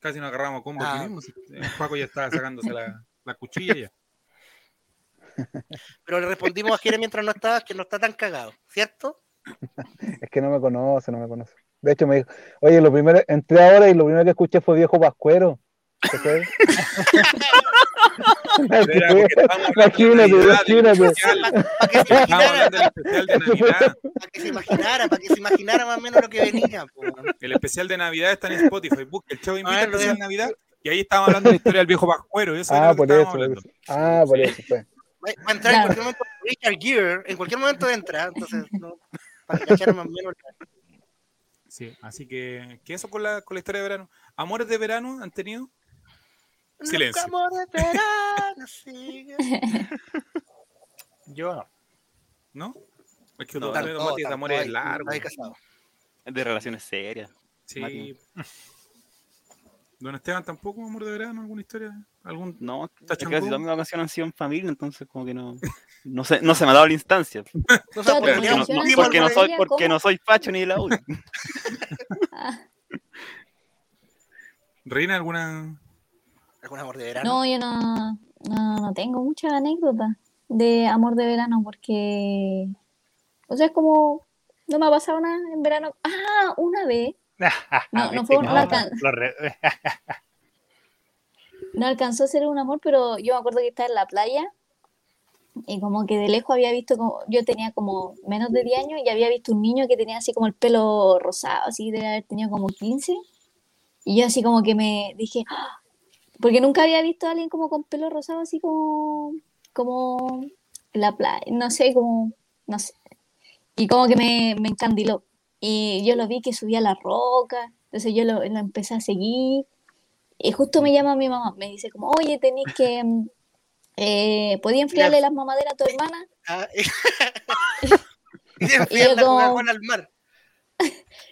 S1: casi no agarramos combo aquí
S2: Ah.
S1: mismo. si- El Juaco ya estaba sacándose la, la cuchilla.
S6: [LAUGHS]
S1: Ya.
S2: Pero le respondimos a Jerez mientras no estaba, que no está tan cagado, ¿cierto?
S1: [LAUGHS]
S6: Es que no me conoce, no me conoce. De hecho, me dijo, oye, lo primero, entré ahora y lo primero que escuché fue viejo pascuero. ¿cachai? [LAUGHS]
S1: Pero [LAUGHS] era porque estábamos hablando de
S6: Imagínate,
S1: Navidad, del
S6: imagínate.
S1: especial.
S2: Para que se
S1: Estábamos
S2: imaginara.
S6: [LAUGHS]
S1: hablando del especial de Navidad.
S2: para que se imaginara, para que se imaginara más o menos lo que venía. po, weón.
S1: El especial de Navidad está en Spotify. Busca el show invita
S2: Ah,
S1: al
S2: lo
S1: especial
S2: veo.
S1: Navidad. Y ahí estábamos hablando de la historia del viejo pascuero. y Eso era
S6: Ah,
S1: lo que
S6: por
S1: estábamos
S6: eso. por
S1: hablando.
S6: eso. Ah, por eso fue.
S2: Va va a entrar en
S3: Claro.
S2: cualquier momento Richard Gere, en cualquier momento entra, entonces, no, para que cachara más o menos.
S1: Sí, así que, que eso con la, con la historia de verano. ¿Amores de verano han tenido? Silencio.
S2: Nunca amor de verano,
S3: [LAUGHS]
S2: sigue.
S5: Yo no.
S1: ¿No? Es que
S4: No,
S1: no,
S2: Tampoco,
S1: amores
S2: tampoco
S1: amor es
S2: hay-
S1: largo.
S2: no hay casado.
S4: Es de relaciones serias.
S1: Sí.
S4: Mati.
S1: [LAUGHS] Don Esteban tampoco, amor de verano, alguna historia, algún
S4: No, es que
S1: ¿Tachangú?
S4: casi todas mis vacaciones han sido en familia, entonces como que no, no, se, no se me ha dado la instancia.
S2: No sé,
S3: Pero
S2: porque
S4: Porque
S2: no-
S3: vacaciones en
S4: no, no- porque no soy,
S3: familia,
S4: porque
S3: ¿cómo?
S4: no soy facho ni de la U.
S3: Ah,
S1: Reina, alguna.
S2: ¿Algún amor de verano?
S3: no, yo no, no, no tengo mucha anécdota de amor de verano porque, o sea, es como, no me ha pasado nada en verano. Ah, una vez
S5: Ah,
S3: No, no fue
S5: una
S3: una can-
S5: [LAUGHS]
S3: no alcanzó a ser un amor, pero yo me acuerdo que estaba en la playa y como que de lejos había visto, como, yo tenía como menos de 10 años y había visto un niño que tenía así como el pelo rosado, así de haber tenido como 15. Y yo así como que me dije, ¡Ah! porque nunca había visto a alguien como con pelo rosado, así como, como en la playa, no sé, como, no sé. Y como que me, me encandiló. Y yo lo vi que subía la roca, entonces yo lo, lo empecé a seguir. Y justo me llama mi mamá, me dice como, oye, tenéis que, mm, eh, ¿podía enfriarle las mamaderas a tu hermana?
S2: Ah, [LAUGHS]
S3: [LAUGHS]
S2: y de enfriar la
S3: como-
S2: Coca-Cola al mar.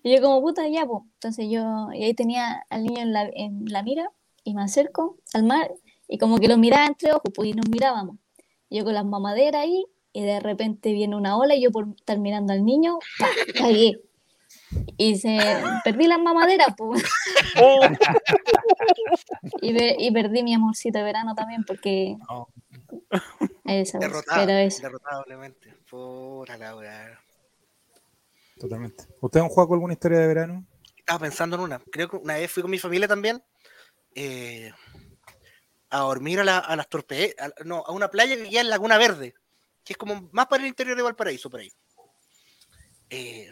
S3: Y yo como puta ya, pues. Entonces yo, y ahí tenía al niño en la, en la mira y me acerco al mar y como que lo miraba entre ojos, pues y nos mirábamos. Yo con las mamaderas ahí y de repente viene una ola y yo por estar mirando al niño, ¡pa! cagué. Y se perdí las mamaderas, pues.
S5: Oh,
S3: y, pe- y perdí mi amorcito de verano también porque...
S1: No.
S3: Esa, pues,
S2: Derrotado,
S3: pero eso.
S2: derrotablemente. Puta la weá.
S1: Totalmente. ¿Usted, don Juaco, alguna historia de verano?
S2: Estaba pensando en una. Creo que una vez fui con mi familia también eh, a dormir a, la- a las torpes, no, a una playa que queda en Laguna Verde, que es como más para el interior de Valparaíso, por ahí. Eh,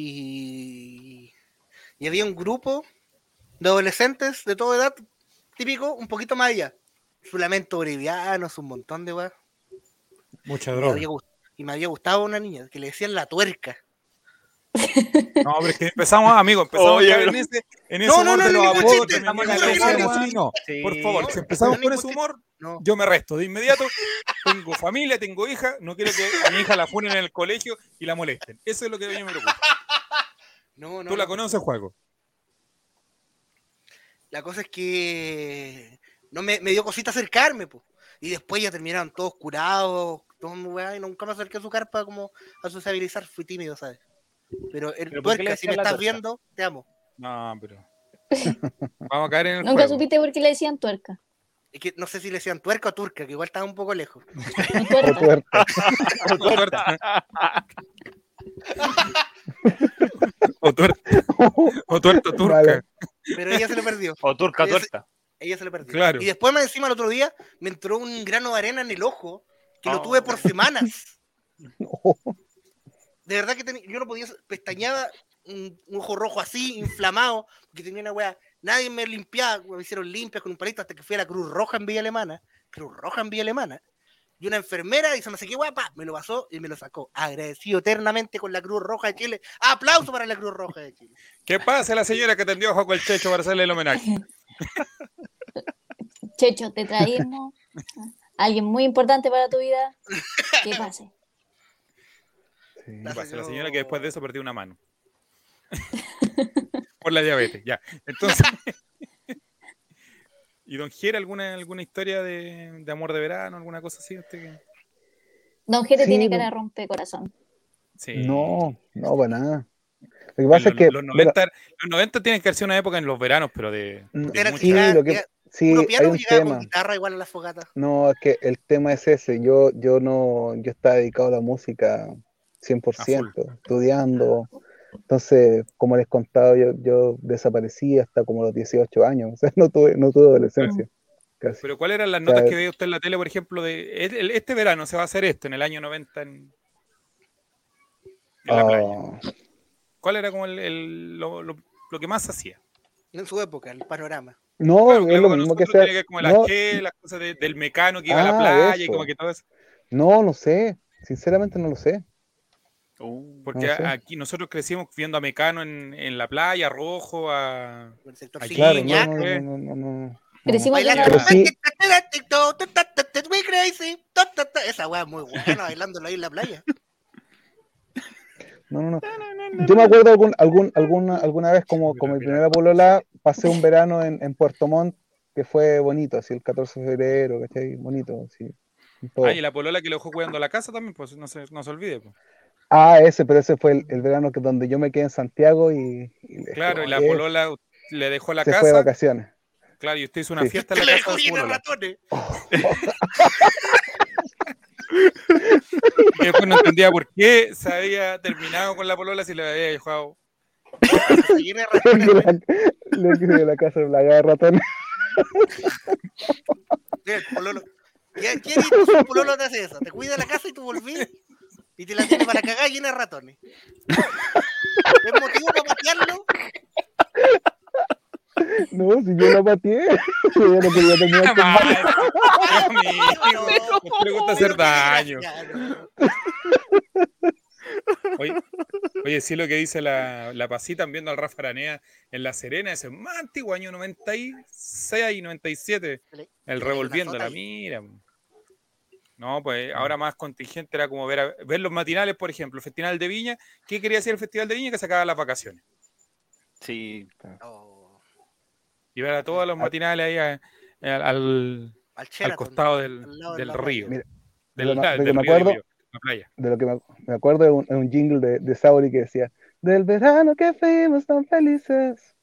S2: y, y había un grupo de adolescentes de toda edad, típico, un poquito más allá. Solamente bolivianos, un montón de weas.
S1: Mucha
S2: Me
S1: droga.
S2: había gust- y me había gustado una niña que le decían la tuerca.
S1: No, pero es que empezamos, amigo, empezamos
S4: Oye,
S1: a caer
S4: pero-
S1: en ese, en ese
S2: No, no,
S1: humor
S2: no,
S1: de
S2: no,
S1: los
S2: ningún
S1: apodos
S2: chiste,
S1: que me
S2: estamos
S1: llegan
S2: en
S1: a
S2: la
S1: decir
S2: broma.
S1: así, no. Por favor, si
S2: no,
S1: empezamos
S2: no,
S1: con
S2: ningún
S1: ese
S2: chiste.
S1: humor,
S2: No,
S1: yo me resto. De inmediato, [LAUGHS] tengo familia, tengo hija, no quiero que a mi hija la funen en el colegio y la molesten. Eso es lo que a mí me preocupa.
S2: no, no.
S1: ¿Tú la
S2: no.
S1: conoces, Juaco?
S2: La cosa es que no me, me dio cosita acercarme, pues. Y después ya terminaron todos curados, todos muy weá, y nunca me acerqué a su carpa como a sociabilizar, fui tímido, ¿sabes? Pero el
S5: ¿Pero por qué le
S2: tuerca, si
S5: decían
S2: me
S5: la
S2: estás
S5: tuerca?
S2: viendo, te amo.
S1: No, [LAUGHS] pero... Vamos a caer en el
S3: Nunca
S1: juego.
S3: supiste por qué le decían tuerca.
S2: Es que no sé si le decían tuerca o turca, que igual estaba un poco lejos.
S3: No, tuerca.
S1: [LAUGHS] O tuerta.
S6: [LAUGHS] Tuerca.
S1: [LAUGHS] O tuerta. O tuerta turca.
S6: Vale.
S2: Pero ella se lo perdió. [LAUGHS]
S5: O Oh, turca,
S2: Ese-
S5: tuerta.
S2: Ella se lo perdió.
S1: Claro.
S2: Y después más encima el otro día me entró un grano de arena en el ojo que lo
S4: Oh.
S2: tuve por semanas.
S6: No.
S2: De verdad que teni- yo no podía, pestañaba un, un ojo rojo así, inflamado, porque tenía una weá. Nadie me limpiaba, me hicieron limpias con un palito hasta que fui a la Cruz Roja en Villa Alemana. Cruz Roja en Villa Alemana. Y una enfermera y se me sé qué guapa, me lo pasó y me lo sacó. Agradecido eternamente con la Cruz Roja de Chile. Aplauso para la Cruz Roja de Chile.
S1: ¿Qué pasa la señora que atendió a Juaco el Checho para hacerle el homenaje?
S3: Checho, te traímos a alguien muy importante para tu vida. Que pase.
S6: Sí.
S1: ¿Qué pasa la señora que después de eso perdió una
S3: [LAUGHS]
S1: mano? Por la diabetes, ya. Entonces... [LAUGHS] ¿Y don Jera alguna, alguna historia de, de amor de verano, alguna cosa así? usted que-
S3: Don Jere
S6: Sí,
S3: tiene
S6: don-
S3: cara de rompecorazón.
S1: Sí.
S6: No, no, para nada. Lo que pasa
S1: los,
S6: es que.
S1: los 90, los 90 tienen que haber sido una época en los veranos, pero de,
S6: Mm,
S1: de
S2: Era
S1: mucho-
S6: sí,
S2: Ya,
S6: lo que-
S2: ya,
S6: sí,
S2: Puro
S6: hay
S2: piano
S6: un
S2: llegaba con
S6: tema.
S2: guitarra igual a la fogata.
S6: No, es que el tema es ese. Yo, yo no, yo estaba dedicado a la música 100%, estudiando. Entonces, como les contaba, yo, yo desaparecí hasta como los 18 años. [LAUGHS] O sea, no tuve, no tuve adolescencia. Casi.
S1: Pero ¿cuáles eran las notas
S6: Claro.
S1: que veía usted en la tele, por ejemplo, de "Este- el- este verano se va a hacer esto, en el año 90 en, en la playa?
S6: Ah,
S1: ¿Cuál era como el, el- lo, lo- lo que más se hacía?
S2: En su época, el panorama.
S6: no,
S1: Claro,
S6: es
S1: claro,
S6: lo
S1: para
S6: mismo que
S1: nosotros
S6: sea.
S1: tiene ver como las
S6: No,
S1: che, las cosas de- del mecano que iba a la
S6: Ah,
S1: playa y
S6: eso.
S1: como que todo eso.
S6: no, no sé. Sinceramente no lo sé.
S4: Uh,
S1: Porque
S6: No sé.
S1: aquí nosotros crecimos viendo a Mecano en, en la playa, a Rojo, a...
S2: El sector
S1: Ay,
S2: sí,
S6: Claro,
S2: ya.
S6: no, no, no, no, no, no.
S3: Crecimos
S2: Bailando.
S6: Pero sí.
S2: We crazy. Esa weá es muy buena, bailándolo ahí en la playa.
S6: No, no, no. Yo me acuerdo algún, algún, alguna, alguna vez como, como mi primera polola, pasé un verano en, en Puerto Montt que fue bonito, así el 14 de febrero, ¿cachai? Bonito, así. todo.
S1: Ah, y la polola que lo dejó cuidando la casa también, pues no se, no se olvide. pues.
S6: Ah, ese, pero ese fue el, el verano que donde yo me quedé en Santiago y... y le-
S1: Claro, y la
S6: eh,
S1: polola le dejó la
S6: Se fue de
S1: casa.
S6: vacaciones. [LAUGHS]
S1: Claro, y usted hizo una
S6: Sí.
S1: fiesta
S2: Que
S1: en
S2: le
S1: la casa
S2: dejó
S1: de su
S2: lleno de
S1: polola.
S2: ratones.
S1: [LAUGHS] Y después no entendía por qué se había terminado con la polola si le había dejado.
S2: Lleno de ratones.
S6: la, lo que de la casa de la ratón.
S2: Mira, el pololo. ¿Qué, qué dices? Tu pololo te hace eso? Te cuida la casa y tú volvís y te la tiene para cagar llena de ratones. ¿Es motivo para
S1: [LAUGHS]
S2: patearlo?
S6: [LAUGHS] No, si yo la pateé, [LAUGHS] yo ya no quería terminar con
S1: Jamás.
S2: Pero-
S1: Amigo, no te gusta hacer
S2: pero tiene
S1: daño.
S2: gracia, ¿no?
S1: Oye, oye, sí, lo que dice la, la Pasita viendo al Rafa Aranea en La Serena, ese más antiguo, año 96 y 97, el revolviendo la mira. No, pues ahora más contingente era como ver, a- ver los matinales, por ejemplo, el Festival de Viña. ¿Qué quería hacer el Festival de Viña? Que se acababan las vacaciones.
S4: Sí,
S2: No,
S1: Y ver a todos los matinales ahí a- a- al,
S2: al
S1: al
S2: Sheraton.
S1: costado del,
S2: al lado de
S1: del
S2: la
S1: río.
S6: playa.
S1: Del,
S6: Mira, lo que
S1: del
S6: me-
S1: río
S6: lo que me
S1: de
S6: acuerdo-
S1: Río, la playa.
S6: De lo que me, me acuerdo de un, de un jingle de, de Saori que decía: Del verano que fuimos tan felices,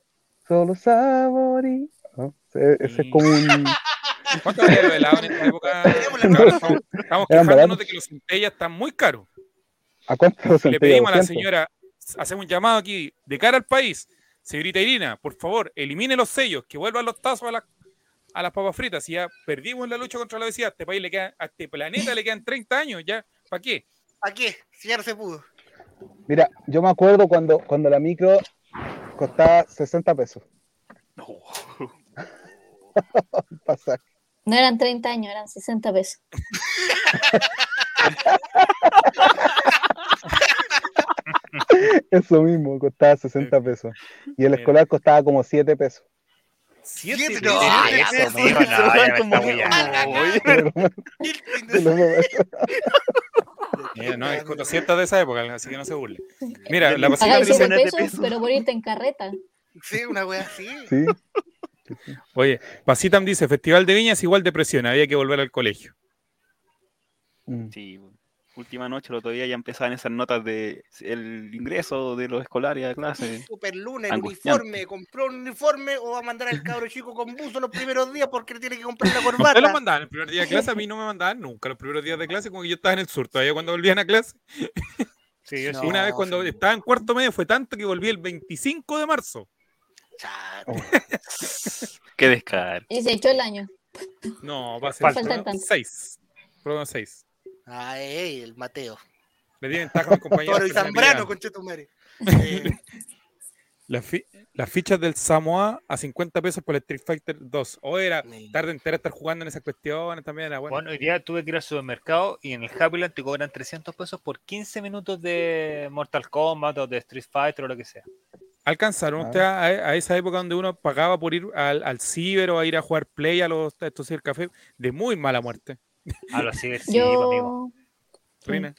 S6: solo Saori. ¿No? Ese, ese es como un.
S1: [LAUGHS] ¿Cuánto valía lo helado en esta
S6: [LAUGHS]
S1: época?
S2: Tenemos la
S1: Cabrón, estamos estamos
S6: Eran
S1: quejándonos
S6: baratos.
S1: de que los centellas están muy caros.
S6: ¿A cuánto
S1: [LAUGHS]
S6: lo
S1: Le
S6: sentía?
S1: pedimos a la
S6: 200.
S1: señora, hacemos un llamado aquí de cara al país. Señorita Irina, por favor, elimine los sellos, que vuelvan los tazos a, las- a las papas fritas. Si ya perdimos la lucha contra la obesidad, a este país le queda, a este planeta le quedan 30 años, ya, ¿para qué?
S2: ¿Para qué? Si ya no se pudo.
S6: Mira, yo me acuerdo cuando, cuando la micro costaba 60 pesos. [LAUGHS] No. Pasaje.
S3: No eran 30 años, eran 60 pesos.
S6: Eso mismo, costaba 60 pesos. Y el escolar costaba como 7 pesos.
S2: Siete,
S1: Siete,
S2: no,
S1: siete,
S5: Ah,
S2: ay,
S1: siete,
S2: eso,
S1: siete,
S2: mira,
S1: siete,
S2: no,
S1: siete,
S5: ya me
S1: como-
S5: está guiando.
S1: como-
S2: [LAUGHS]
S6: Te lo juro, eso.
S1: Mira, no, es ciertas de esa época, así que no se burle. Mira, la pasita
S3: Pagáis
S1: dice,
S3: 100
S5: millones de
S3: pesos,
S5: pesos.
S3: pero por irte en carreta.
S2: Sí, una wea así.
S6: [LAUGHS] Sí.
S1: oye, Pasitam dice, Festival de Viñas igual depresión, había que volver al colegio.
S6: Mm.
S4: sí. po. Última noche, el otro día ya empezaban esas notas de el ingreso de los escolares a clase.
S2: Super luna, el
S4: Angustiante.
S2: uniforme. Compró un uniforme o va a mandar al cabro chico con buzo los primeros días porque le tiene que comprar
S1: [LAUGHS]
S2: la
S1: ¿A usted los
S2: corbata.
S1: mandaban el primer día de clase? A mí no me mandaban nunca los primeros días de clase, como que yo estaba en el sur, todavía cuando volvían a clase.
S5: Sí, yo
S2: No.
S5: sí.
S1: Una vez cuando
S2: sí.
S1: estaba en cuarto medio fue tanto que volví el 25 de marzo.
S2: Chato.
S4: Qué descaro.
S3: Y se echó el año.
S1: No, va a ser
S5: Falta.
S1: ¿no?
S3: Faltan.
S1: seis. Perdón, seis.
S2: Ay, el Mateo.
S1: Le di ventaja a mi compañero.
S2: Toro y Zambrano, conchetumare. Eh,
S1: Las, fi- las fichas del Samoa a 50 pesos por el Street Fighter 2. O era
S2: Sí.
S1: tarde entera estar jugando en esas cuestiones también. Era bueno.
S5: Bueno, hoy día tuve que ir al supermercado y en el Happyland te cobran 300 pesos por 15 minutos de Mortal Kombat o de Street Fighter o lo que sea.
S1: ¿Alcanzaron
S6: Ah.
S1: ustedes a, a esa época donde uno pagaba por ir al, al ciber o a ir a jugar play a los a estos café? De muy mala muerte.
S5: A los ciber, sí, pues, amigo.
S3: Yo,
S1: Rina.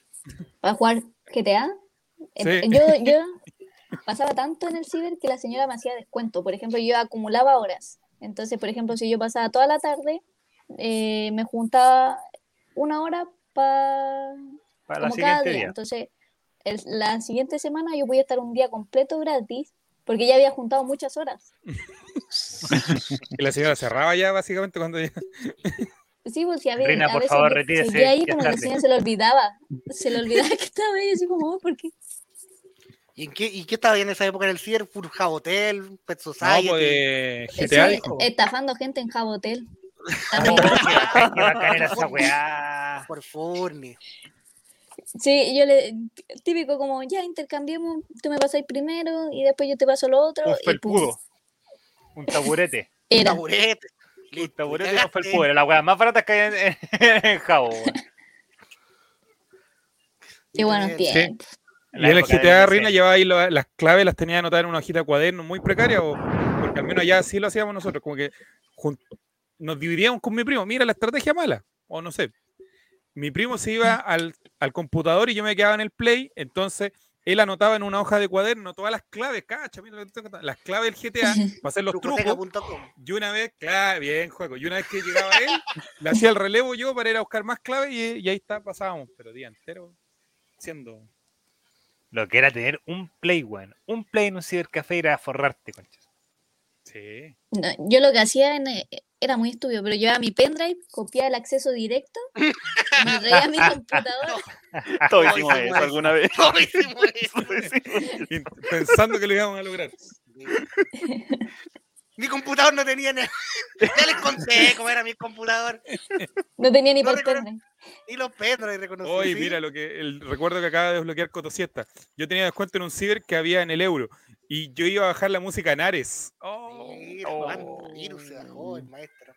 S3: para jugar GTA, eh,
S1: Sí.
S3: yo, yo pasaba tanto en el ciber que la señora me hacía descuento. Por ejemplo, yo acumulaba horas. Entonces, por ejemplo, si yo pasaba toda la tarde, eh, me juntaba una hora para
S5: Para la
S3: como cada
S5: siguiente
S3: día.
S5: día.
S3: Entonces, el- la siguiente semana yo voy a estar un día completo gratis porque ya había juntado muchas horas.
S1: Y la señora cerraba ya básicamente cuando ya-
S3: Sí, pues si a veces,
S5: Reina,
S3: a
S5: por
S3: veces
S5: favor,
S3: yo
S5: retírese,
S3: seguía ahí
S5: ya
S3: como que la
S5: tarde.
S3: señora se le olvidaba. Se le olvidaba [LAUGHS] que estaba ahí, así como, "Oh, ¿por qué?
S2: ¿Y, en qué, ¿Y qué estaba en esa época en el ciber? Furja Hotel, Pet
S1: [LAUGHS] No,
S2: Society.
S1: pues, eh,
S3: Sí,
S1: GTA
S5: Oh.
S1: dijo.
S3: estafando gente en
S5: [LAUGHS]
S3: Jabotel.
S5: No,
S3: También.
S5: qué bacán, qué bacán era esa weá.
S2: Por Forni.
S3: Sí, yo le. Típico, como ya intercambiemos, tú me pasáis primero y después yo te paso lo otro.
S5: Un
S3: y pum,
S5: felpudo. Un taburete.
S3: Era.
S2: Taburete.
S5: Un
S2: Listo,
S5: taburete y un
S2: cagaste.
S5: felpudo. Era la weá más barata que hay en, en, [LAUGHS] en Jabo, weón.
S3: Qué buenos
S2: Sí.
S3: tiempos.
S1: Y en el
S5: época de
S1: GTA
S5: la
S1: Rina
S5: PC.
S1: llevaba ahí la- las claves, las tenía anotadas en una hojita de cuaderno muy precaria, o, porque al menos allá sí lo hacíamos nosotros, como que jun- nos dividíamos con mi primo, mira la estrategia mala, o
S5: [LAUGHS]
S1: no sé. Mi primo se iba al, al computador y yo me quedaba en el play, entonces él anotaba en una hoja de cuaderno todas las claves, cacha, mira, las claves del
S5: [LAUGHS]
S1: GTA para hacer los trucos.
S2: [LAUGHS] Trucoteca.com.
S1: Y una vez, claro, bien, juego. Y una vez que llegaba
S5: [LAUGHS]
S1: él, le hacía el relevo yo para ir a buscar más claves y, y ahí está, pasábamos, pero día entero siendo.
S5: Lo que era tener un Play One, un Play en un cibercafé era
S4: [LAUGHS]
S5: forrarte, conchas.
S1: Sí.
S3: No, yo lo que hacía en, eh, era muy estúpido, pero llevaba mi pendrive, copiaba el acceso directo, me traía mi computador.
S2: Ah,
S4: Todos hicimos eso alguna vez. [LAUGHS]
S2: Todos hicimos eso.
S1: Y Pensando que lo íbamos a lograr.
S2: Mi computador no tenía nada. [LAUGHS] Ya les conté cómo era mi computador.
S3: [LAUGHS] No tenía ni
S2: No
S3: por
S2: recuerdo-
S3: pendrive.
S2: Y los Pedro y reconocí.
S1: Hoy,
S2: sí.
S1: mira, lo que el recuerdo que acaba de desbloquear Cotosiesta. Yo tenía descuento en un ciber que había en el euro y yo iba a bajar la música en Ares. Oh,
S2: Mira,
S1: oh.
S2: cuánto virus se bajó el maestro.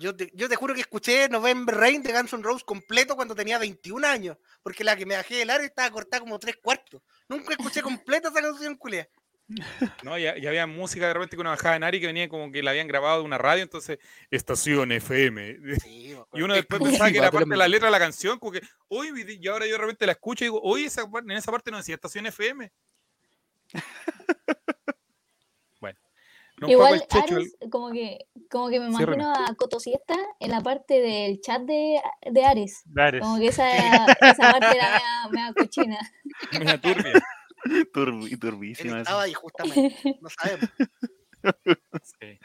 S2: Yo te, yo te juro que escuché November Rain de Guns N' Roses completo cuando tenía 21 años, porque la que me bajé del área estaba cortada como tres cuartos. Nunca [LAUGHS] escuché completa esa canción, culia.
S1: No, ya, ya había música de repente que una bajada en Ares que venía como que la habían grabado de una radio, entonces estación FM.
S2: Sí,
S1: [LAUGHS]
S2: me
S1: Y
S2: acuerdo.
S1: uno después pensaba que era parte de la letra de la canción, como que, uy, vi- y ahora yo de repente la escucho y digo, oye, esa, par- en esa parte no decía estación FM. bueno. Don Paco
S3: Igual
S1: el Checho,
S3: Ares, como que, como que me
S1: Ciérrame.
S3: imagino a Cotosiesta en la parte del chat de, de Ares.
S5: Claro.
S3: Como que esa, esa parte era mea- mea cochina.
S1: [LAUGHS] una turbia.
S4: Turbi,
S2: Él
S4: turbísima.
S2: estaba ahí justamente, no [LAUGHS] sabemos.
S1: Sí.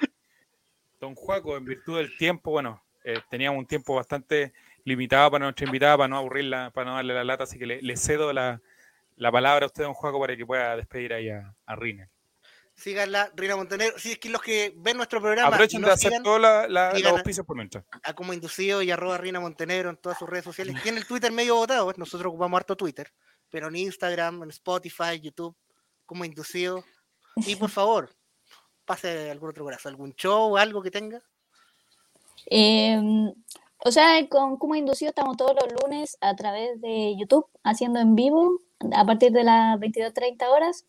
S1: Don Juaco, en virtud del tiempo, bueno, eh, teníamos un tiempo bastante limitado para nuestra invitada, para no aburrirla, para no darle la lata, así que le, le cedo la, la palabra a usted, don Juaco, para que pueda despedir ahí a, a Rina.
S2: Síganla, Rina Montenegro. Si es que los que ven nuestro programa,
S1: Aprovechen
S2: no
S1: de hacer
S2: sigan
S1: todos la- la- los
S2: sigan a-
S1: auspicios por [LAUGHS] mientras.
S2: a como inducido y arroba Rina Montenegro en todas sus
S1: [LAUGHS]
S2: redes sociales. Tiene el Twitter medio votado, nosotros ocupamos harto Twitter, pero en Instagram, en Spotify, YouTube, como inducido. Y
S1: [LAUGHS]
S2: por favor, pase algún otro brazo, algún show, algo
S1: [LAUGHS]
S2: que tenga.
S3: Eh, o sea, con Kuma Inducido estamos todos los lunes a través de YouTube, haciendo en vivo a partir de las 22.30 horas.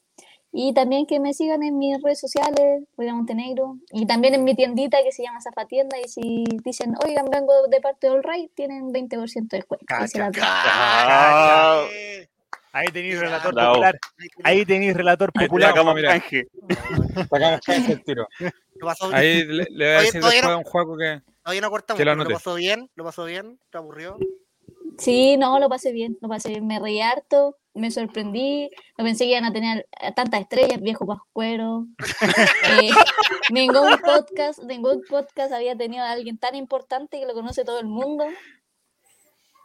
S3: Y también que me sigan en mis redes sociales, Rina Montenegro, y también en mi tiendita que se llama Zapatienda. Y si dicen, oigan, vengo de parte de All Right, tienen 20% de descuento. Ahí se las doy.
S4: Ah.
S2: Eh,
S5: Ahí tenéis
S2: Mira,
S5: relator
S4: bravo.
S5: popular.
S2: ahí
S5: Ahí tenéis relator
S1: Ahí
S5: popular.
S1: tenemos.
S2: pues,
S4: Sacamos
S1: mira.
S4: canje.
S1: Sacamos casi el tiro.
S2: lo pasó bien.
S1: Ahí le, le voy a
S2: Oye,
S1: decir
S2: todavía
S1: después
S2: no-
S1: a don Juaco que.
S2: Todavía no cortamos,
S1: que lo
S2: pero lo
S1: anote.
S2: pasó bien, lo pasó bien, te aburrió.
S3: Sí, no, lo pasé bien, lo pasé bien. Me reí harto, me sorprendí. No pensé que iban a tener a tantas estrellas, viejo pascuero. Eh, [LAUGHS] ningún podcast, ningún podcast había tenido a alguien tan importante que lo conoce todo el mundo.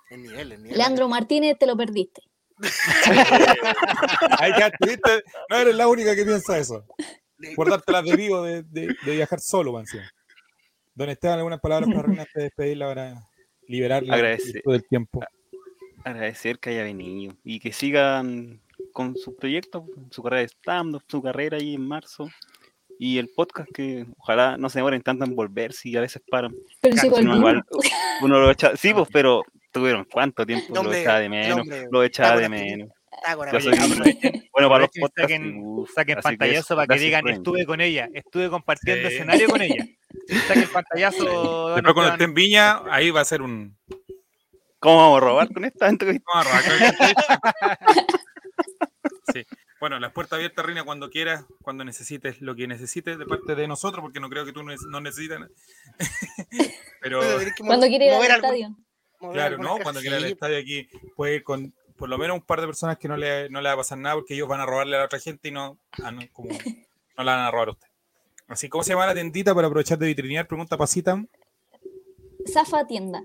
S2: El nivel, el nivel.
S3: Leandro Martínez, te lo perdiste.
S1: Ahí ya estuviste. No eres la única que piensa eso.
S2: Le-
S1: Por dártelas de vivo de, de, de viajar solo, más encima. Don Esteban, algunas palabras para Rina antes de despedirla para liberarla en
S4: Agradece-
S1: virtud del tiempo.
S4: Agradecer que haya venido y que sigan con su proyecto, su carrera de stand-up, su carrera ahí en marzo y el podcast que ojalá no se demoren tanto en volver si a veces paran.
S3: Pero sí pues,
S4: Cacho, no,
S3: volvimos.
S4: igual, uno lo echa, sí, pues, pero tuvieron cuánto tiempo
S2: El
S4: lo
S2: hombre-
S4: echaba de
S2: el
S4: menos,
S2: hombre-
S4: lo echaba
S2: Paco
S4: de
S2: Castillo.
S4: menos.
S2: Ah, con
S4: Ya
S2: Abel.
S4: soy- Bueno, para los
S5: Aprovechen y
S4: podcasts,
S5: saquen-
S4: uf,
S5: Saquen
S4: así que
S5: pantallazo
S4: eso,
S5: para que
S4: gracias,
S5: digan,
S4: Rubén.
S5: estuve con ella, estuve compartiendo
S1: Sí.
S5: escenario
S4: [LAUGHS]
S5: con ella. Saquen pantallazo. don
S1: Después cuando
S5: Esteban.
S1: esté en Viña, ahí va a ser un...
S4: ¿Cómo vamos a robar con esta gente?
S1: No, arranca. Sí. Bueno, las puertas abiertas, Rina, cuando quieras, cuando necesites, lo que necesites de parte de nosotros, porque no creo que tú no no necesites. nada. [LAUGHS] Pero,
S2: Voy a tener que mo-
S3: Cuando quiere ir al
S2: mover algún-
S3: estadio.
S2: mover
S1: claro,
S2: algunas
S1: ¿no?
S2: cajas.
S1: Cuando quieras el
S2: Sí,
S1: estadio aquí, puede ir con por lo menos un par de personas que no le, no le va a pasar nada, porque ellos van a robarle a la otra gente y no, ah, no, como, no la van a robar a usted. Así, ¿cómo se llama la tendita para aprovechar de vitrinear? Pregunta Pasita.
S3: Zafa tienda.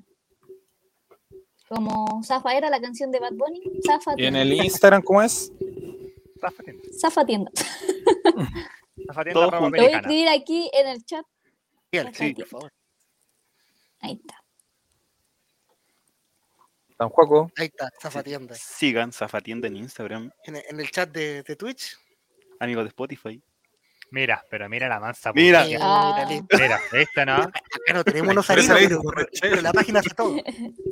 S3: Como Zafa era la canción de Bad Bunny,
S1: ¿Y
S3: Zafa
S1: en
S3: tienda.
S1: el Instagram cómo es?
S5: Está fatiendo,
S3: Zafa tienda.
S5: está fatiendo
S4: Todo
S5: la ropa
S3: Lo
S4: junto.
S3: voy a
S5: americana.
S3: escribir aquí en el chat.
S2: bien,
S3: Sí.
S2: por favor.
S3: Ahí está.
S1: San Juaco.
S2: Ahí está, zafatienda.
S4: Sigan Zafatienda en Instagram,
S2: En, el- en el chat de, de Twitch.
S4: amigos de Spotify.
S5: Mira, pero mira la mansa.
S4: Mira.
S2: Eh,
S5: publicidad.
S3: Ah.
S2: mira, listo.
S5: Mira,
S4: [LAUGHS]
S5: esta no.
S2: Acá no tenemos los
S1: Por eso
S2: amigos,
S1: le
S2: pero,
S1: digo, correcto.
S2: pero la página hace
S3: [LAUGHS]
S2: todo.
S1: [LAUGHS]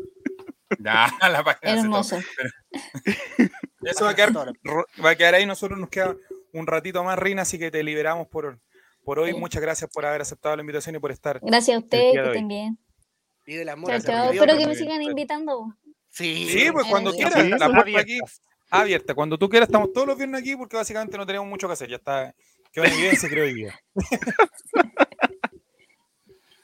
S1: Ya, la página se
S3: Hermoso.
S1: toma. Eso va a quedar Ro- va a quedar ahí. Nosotros nos queda un ratito más, Rina, así que te liberamos por, por hoy.
S3: Sí.
S1: Muchas gracias por haber aceptado la invitación y por estar.
S3: Gracias a
S1: día
S3: ustedes, que
S1: de hoy.
S3: estén bien.
S2: Y del amor
S3: Chao,
S1: Gracias,
S2: hacia
S3: chao.
S1: Rodrigo,
S2: Dios.
S3: Espero que
S1: muy
S3: me
S1: bien.
S3: sigan invitando.
S2: Sí.
S1: Sí, pues
S3: Eh,
S1: cuando
S3: sí.
S1: quieras, la puerta aquí. abierta. Cuando tú quieras, estamos todos los viernes aquí porque básicamente no tenemos mucho que hacer. Ya está, quedó en evidencia, creo yo.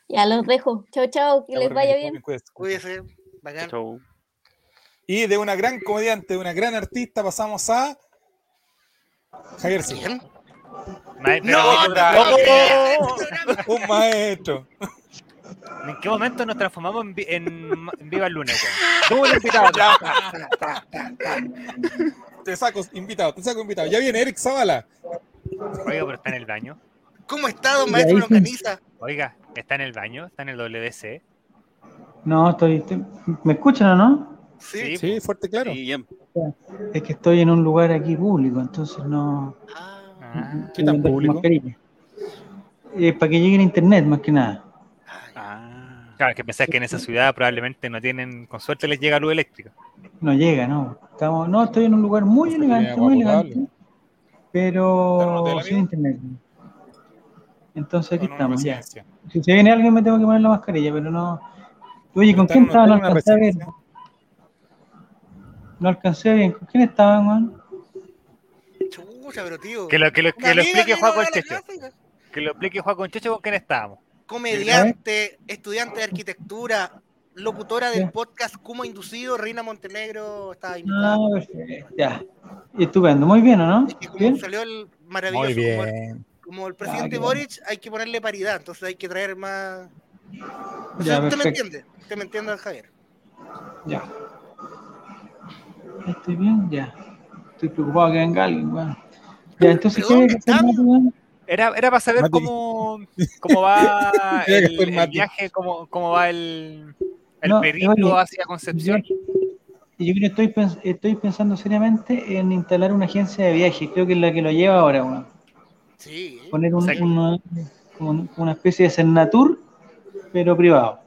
S3: Ya los dejo. Chao, chao. Que
S1: Ya,
S3: les
S1: por
S3: vaya
S1: mí,
S3: bien.
S1: cuídense.
S2: Cuídese, bacán.
S4: Chau.
S1: Y de una gran comediante, de una gran artista, pasamos a Javier Silva,
S2: Bien.
S5: Ma- pero-
S2: No,
S1: otra-
S2: no, no,
S5: ¡Oh!
S1: un maestro.
S5: ¿En qué momento nos transformamos en, vi- en, en Viva el Lunes? weón? Doble invitado.
S1: Te saco invitado, te saco invitado. Ya viene Eric Zavala.
S5: Oiga, pero está en el baño.
S2: ¿Cómo está, don
S7: Y
S2: maestro
S7: ahí-
S2: Longaniza?
S5: Oiga, está en el baño, está en el WC.
S7: No, estoy, estoy- ¿Me escuchan o no?
S2: Sí.
S1: Sí, fuerte, claro.
S4: Sí, bien.
S7: Es que estoy en un lugar aquí público, entonces no.
S2: Ah,
S5: Ah,
S1: ¿Qué tan
S7: no tengo
S1: público?
S7: mascarilla. Eh, para que llegue el internet, más que nada.
S4: Ah.
S5: claro, que pensás que en esa ciudad probablemente no tienen, con suerte les llega luz eléctrica.
S7: No llega, ¿no? Estamos, no, estoy en un lugar muy
S1: Mascarilla de
S7: elegante,
S1: agua
S7: muy
S1: potable.
S7: elegante.
S1: ¿Está en un
S7: Pero
S1: hotel,
S7: sin
S1: amigo?
S7: internet. Entonces aquí
S1: Con una
S7: estamos, ya.
S1: residencia.
S7: Si se viene alguien me tengo que poner la mascarilla, pero no. Oye,
S1: Está
S7: ¿con
S1: en
S7: quién
S1: un
S7: estaba?
S1: hotel,
S7: No
S1: una
S7: alcancé a ver.
S1: residencia.
S7: No alcancé a ver. ¿Con quién estaban, Juan?
S2: chucha, pero tío.
S5: Que lo, que lo,
S2: Una
S5: que
S2: amiga
S5: lo explique
S2: vino
S5: Juan con
S2: a la
S5: Checho.
S2: casa, oiga.
S5: Que lo explique Juan con Checho con quién estábamos.
S2: Comediante, estudiante de arquitectura, locutora del
S7: Ya.
S2: podcast Como Inducido, Reina Montenegro, estaba invitada.
S7: Ah, perfecto. Ya. Estupendo. Muy bien, ¿o no?
S2: Es que como
S7: Bien.
S2: salió el maravilloso
S1: Muy
S2: humor,
S1: bien.
S2: como el presidente
S7: qué bueno.
S2: Boric, hay que ponerle paridad, entonces hay que traer más. O sea,
S7: Ya,
S2: usted me
S7: perfecto.
S2: entiende, usted me entiende, don Javier.
S7: Ya. ¿Estoy bien? Ya. Estoy preocupado que venga alguien, weón. Ya, entonces,
S2: ¿Pero
S7: ¿qué hay que
S2: dónde
S7: hacer,
S2: estamos?
S7: Mati, weón?
S5: Era, era para saber
S1: Mati.
S5: cómo, cómo va
S1: Era que
S5: el,
S1: fue el
S5: el
S1: Mati.
S5: viaje, cómo, cómo va el, el
S7: No,
S5: periplo
S7: oye,
S5: hacia Concepción.
S7: Yo, yo creo estoy, pens- estoy pensando seriamente en instalar una agencia de viajes. Creo que es la que lo lleva ahora, weón.
S2: Sí. ¿eh?
S7: Poner un-
S5: Sí.
S7: una, como un- una especie de Cernatur, pero privado.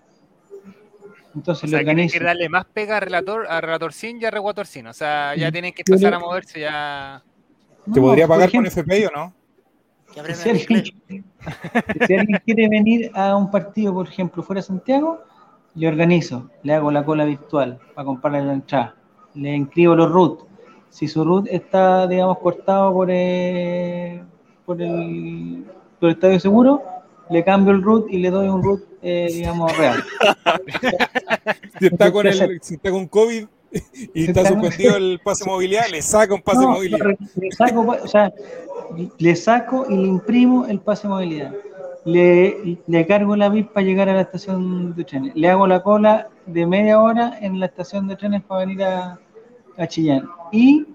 S7: Entonces
S5: O
S7: lo
S5: sea, que tienen
S7: organizo.
S5: que darle más pega a relator, a relatorcín y a reguatorcín. O sea, ya
S7: Sí.
S5: tienen que
S7: Yo
S5: empezar
S7: le-
S5: a moverse ya.
S7: No, pues,
S1: ¿Te podría
S7: por
S1: pagar con
S7: ejemplo,
S1: FPI o
S7: [LAUGHS]
S1: no?
S2: Que
S7: Que
S2: aprendan
S7: si, alguien,
S2: inglés.
S7: que si alguien quiere venir a un partido, por ejemplo, fuera de Santiago, le organizo, le hago la cola virtual para comprarle la entrada, le inscribo los root. Si su root está, digamos, cortado por, eh, por, el, por el estadio seguro, le cambio el root y le doy un root, eh, digamos, real.
S1: Si está
S7: Entonces,
S1: con,
S7: ¿qué hacer?
S1: el, si está con COVID y
S7: Si
S1: está
S7: está-
S1: suspendido
S7: [LAUGHS]
S1: el pase mobiliario, le saca un pase
S7: No,
S1: mobiliario.
S7: re- le saco, pa- o sea, le saco y le imprimo el pase de movilidad. Le, le cargo la VIP para llegar a la estación de trenes. Le hago la cola de media hora en la estación de trenes para venir a, a Chillán. Y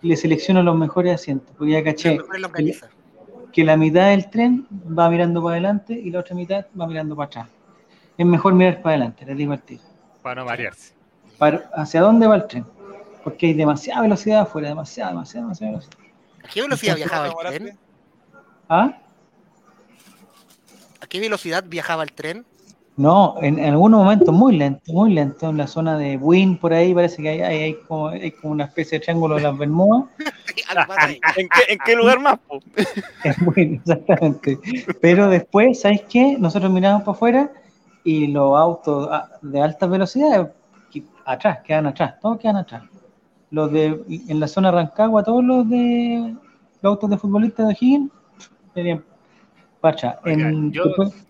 S7: le selecciono los mejores asientos, porque ya
S2: Las
S7: caché
S2: mejores longanizas.
S7: que la mitad del tren va mirando para adelante y la otra mitad va mirando para atrás. Es mejor mirar para adelante, les digo al tiro
S5: Para
S7: Ah.
S5: no marearse.
S7: para- hacia dónde va el tren. Porque hay demasiada velocidad afuera, demasiada, demasiada, demasiada velocidad.
S2: ¿A qué velocidad viajaba el
S1: ¿Enamoraste?
S2: tren?
S7: ¿Ah?
S2: ¿A qué velocidad viajaba el tren?
S7: No, en, en algún momento muy lento, muy lento, en la zona de Wynn, por ahí parece que hay, hay- hay como, hay como una especie de triángulo de las Bermudas. [LAUGHS]
S2: Algo pasa ahí.
S4: ¿En qué, en
S2: Ah,
S4: qué lugar más? po?
S7: Es Wynn, exactamente. Pero después, ¿sabes qué? Nosotros miramos para afuera y los autos a- de altas velocidades que- atrás, quedan atrás, todos quedan atrás. Los de, en la zona de Rancagua, todos los de los autos de futbolistas de Higgins, serían para atrás.
S5: Oiga,
S7: En-
S5: yo-
S7: después-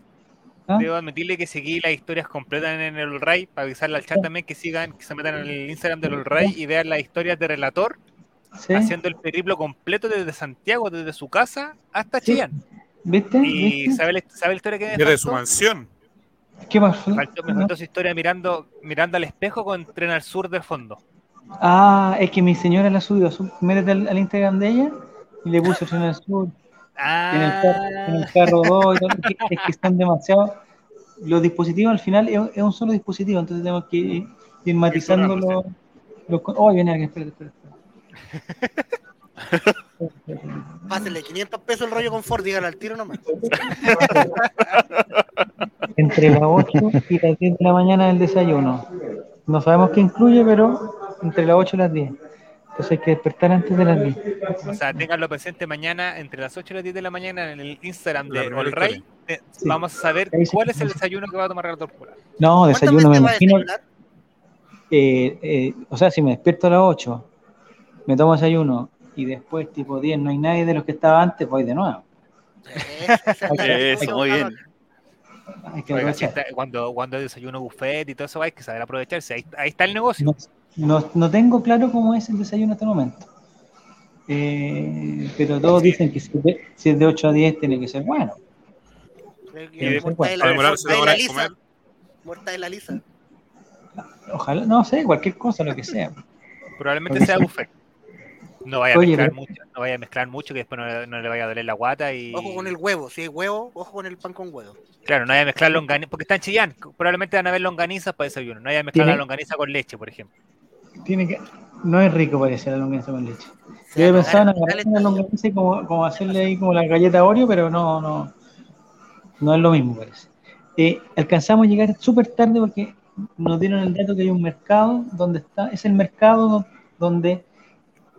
S7: ¿Ah?
S5: Debo admitirle que seguí las historias completas en el Ray, para avisarle al chat también que sigan, que se metan en el Instagram del Ray y vean las historias de relator
S7: ¿Sí?
S5: haciendo el periplo completo desde Santiago, desde su casa hasta
S7: Sí.
S5: Chillán.
S7: ¿Viste?
S5: Y
S7: ¿Viste?
S5: sabe, la- sabe la historia que me
S1: Desde su
S5: faltó?
S1: mansión.
S7: ¿Qué pasó?
S5: Me faltó, me
S7: No.
S5: faltó su historia mirando, mirando al espejo con tren al sur de fondo.
S7: Ah, es que mi señora la subió. Sub, métete al, al Instagram de ella y le puso Tren al Sur, en el, carro- en el carro 2. Es que están demasiado. Los dispositivos al final es, es un solo dispositivo, entonces tenemos que ir, ir matizando los. los co- oh, viene alguien, espera, espera. espera.
S2: Pásenle 500 pesos el rollo confort, díganle al tiro nomás.
S7: Entre las 8 y las 10 de la mañana el desayuno. No sabemos qué incluye, pero entre las 8 y las 10. Entonces hay que despertar antes de las 10.
S5: O sea, tenganlo presente mañana entre las 8 y las 10 de la mañana en el Instagram
S1: La
S5: de
S1: primera
S5: Olray. Eh,
S7: Sí.
S5: Vamos a saber
S7: Ahí sí.
S5: cuál es el desayuno que va a tomar Relator Pura.
S7: No,
S2: ¿Cuántas
S7: desayuno me
S2: veces va a
S7: imagino.
S2: desayunar?
S7: eh, eh, o sea, si me despierto a las 8 me tomo desayuno y después tipo 10 no hay nadie de los que estaba antes, voy de nuevo.
S4: Eso, muy bien.
S7: Hay que
S5: Oiga, si
S7: aprovechar.
S5: está- cuando, cuando hay desayuno buffet y todo eso, hay que saber aprovecharse. Ahí, ahí está el negocio.
S7: No, no- no tengo claro cómo es el desayuno hasta el momento. Eh, pero todos
S5: Sí.
S7: dicen que si es, de, si es de 8 a 10 tiene que ser bueno.
S2: Mortadela-
S7: Para
S2: mortadela
S8: demorarse una hora en
S2: lisa.
S8: comer.
S2: Mortadela lisa.
S7: Ojalá, no sé, cualquier cosa, lo que sea.
S5: Probablemente sea buffet. No vaya, a
S7: Oye,
S5: mezclar
S7: pero-
S5: mucho, no vaya a mezclar mucho que después no, le- no le vaya a doler la guata y...
S2: Ojo con el huevo. Si hay huevo, ojo con el pan con huevo.
S5: Claro, no vaya a mezclar longaniza, porque están chillán, probablemente van a haber longanizas para desayuno. No vaya a mezclar
S7: Tiene-
S5: la longaniza con leche, por ejemplo.
S7: Tiene que, no es rico parece la longaniza con leche.
S2: Se
S7: Yo he
S2: va a
S7: pensado
S2: cagar
S7: en
S2: al
S7: agarrar
S2: final
S7: una
S2: el
S7: longaniza y como, como hacerle ahí como la galleta Oreo, pero no, no, no es lo mismo, parece. Eh, alcanzamos a llegar súper tarde porque nos dieron el dato que hay un mercado donde está, es el mercado do- donde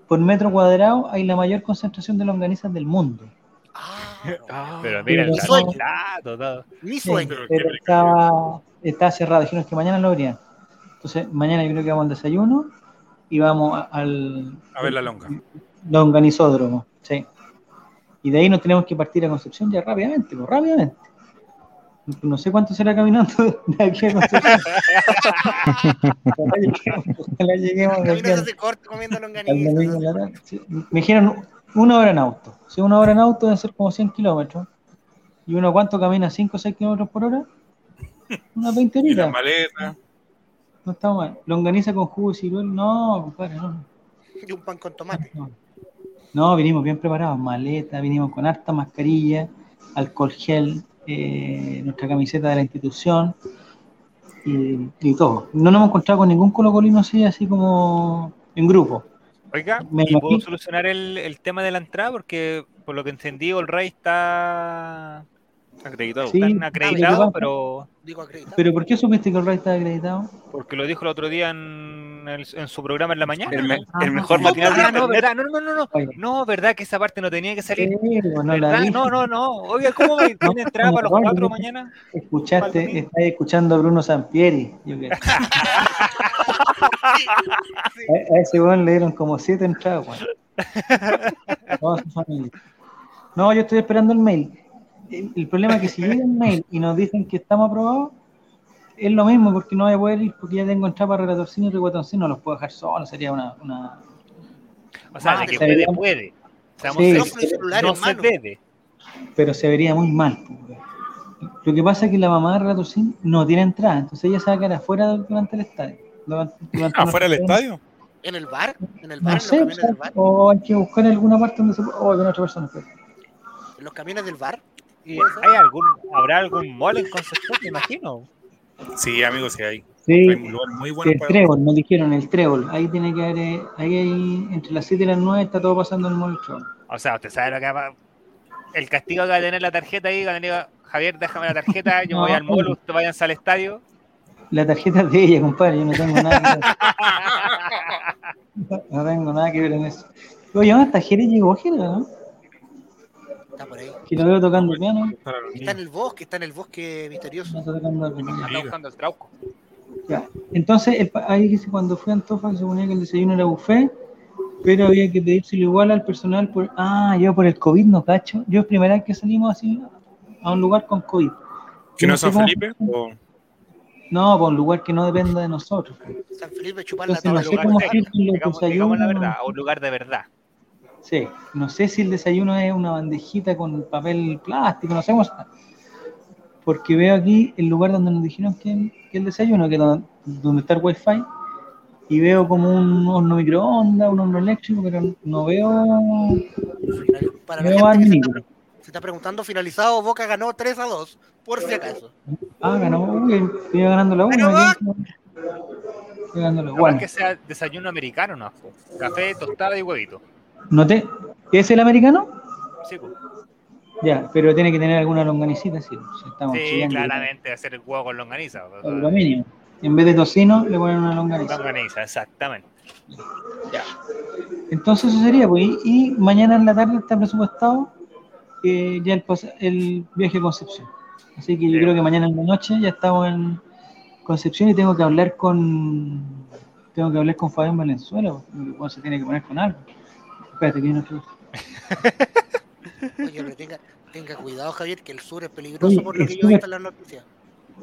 S7: por metro cuadrado hay la mayor concentración de longanizas del mundo.
S2: estadio. Ah,
S5: Pero mira, el
S7: Pero
S5: plato,
S7: no-
S5: el plato, todo.
S2: mi sueño.
S8: Pero qué
S7: pero
S8: rico.
S7: estaba, está cerrado, dijeron que mañana lo abrían. Entonces, mañana yo creo que vamos al desayuno y vamos a- al
S8: A ver la longa.
S7: longanizódromo, sí. Y de ahí nos tenemos que partir a Concepción ya rápidamente, pues, rápidamente. No sé cuánto será caminando [LAUGHS] de aquí a Concepción. Ojalá lleguemos, ojalá lleguemos
S2: El camino
S7: del
S2: se hace corto comiendo
S7: al domingo en
S2: longaniza.
S7: la tarde. Sí, Me dijeron una hora en auto. Si una hora en auto deben ser como 100 kilómetros. ¿Y uno cuánto camina? ¿5 o 6 kilómetros por hora? Unas 20
S8: Y la
S7: horitas.
S8: maleta.
S7: No está mal. ¿Longaniza con jugo de ciruel? No, compadre, no.
S2: Y un pan con tomate.
S7: No, No, vinimos bien preparados. Maleta, vinimos con harta mascarilla, alcohol gel, eh, nuestra camiseta de la institución y, y todo. No nos hemos encontrado con ningún colocolino así, así como en grupo.
S5: Oiga,
S7: Me
S5: ¿y puedo
S7: imagino-
S5: solucionar el, el tema de la entrada? Porque por lo que entendí, el rey está,
S4: Acreditado.
S7: Sí.
S5: está acreditado,
S7: pasa-
S5: pero
S2: Digo acreditado.
S7: ¿Pero por qué supiste que el Ray estaba acreditado?
S5: porque lo dijo el otro día en, el- en su programa en la mañana.
S4: El, me-
S7: Ah,
S4: el mejor
S7: no,
S4: matinal de
S5: Ah, no,
S4: internet.
S5: verdad, no, no, no, no,
S7: Oye,
S5: no, verdad que esa parte no tenía que salir.
S7: sí, bueno, la
S5: ¿Verdad?
S7: dije.
S5: Ah, No, no, no. Oiga, ¿cómo
S7: [LAUGHS]
S5: va a tener entrada para los
S7: Oye.
S5: cuatro mañana?
S7: escuchaste, estás escuchando a Bruno Sampieri. Yo creo. a, a ese weón le dieron como siete entradas, weón. Toda su familia. No, yo estoy esperando el mail. El, el problema es que si llega el mail y nos dicen que estamos aprobados, es lo mismo porque no voy a poder ir porque ya tengo entrada para Relatorcino y Reguatoncino, los puedo dejar solos, sería una, una,
S5: O sea,
S7: Ah,
S5: de que puede, puede. Seamos
S7: Sí.
S5: serios.
S2: Teléfono y celular
S5: No
S2: en
S5: se
S2: mano.
S5: debe.
S7: pero se vería muy mal. po, weón. Lo que pasa es que la mamá de Ratocín no tiene entrada, entonces ella se va a quedar afuera durante el estadio. durante-
S1: [LAUGHS]
S7: durante
S1: ¿Afuera del
S7: nuestro-
S1: estadio?
S2: ¿En el bar? ¿En el bar?
S7: No
S2: ¿En los
S7: sé,
S2: camiones del
S7: o sea,
S2: bar?
S7: o hay que buscar alguna parte donde se pueda. O alguna otra persona. pues. pero-
S2: ¿En los camiones del bar?
S5: ¿Y ¿Hay algún, ¿Habrá algún mall en Concepción? Me imagino.
S8: Sí, amigos, sí hay.
S7: Sí,
S8: Hay un lugar muy bueno
S7: el
S8: para.
S7: trébol, nos dijeron, el trébol. Ahí tiene que haber. eh, Ahí, hay- entre las 7 y las 9 está todo pasando en el mall. Trébol.
S5: O sea, usted sabe lo que va. El castigo que va a tener la tarjeta ahí, cuando le diga, Javier, déjame la tarjeta, yo me voy al mall, ustedes vayan al estadio.
S7: La tarjeta es de ella, compadre, yo no tengo nada que ver. No tengo nada que ver en eso. Oye, hasta Jerez llegó Jerez, ¿no?
S2: Está por ahí.
S7: Que lo veo tocando piano.
S8: para los
S2: Está en
S8: niños.
S2: el bosque, está en el bosque misterioso.
S7: no está tocando piano.
S5: Anda buscando el trauco.
S7: Ya. Entonces, el pa- ahí dice, cuando fui a Antofa se suponía que el desayuno era buffet, pero había que pedírselo igual al personal por... Ah, yo por el COVID no cacho. Yo es primera vez que salimos así a un lugar con COVID.
S8: ¿Que no es
S7: sé
S8: San
S7: cómo-
S8: Felipe? O-
S7: No, por un lugar que no dependa de nosotros.
S2: San Felipe chupar la
S7: Entonces, no
S2: tabla.
S7: sé
S5: lugar
S7: cómo
S5: serio,
S7: sirven los
S5: Digamos, digamos la
S7: desayunos.
S5: verdad, a un lugar de verdad.
S7: Sí, no sé si el desayuno es una bandejita con papel plástico, no sé cómo está. Porque veo aquí el lugar donde nos dijeron que, que el desayuno, que don- donde está el wifi, y veo como un horno microondas, un horno eléctrico, pero no veo.
S2: Para
S7: Veo
S2: la gente que se está,
S7: ánimo.
S2: pre- se está preguntando, finalizado, Boca ganó 3 a 2, por si acaso.
S7: Ah, ganó, uy, iba ganando la 1.
S2: Ganó
S7: ganando la
S5: No
S7: bueno,
S5: que sea desayuno americano, no. po. Café, tostada y huevito.
S7: noté- ¿Es el americano?
S5: Sí, pues. po.
S7: Ya, pero tiene que tener alguna longanicita, sí. pues, si estamos
S5: Sí,
S7: chillando.
S5: claramente hacer el huevo con longaniza. po.
S7: Lo mínimo. En vez de tocino, le ponen una longaniza.
S5: Longaniza, exactamente.
S7: Entonces eso sería, pues, y, y mañana en la tarde está presupuestado eh, ya el, pas- el viaje a Concepción. Así que yo
S5: Sí.
S7: creo que mañana en la noche ya estamos en Concepción y tengo que hablar con, tengo que hablar con Fabián Valenzuela, pues, porque el weón se tiene que poner con algo. Espérate, que viene otro.
S2: Oye, pero tenga, tenga cuidado, Javier, que el sur es peligroso
S7: Oye,
S2: por lo
S7: el
S2: que yo he
S7: sur-
S2: visto en las noticias.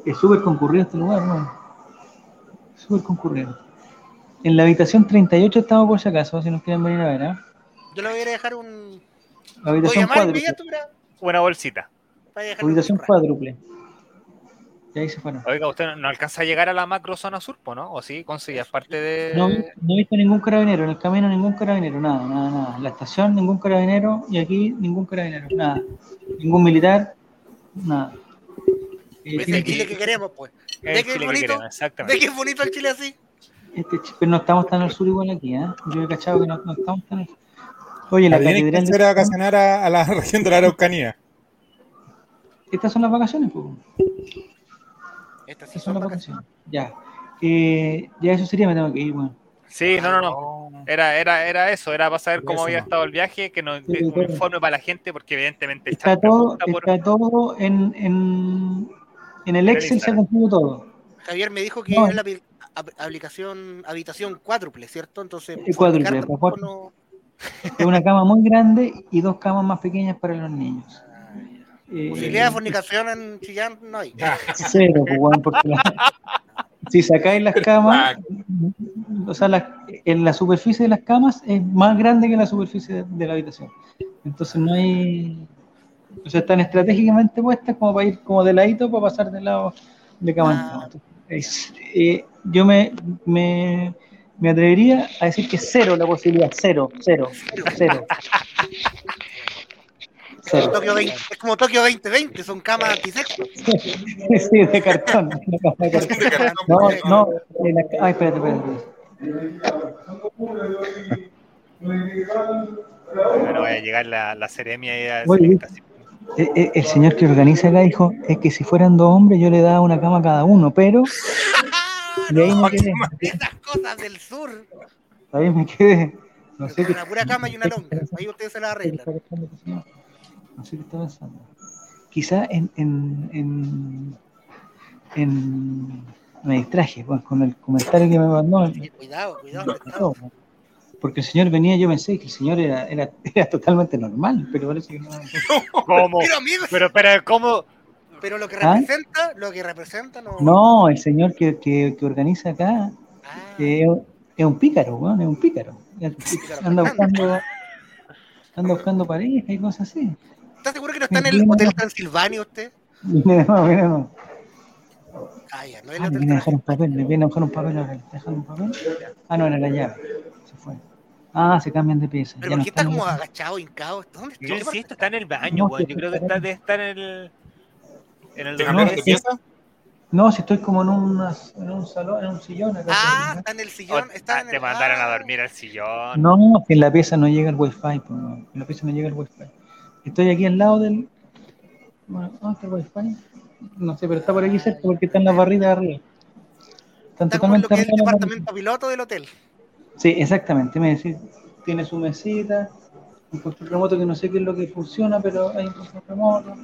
S7: Es súper concurrido este lugar, weón. Súper concurrido. En la habitación 38 estamos por si acaso, si nos quieren venir a ver, ¿ah?
S2: Yo le voy a ir a dejar un.
S7: La
S2: Voy a
S7: habitación
S2: llamar
S7: cuádruple.
S2: inmediato, mira.
S5: Una bolsita.
S2: Para dejar
S7: Habitación cuádruple. Y ahí se fueron.
S5: Oiga, usted no alcanza a llegar a la macro zona sur, po, ¿no? ¿O sí? Conseguía parte de...
S7: No, no he visto ningún carabinero, en el camino ningún carabinero, nada, nada, nada. En la estación ningún carabinero y aquí ningún carabinero, nada. Ningún militar, nada. Eh,
S2: Es
S7: tiene
S2: el
S7: que-
S2: Chile que queremos, pues.
S5: El
S2: ¿De qué
S5: Chile que
S2: bonito?
S5: queremos,
S2: ¿Ves
S5: exactamente.
S2: que es bonito el Chile así?
S7: este ch- pero no estamos tan al sur igual aquí, ¿eh? Yo he cachado que no, no estamos tan al sur. Oye, la
S1: Tienen que
S7: catedral. de-
S1: hacer a vacacionar a, a la [LAUGHS] región de la Araucanía.
S7: Estas son las vacaciones, pues.
S2: Estas sí
S7: Estas
S2: son
S7: son las
S2: vacaciones.
S7: vacaciones. Ya. Eh, ya eso sería, me tengo que ir, bueno.
S5: Sí, no, no, no. Era, era, era eso, era para saber
S1: Era
S5: cómo
S1: eso,
S5: había
S1: no.
S5: estado el viaje, que nos
S7: Sí,
S5: dé un
S7: claro.
S5: informe para la gente, porque evidentemente el
S7: Está
S5: chat
S7: todo,
S5: pregunta por...
S7: está todo en, en, en el Excel, se ha
S5: Instagram.
S7: cumplido todo.
S2: Javier me dijo que
S7: No.
S2: es la api- ap- aplicación, habitación cuádruple, ¿cierto? Entonces,
S7: Eh, cuádruple,
S2: fornicar
S7: por
S2: tampoco
S7: favor.
S2: no-
S7: Es una cama muy grande y dos camas más pequeñas para los niños. Eh,
S2: Ah, Posibilidad de fornicación en Chillán no hay.
S7: Cero, pues, weón, porque la- si sacáis las camas, o sea, las- en la superficie de las camas es más grande que la superficie de, de la habitación. Entonces no hay. O sea, están estratégicamente puestas como para ir como de ladito para pasar de lado de cama en
S2: Ah.
S7: cama. Entonces, es- eh, yo me, me, me atrevería a decir que cero la posibilidad, cero, cero, cero. Cero. [LAUGHS]
S2: Tokio 20 es como Tokio 2020, son camas antisexo.
S7: Sí, de cartón. una cama de cartón.
S1: De cartón,
S7: No,
S1: porque-
S7: no. en la- Ay, espérate, espérate.
S5: Bueno, voy a llegar la, la seremia y a decirle
S7: Oye,
S5: que
S7: Luis.
S5: está así.
S7: El, Eh, el- el señor que organiza acá dijo, es que si fueran dos hombres yo le daba una cama a cada uno, pero
S2: ¡Ah,
S7: de ahí
S2: no!
S7: me quedé,
S2: Esas cosas del sur.
S7: ahí me quedé. No sé qué,
S2: Una pura cama y una longa. Ahí ustedes se la arreglan.
S7: no sé qué está pensando. Quizá en, en, en, en- me distraje pues, con el comentario que me mandó.
S2: Sí, cuidado, cuidado.
S7: No,
S2: cuidado.
S7: no, Porque el señor venía, yo pensé que el señor era, era, [LAUGHS] era totalmente normal, pero parece que no.
S2: [LAUGHS]
S5: ¿Cómo?
S2: Pero amigos,
S5: Pero, pero, ¿cómo?
S2: pero lo que
S7: ¿Ah?
S2: representa, lo que representa no.
S7: No, el señor que, que, que organiza acá
S2: Ah,
S7: eh, es un pícaro, weón, es un pícaro. Anda buscando, anda buscando pareja y cosas así.
S2: ¿Está seguro que no está en el Hotel Transilvania usted?
S7: Viene, no, viene, no.
S2: Ah, ya, no es el
S7: Ah, me
S2: Hotel
S7: viene a dejar un
S2: Transilvania.
S7: papel, me viene a dejar un papel, ahora, ¿me dejaron un papel. Ah, no, era la llave. Se fue. Ah, se cambian de pieza.
S2: Pero
S7: ya no
S2: ¿por qué está
S7: están
S2: como
S7: ahí.
S2: agachado, hincado? ¿Dónde está?
S5: Yo
S2: ¿Qué pasa?
S5: insisto, está en el baño, weón. Yo creo que está, debe estar en el... En el
S1: ¿Te
S5: dormitorio.
S1: cambiaron de pieza?
S7: No, si estoy como en, una- en un salón, en un sillón acá.
S2: Ah, está en el sillón.
S5: Oh,
S2: Está
S5: ah,
S2: en el...
S5: Te mandaron a
S2: ah,
S5: dormir al sillón.
S7: No, que en la pieza no llega el wifi, pues, no. en la pieza no llega el wifi. Estoy aquí al lado del. Bueno, ¿dónde está el wifi? No sé, pero está por aquí cerca porque están las barritas arriba. Están
S2: Está como en lo
S7: totalmente
S2: que es el
S7: arriba. las barritas.
S2: departamento piloto del hotel.
S7: Sí, exactamente. Me decís, tiene su mesita, un control remoto que no sé qué es lo que funciona, pero hay un control remoto.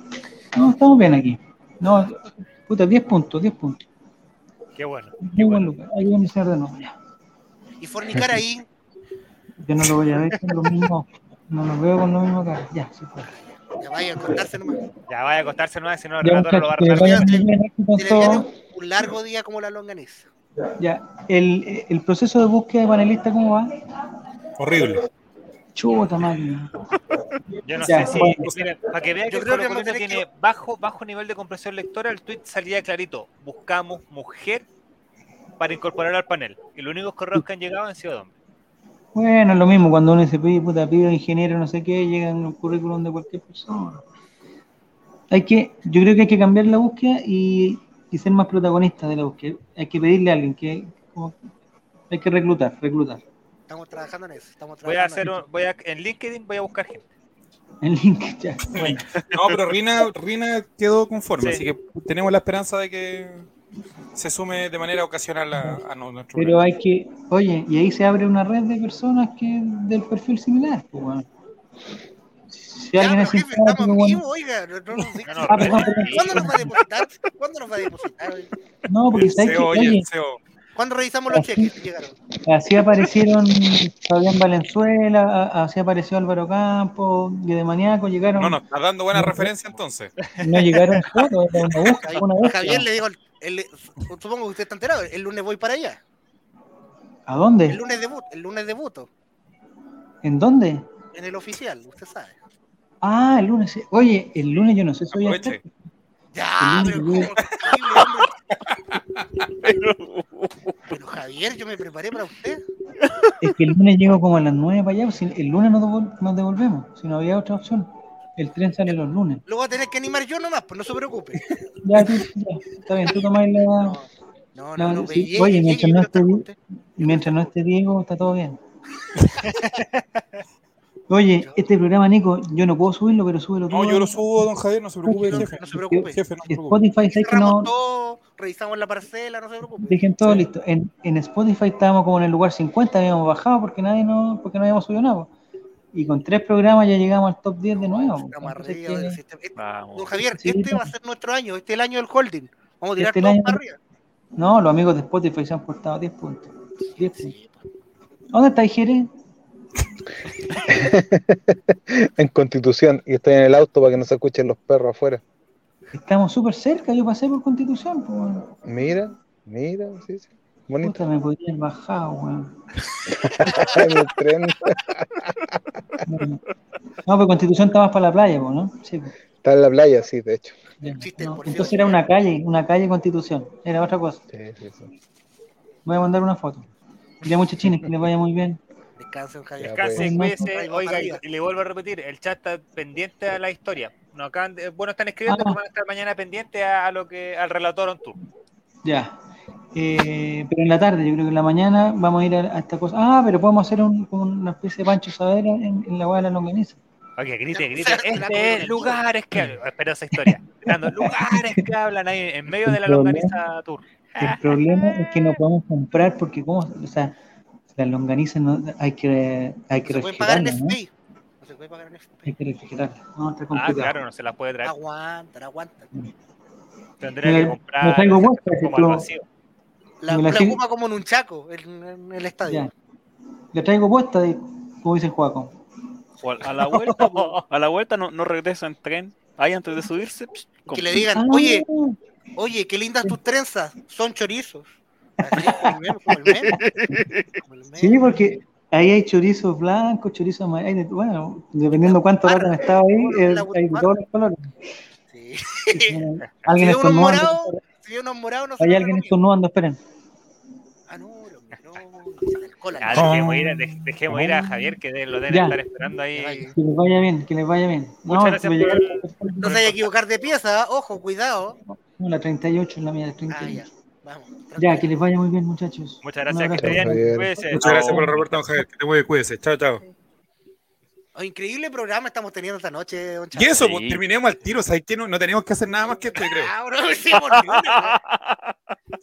S7: No, estamos bien aquí. No, puta, 10 puntos, 10 puntos.
S5: Qué bueno.
S7: Muy buen lugar. Ahí voy a iniciar de nuevo. ya.
S2: Y fornicar ahí.
S7: Yo no lo voy a ver con los mismos. No lo veo con los mismos caras. Ya, se fue.
S2: Ya vaya a contarse nomás.
S5: Ya vaya a acostarse nueva, si no el
S7: Ya,
S5: relator
S7: muchachos,
S5: lo va a
S7: que
S5: arreglar.
S7: vayan
S2: Mira,
S7: bien aquí con
S2: Se le viene
S7: todo.
S2: un, un largo día como la longaniza.
S7: Ya, el, el proceso de búsqueda de panelista, ¿cómo va?
S1: Horrible.
S7: Chuta, máquina.
S5: Yo no
S7: Ya,
S5: sé si.
S7: bueno.
S5: Mira, para que vean que
S2: Yo
S5: el
S2: creo que
S5: Colo Colino
S2: vamos a tener
S5: tiene bajo, bajo nivel de comprensión lectora, el tweet salía clarito. Buscamos mujer para incorporar al panel. Y los únicos correos que han llegado han sido de hombres.
S7: Bueno, es lo mismo cuando uno se pide, puta, pido ingeniero, no sé qué, llegan los currículum de cualquier persona. Hay que, yo creo que hay que cambiar la búsqueda y, y ser más protagonista de la búsqueda. Hay que pedirle a alguien que, como- hay que reclutar, reclutar. [LAUGHS]
S2: Estamos trabajando en eso. Estamos
S5: Voy a
S2: trabajando
S5: hacer
S2: en eso.
S5: un- voy a, en LinkedIn voy a buscar gente.
S7: El link, ya. Bueno,
S1: No, pero Rina, Rina quedó conforme,
S5: Sí.
S1: así que tenemos la esperanza de que se sume de manera ocasional a, a no- nuestro
S7: pero hay que, oye, y ahí se abre una red de personas que del perfil similar. pues, bueno. Si
S2: Ya,
S7: alguien
S2: pero
S7: es
S2: jefe, estamos
S7: simpático,
S2: en
S7: bueno,
S2: vivo, oiga. No, no nos diga.
S5: No, no,
S7: Ah, perdón, perdón.
S5: sí.
S2: ¿Cuándo nos va a depositar? ¿Cuándo nos va a depositar?
S7: No, porque
S1: El
S7: sabes que,
S1: CEO, oye,
S7: oye,
S1: el CEO.
S2: ¿Cuándo revisamos los cheques? Llegaron.
S7: Así aparecieron Fabián Valenzuela, a- así apareció Álvaro Campos, y de Maniaco llegaron.
S1: No, no, estás dando buena referencia entonces.
S7: no llegaron todos,
S2: [LAUGHS]
S7: era una búsqueda, una
S2: Javier,
S7: búsqueda.
S2: Javier le digo, el- supongo que usted está enterado, el lunes voy para allá.
S7: ¿A
S2: El
S7: dónde?
S2: lunes debut, el lunes debuto,
S7: ¿En dónde?
S2: en el oficial, usted sabe.
S7: Ah, el lunes. sí. Oye, el lunes yo no sé si voy a
S1: Aproveche.
S7: estar.
S2: Ya,
S7: El
S2: Ah, pero ¿cómo es
S7: lunes
S2: posible, hombre? Pero Javier, yo me preparé para usted.
S7: Es que el lunes llego como a las 9 para allá. pues, si el lunes nos, devol- nos devolvemos, si no había otra opción. El tren sale los lunes.
S2: Lo voy a tener que animar yo nomás, pues no se preocupe.
S7: Ya, tú- ya, está bien, tú tomás la.
S2: No, no, no,
S7: No,
S2: no,
S7: sí,
S2: llegue,
S7: oye,
S2: llegue,
S7: mientras
S2: yo
S7: no
S2: quiero estar
S7: esté-
S2: con usted.
S7: Mientras no esté Diego, está todo bien. Oye, este programa, Nico, yo no puedo subirlo, pero súbelo tú.
S1: No, yo lo subo, don Javier, no se preocupe,
S7: No,
S1: jefe.
S2: no se preocupe.
S1: Jefe, no se preocupe.
S7: Spotify, sabes que
S2: Cerramos
S7: no.
S2: todo, revisamos la parcela, no se preocupe.
S7: Dejen todo listo. En, en Spotify estábamos como en el lugar 50, habíamos bajado porque nadie no, porque no habíamos subido nada. Y con tres programas ya llegamos al top 10 de nuevo.
S2: Estamos
S7: Entonces,
S2: arriba del
S7: pues, que-
S2: sistema. Este-
S4: Vamos.
S2: Don Javier,
S7: Sí,
S2: este
S7: claro.
S2: va a ser nuestro año, este es el año del holding. Vamos a tirar
S7: Este es el
S2: todo
S7: año
S2: para
S7: del-
S2: arriba.
S7: no, los amigos de Spotify se han portado 10 puntos. 10 puntos.
S2: Sí,
S7: ¿Dónde está Jere?
S6: [LAUGHS] en Constitución y estoy en el auto para que no se escuchen los perros afuera.
S7: Estamos súper cerca, yo pasé por Constitución. pues, weón.
S6: Mira, mira, sí, sí. Bonito. [LAUGHS]
S7: [LAUGHS] Puta, me podría haber bajado, weón.
S6: En el tren.
S7: No, pero Constitución está más para la playa, pues, ¿no? Sí, pues.
S6: Está en la playa, sí, de hecho.
S7: Ya,
S2: Existe,
S7: no,
S2: por cierto.
S7: Entonces era una calle, una calle Constitución, era otra cosa.
S6: Sí, sí, sí.
S7: Voy a mandar una foto. Ya muchachines, que les vaya muy bien.
S2: Descansen, Javier.
S6: Ya,
S5: Descanse,
S7: pues.
S5: cuídese. Oiga, y, y le vuelvo a repetir, el chat está pendiente a la historia. No acaban de- bueno, están escribiendo
S7: Ah.
S5: que van a estar mañana pendiente a, a lo que al relator on tour.
S7: Ya. Eh, pero en la tarde, yo creo que en la mañana vamos a ir a, a esta cosa. Ah, pero podemos hacer un- como una especie de pancho sadera en, en la hueá de la longaniza.
S5: Ok, grite,
S2: [LAUGHS] Ya,
S5: grite.
S2: ya, la comida
S5: Este
S2: del
S5: es lugares que hablan. Espera esa historia. Gritando, lugares que hablan ahí en medio de la
S7: El problema-
S5: longaniza tour. Ah,
S7: El problema es que no podemos comprar porque, como, o sea, las longanizas no, hay que, hay
S2: No
S7: que
S2: se pueden pagar en
S7: refrigerarlas, ¿no?
S2: FPI. No se puede pagar en
S7: Hay
S2: FPI.
S7: que refrigerarlas. No, está
S5: Ah,
S7: complicado.
S5: claro, no se las puede traer.
S2: Aguantan, aguantan.
S5: Tendría
S7: Mira,
S5: que comprar.
S7: me traigo
S5: hacer
S7: muestra,
S5: como
S7: si
S5: al
S7: lo-
S5: vacío.
S2: La,
S7: Me la
S2: la
S7: sirve.
S2: goma como en un chaco, en, en el estadio.
S7: Ya. Le traigo puesta, de, como dice el Juaco.
S4: O a, a la vuelta, po,
S1: [LAUGHS]
S4: a la vuelta no, no regresa en tren. Ahí antes de subirse, psh,
S2: Que
S4: compra.
S2: le digan,
S7: Ah,
S2: oye, oye, qué lindas tus trenzas, son chorizos. Así, como el meme, como el meme, como el meme.
S7: Sí, porque ahí hay chorizos blancos, chorizos amarillos, bueno, dependiendo
S2: Ah,
S7: cuánto rato han estado ahí, eh, hay de todos los
S2: [LAUGHS]
S7: colores.
S2: Sí. Si
S7: Alguien
S2: veo unos
S7: estornuda,
S2: morados, si veo unos morados, no se
S7: hay
S2: los
S7: alguien
S2: recomiendo.
S7: estornudando, esperen.
S2: Ah, no, los micrófonos, se me alcoholan.
S5: Ah,
S1: Con-
S5: dejemos ir, a- dej- dejemos ir a Javier que de- lo deben
S7: Ya.
S5: estar esperando ahí.
S7: Que les vaya bien, que les vaya bien. No,
S5: Muchas gracias
S7: voy a
S5: por
S7: llegar-
S2: No se vaya a equivocar de pieza, ¿eh? ojo, cuidado.
S7: no, la 38 es la mía, la
S2: Ah, ya,
S7: 38.
S2: vamos.
S7: ya, que
S2: tranquilo.
S7: les vaya muy bien, muchachos.
S5: Muchas gracias,
S7: Un
S5: que
S7: abrazo.
S5: esté bien.
S6: Javier.
S5: Cuídese.
S1: Muchas gracias por el
S5: Chao.
S1: reporte, don Javier. Que te mueve, cuídese. Chao, chao.
S2: Oh, increíble programa estamos teniendo esta noche, don
S1: Y
S2: Chavo.
S1: eso,
S4: Sí.
S1: pues terminemos al tiro. ¿Sabes qué? No, no tenemos que hacer nada más que esto, yo [LAUGHS] creo.
S2: Ah, bro, [LAUGHS] sí, por Dios, bro.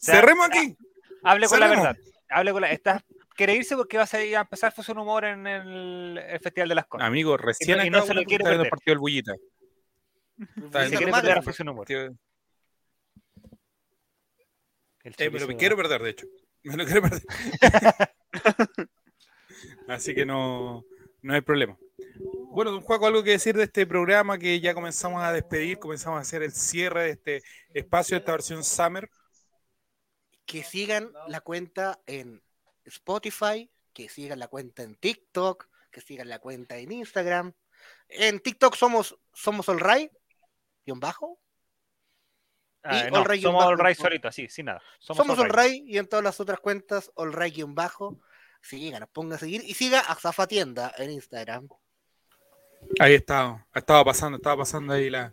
S1: Cerremos aquí.
S5: Hable con la
S1: Cerremos.
S5: verdad. Hable con la. Estás, quiere irse porque vas a ir a empezar Fusión Humor en el, el Festival de las Condes.
S1: Amigo, recién
S5: Y no- y
S1: acá
S5: no se lo quiere
S1: está viendo el
S5: perder.
S1: partido del Bullita. Está Eh,
S5: Y se
S1: viendo
S5: quiere
S1: el
S2: Normal.
S5: perder a
S1: partido-
S5: Fusión Humor.
S1: partido-
S5: El
S1: Eh, me lo
S5: chorizo-
S1: quiero perder, de hecho. [LAUGHS] Me lo quiero perder. Así que no, no hay problema. Bueno, don Juaco, algo que decir de este programa que ya comenzamos a despedir, comenzamos a hacer el cierre de este espacio, de esta versión Summer.
S2: que sigan la cuenta en Spotify, que sigan la cuenta en TikTok, que sigan la cuenta en Instagram. En TikTok somos somos Olray, guión bajo.
S5: Ah,
S2: Y
S5: no,
S2: All Right
S5: somos
S2: Back
S5: All Right
S2: Control.
S5: solito, así, sin nada.
S2: Somos
S5: All Right.
S2: Olray y en todas las otras cuentas, Olray guión bajo. Síganos, ponga a seguir y siga a Zafa Tienda en Instagram.
S1: Ahí estaba, estaba pasando, estaba pasando ahí la,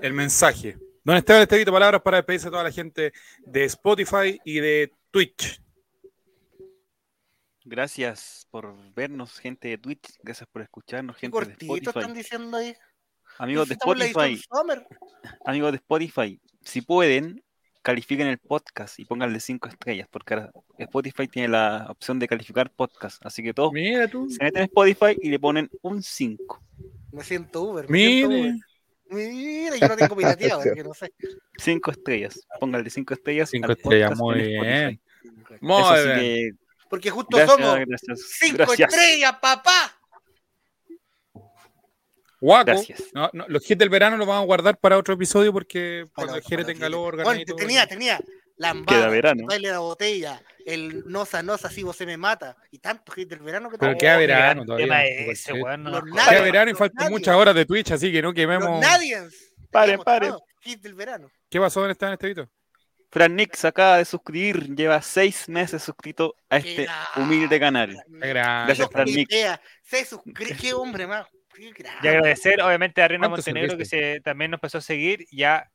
S1: el mensaje. Don Esteban Estevito, palabras para despedirse a toda la gente de Spotify y de Twitch.
S4: Gracias por vernos, gente de Twitch. Gracias por escucharnos,
S2: Qué
S4: gente de
S2: cortito están
S4: Spotify.
S2: diciendo ahí.
S4: Amigos de
S2: Estamos en la edición
S4: Spotify,
S2: Summer.
S4: amigos de Spotify, si pueden, califiquen el podcast y pónganle cinco estrellas, porque ahora Spotify tiene la opción de calificar podcast. Así que todos
S1: Mira tú.
S4: se meten en Spotify y le ponen un 5.
S2: Me siento Uber, me siento
S1: Mire.
S2: Uber. Mira, yo no tengo pirateado, así que no sé.
S4: Cinco estrellas. Pónganle cinco estrellas
S1: Cinco
S4: al
S1: estrellas,
S4: podcast
S1: muy
S4: en Spotify.
S1: bien.
S8: Muy
S4: Eso sí
S8: bien.
S4: que-
S2: Porque justo
S4: gracias,
S2: somos
S4: gracias,
S2: cinco
S4: gracias,
S2: estrellas, papá.
S1: Guaco.
S4: gracias.
S1: No, no, los hits del verano los vamos a guardar para otro episodio porque cuando
S2: otro,
S1: Jere
S2: para
S1: tenga
S2: otro.
S1: los
S2: Bueno,
S1: organitos.
S2: tenía, tenía.
S4: Queda
S2: Lambada,
S4: verano.
S2: el baile de la botella, el nosa, nosa, si vos se me mata. Y tantos hits del verano que
S1: Pero
S2: tengo.
S1: queda
S5: qué
S1: verano
S5: gran
S1: todavía,
S5: tema
S1: no,
S5: es ese,
S1: igual,
S5: weón, no
S2: Los
S5: me
S2: nada.
S1: Queda
S5: jodas.
S1: verano y faltan
S2: Nadie.
S1: muchas horas de Twitch, así que no quememos.
S2: Los Nadiens.
S4: Pare,
S2: Hemos
S4: pare.
S2: estado, Hits del verano.
S1: ¿Qué pasó? ¿Dónde está en este video?
S4: Fran Nix acaba de suscribir, lleva seis meses suscrito a este
S2: Qué
S4: humilde canal. Gracias,
S2: Dios,
S4: Fran
S2: qué
S4: Nick.
S2: idea. Se suscribe. Qué hombre más. Qué grande.
S5: Y agradecer, obviamente, a Reina
S1: ¿Cuántos
S5: Montenegro, que
S1: serviste?
S5: se, también nos empezó a seguir, y a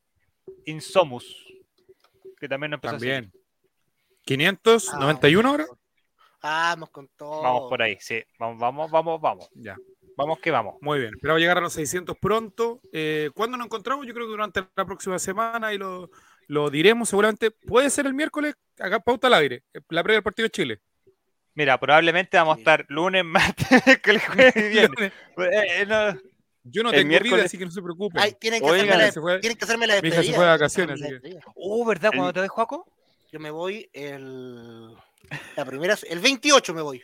S5: Insomus, que también nos empezó a seguir.
S1: También. 591 ahora.
S2: Vamos con todo.
S4: Oh.
S5: Vamos por ahí, sí. Vamos, vamos, vamos, vamos.
S1: Ya.
S5: Vamos que vamos.
S1: Muy bien, esperamos llegar a los 600 pronto. Eh, ¿Cuándo nos encontramos? Yo creo que durante la próxima semana y lo, lo diremos seguramente. Puede ser el miércoles, acá pauta al aire, eh, la previa del partido de Chile.
S5: Mira, probablemente vamos a
S2: Sí.
S5: estar lunes, martes, [LAUGHS] que el
S1: [LAUGHS]
S5: jueves y viernes. Eh, eh, no,
S1: Yo no
S4: El
S1: tengo vida,
S4: miércoles-
S1: así que no se preocupen.
S2: Ay, tienen, que
S4: Oigan,
S1: Mi hija
S2: hacerme la,
S1: se fue-
S2: tienen que hacerme la
S1: mi hija
S2: despedida.
S1: se fue de
S2: tienen que hacerme
S1: vacaciones,
S2: la
S1: así que-
S2: despedida.
S5: Oh, ¿verdad?
S4: El-
S5: Cuando te ves, Juaco.
S2: Yo me voy el. La primera. El 28 me voy.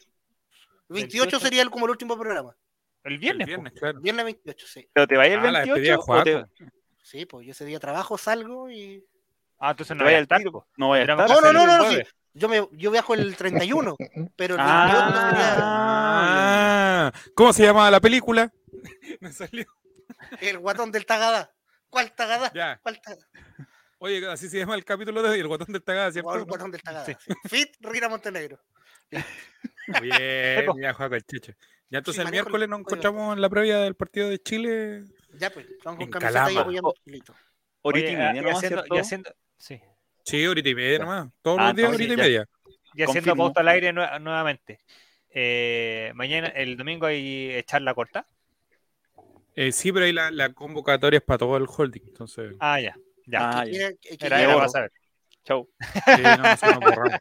S2: 28,
S5: 28.
S2: sería el, como el último programa.
S5: El
S1: el
S5: viernes.
S1: viernes, claro.
S2: Viernes 28, sí.
S4: ¿Pero te va a ir
S1: Ah,
S4: el
S1: la
S4: 28
S1: despedida,
S4: o te,
S1: Juaco.
S2: Sí, pues yo ese día trabajo, salgo y.
S5: po. Ah, entonces
S4: te
S5: no
S4: va a ir
S5: vaya
S4: al
S5: al tanto.
S4: tiro? pues. No vaya a
S5: Tendremos
S4: estar.
S5: que
S2: No, no,
S5: hacer
S2: no, no,
S5: el
S2: no,
S5: jueves.
S2: Yo, me, yo viajo
S1: [LAUGHS]
S2: el 31, pero el 28
S1: Ah,
S4: Ah.
S1: ¿Cómo se llamaba la película? Me salió.
S2: sería el guatón del Tagada. ¿Cuál Tagada?
S1: Ya.
S2: ¿Cuál Tagada?
S1: Oye, así se llama el capítulo de hoy, el guatón del tagada, ¿cierto?
S2: Oh, El guatón del Tagada. sí. Fit Rina Montenegro.
S1: Bien, ya juega con el chicho. Ya entonces el
S2: manejo el
S1: miércoles nos
S2: código.
S1: encontramos en la previa del partido de Chile.
S2: Ya, pues, vamos con
S1: En
S2: camiseta y
S1: Calama.
S2: apoyando. Listo.
S4: Horita y
S5: Oye,
S4: media
S5: y
S4: nomás,
S5: haciendo-
S4: ¿cierto?
S5: y haciendo- sí.
S1: Sí, horita y media nomás. Todos
S4: Ah,
S1: los días,
S4: entonces
S1: horita y
S4: ya.
S1: media.
S5: Y haciendo
S4: Confirmo.
S5: pauta al aire nue- nuevamente. Eh, mañana, el domingo hay eh, charla corta.
S1: Eh, sí, pero ahí la, la convocatoria es para todo el holding. Entonces,
S5: Ah, ya. Ya.
S4: Ah, ya.
S2: Mira, eh, que
S5: Era,
S2: ya-
S5: era
S4: oro.
S5: para saber.
S4: Chau.
S1: eh, no, nosotros nos borramos.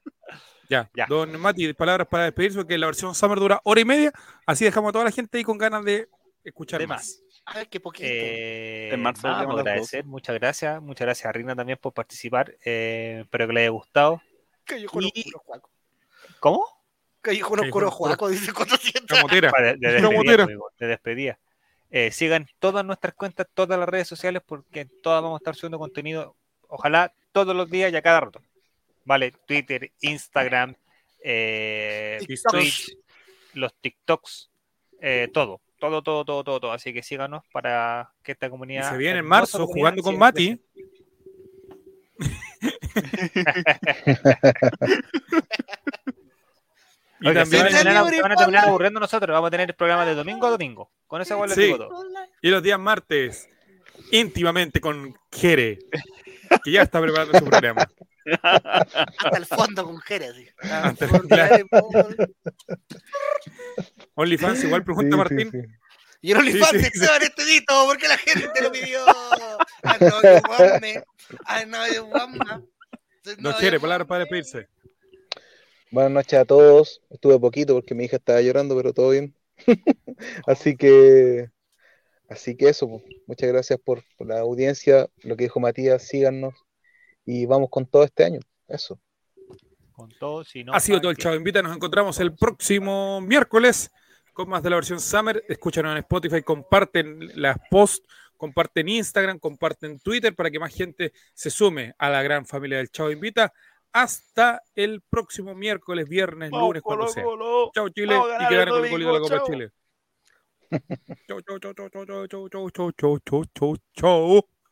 S1: Ya.
S5: Ya.
S1: don Mati, palabras para despedirse, porque la versión Summer dura hora y media. Así dejamos a toda la gente ahí con ganas de escuchar
S5: De
S1: más.
S2: Ay, qué poquito.
S5: Eh,
S4: En marzo
S5: nada,
S4: volvemos a
S5: pues,
S4: los
S5: agradecer, muchas gracias. Muchas gracias a Rina también por participar. eh, espero que le haya gustado.
S2: Callejón
S5: y-
S2: oscuro, Juaco.
S5: ¿Cómo?
S2: Callejón oscuro,
S1: Callejón
S2: Juaco, dice 400.
S5: [LAUGHS]
S1: Camotera.
S5: Ah, De, de
S1: Una botera.
S5: despedida. amigo, de despedida. Eh, sigan todas nuestras cuentas, todas las redes sociales, porque en todas vamos a estar subiendo contenido, ojalá todos los días y a cada rato. Vale, Twitter, Instagram, eh,
S1: TikToks.
S5: Twitch, los TikToks, eh, todo, todo, todo, todo, todo, todo. Así que síganos para que esta
S1: Y
S5: comunidad.
S1: se viene en
S5: hermosa
S1: marzo
S5: comunidad,
S1: jugando con
S5: siga
S1: Mati.
S5: [LAUGHS]
S1: Y
S5: Oiga, se
S1: también
S5: van, a
S1: el-
S5: terminar, se van a terminar aburriendo nosotros. Vamos a tener programas de domingo a domingo. Con esa igual les
S1: Sí.
S5: digo todo.
S1: y los días martes, íntimamente con Jere, que ya está preparando su programa.
S2: Hasta el fondo con Jerez. sí. Ah,
S1: Hasta el-
S2: por-
S1: claro.
S2: por-
S1: OnlyFans, igual pregunta Martín.
S2: Y el OnlyFans
S1: Sí, sí,
S2: se estaba en este dito porque la gente lo pidió. I know you want me. I know you want me. I know
S1: Don
S2: you
S1: Jere,
S2: want
S1: palabras para
S2: me.
S1: despedirse.
S6: Buenas noches a todos. Estuve poquito porque mi hija estaba llorando, pero todo bien. [LAUGHS] así que, así que eso. po. Muchas gracias por, por la audiencia. Lo que dijo Matías, síganos y vamos con todo este año. Eso.
S5: Con todo, si no,
S1: Ha sido todo el
S5: ¿para qué?
S1: Chavo Invita. Nos encontramos el próximo miércoles con más de la versión Summer. Escúchanos en Spotify, comparten las posts, comparten Instagram, comparten Twitter para que más gente se sume a la gran familia del Chavo Invita. Hasta el próximo miércoles, viernes, lunes, cuando sea. Chao Chile
S4: Vamos a
S1: y
S4: ganar
S1: que
S4: el
S1: gane Colo Colo y la
S4: domingo,
S1: Copa de [LAUGHS] Chile.
S4: chao.
S1: Chau, chau, chau, chau, chau, chau, chau, chau, chau, chau, chau, chau, chau.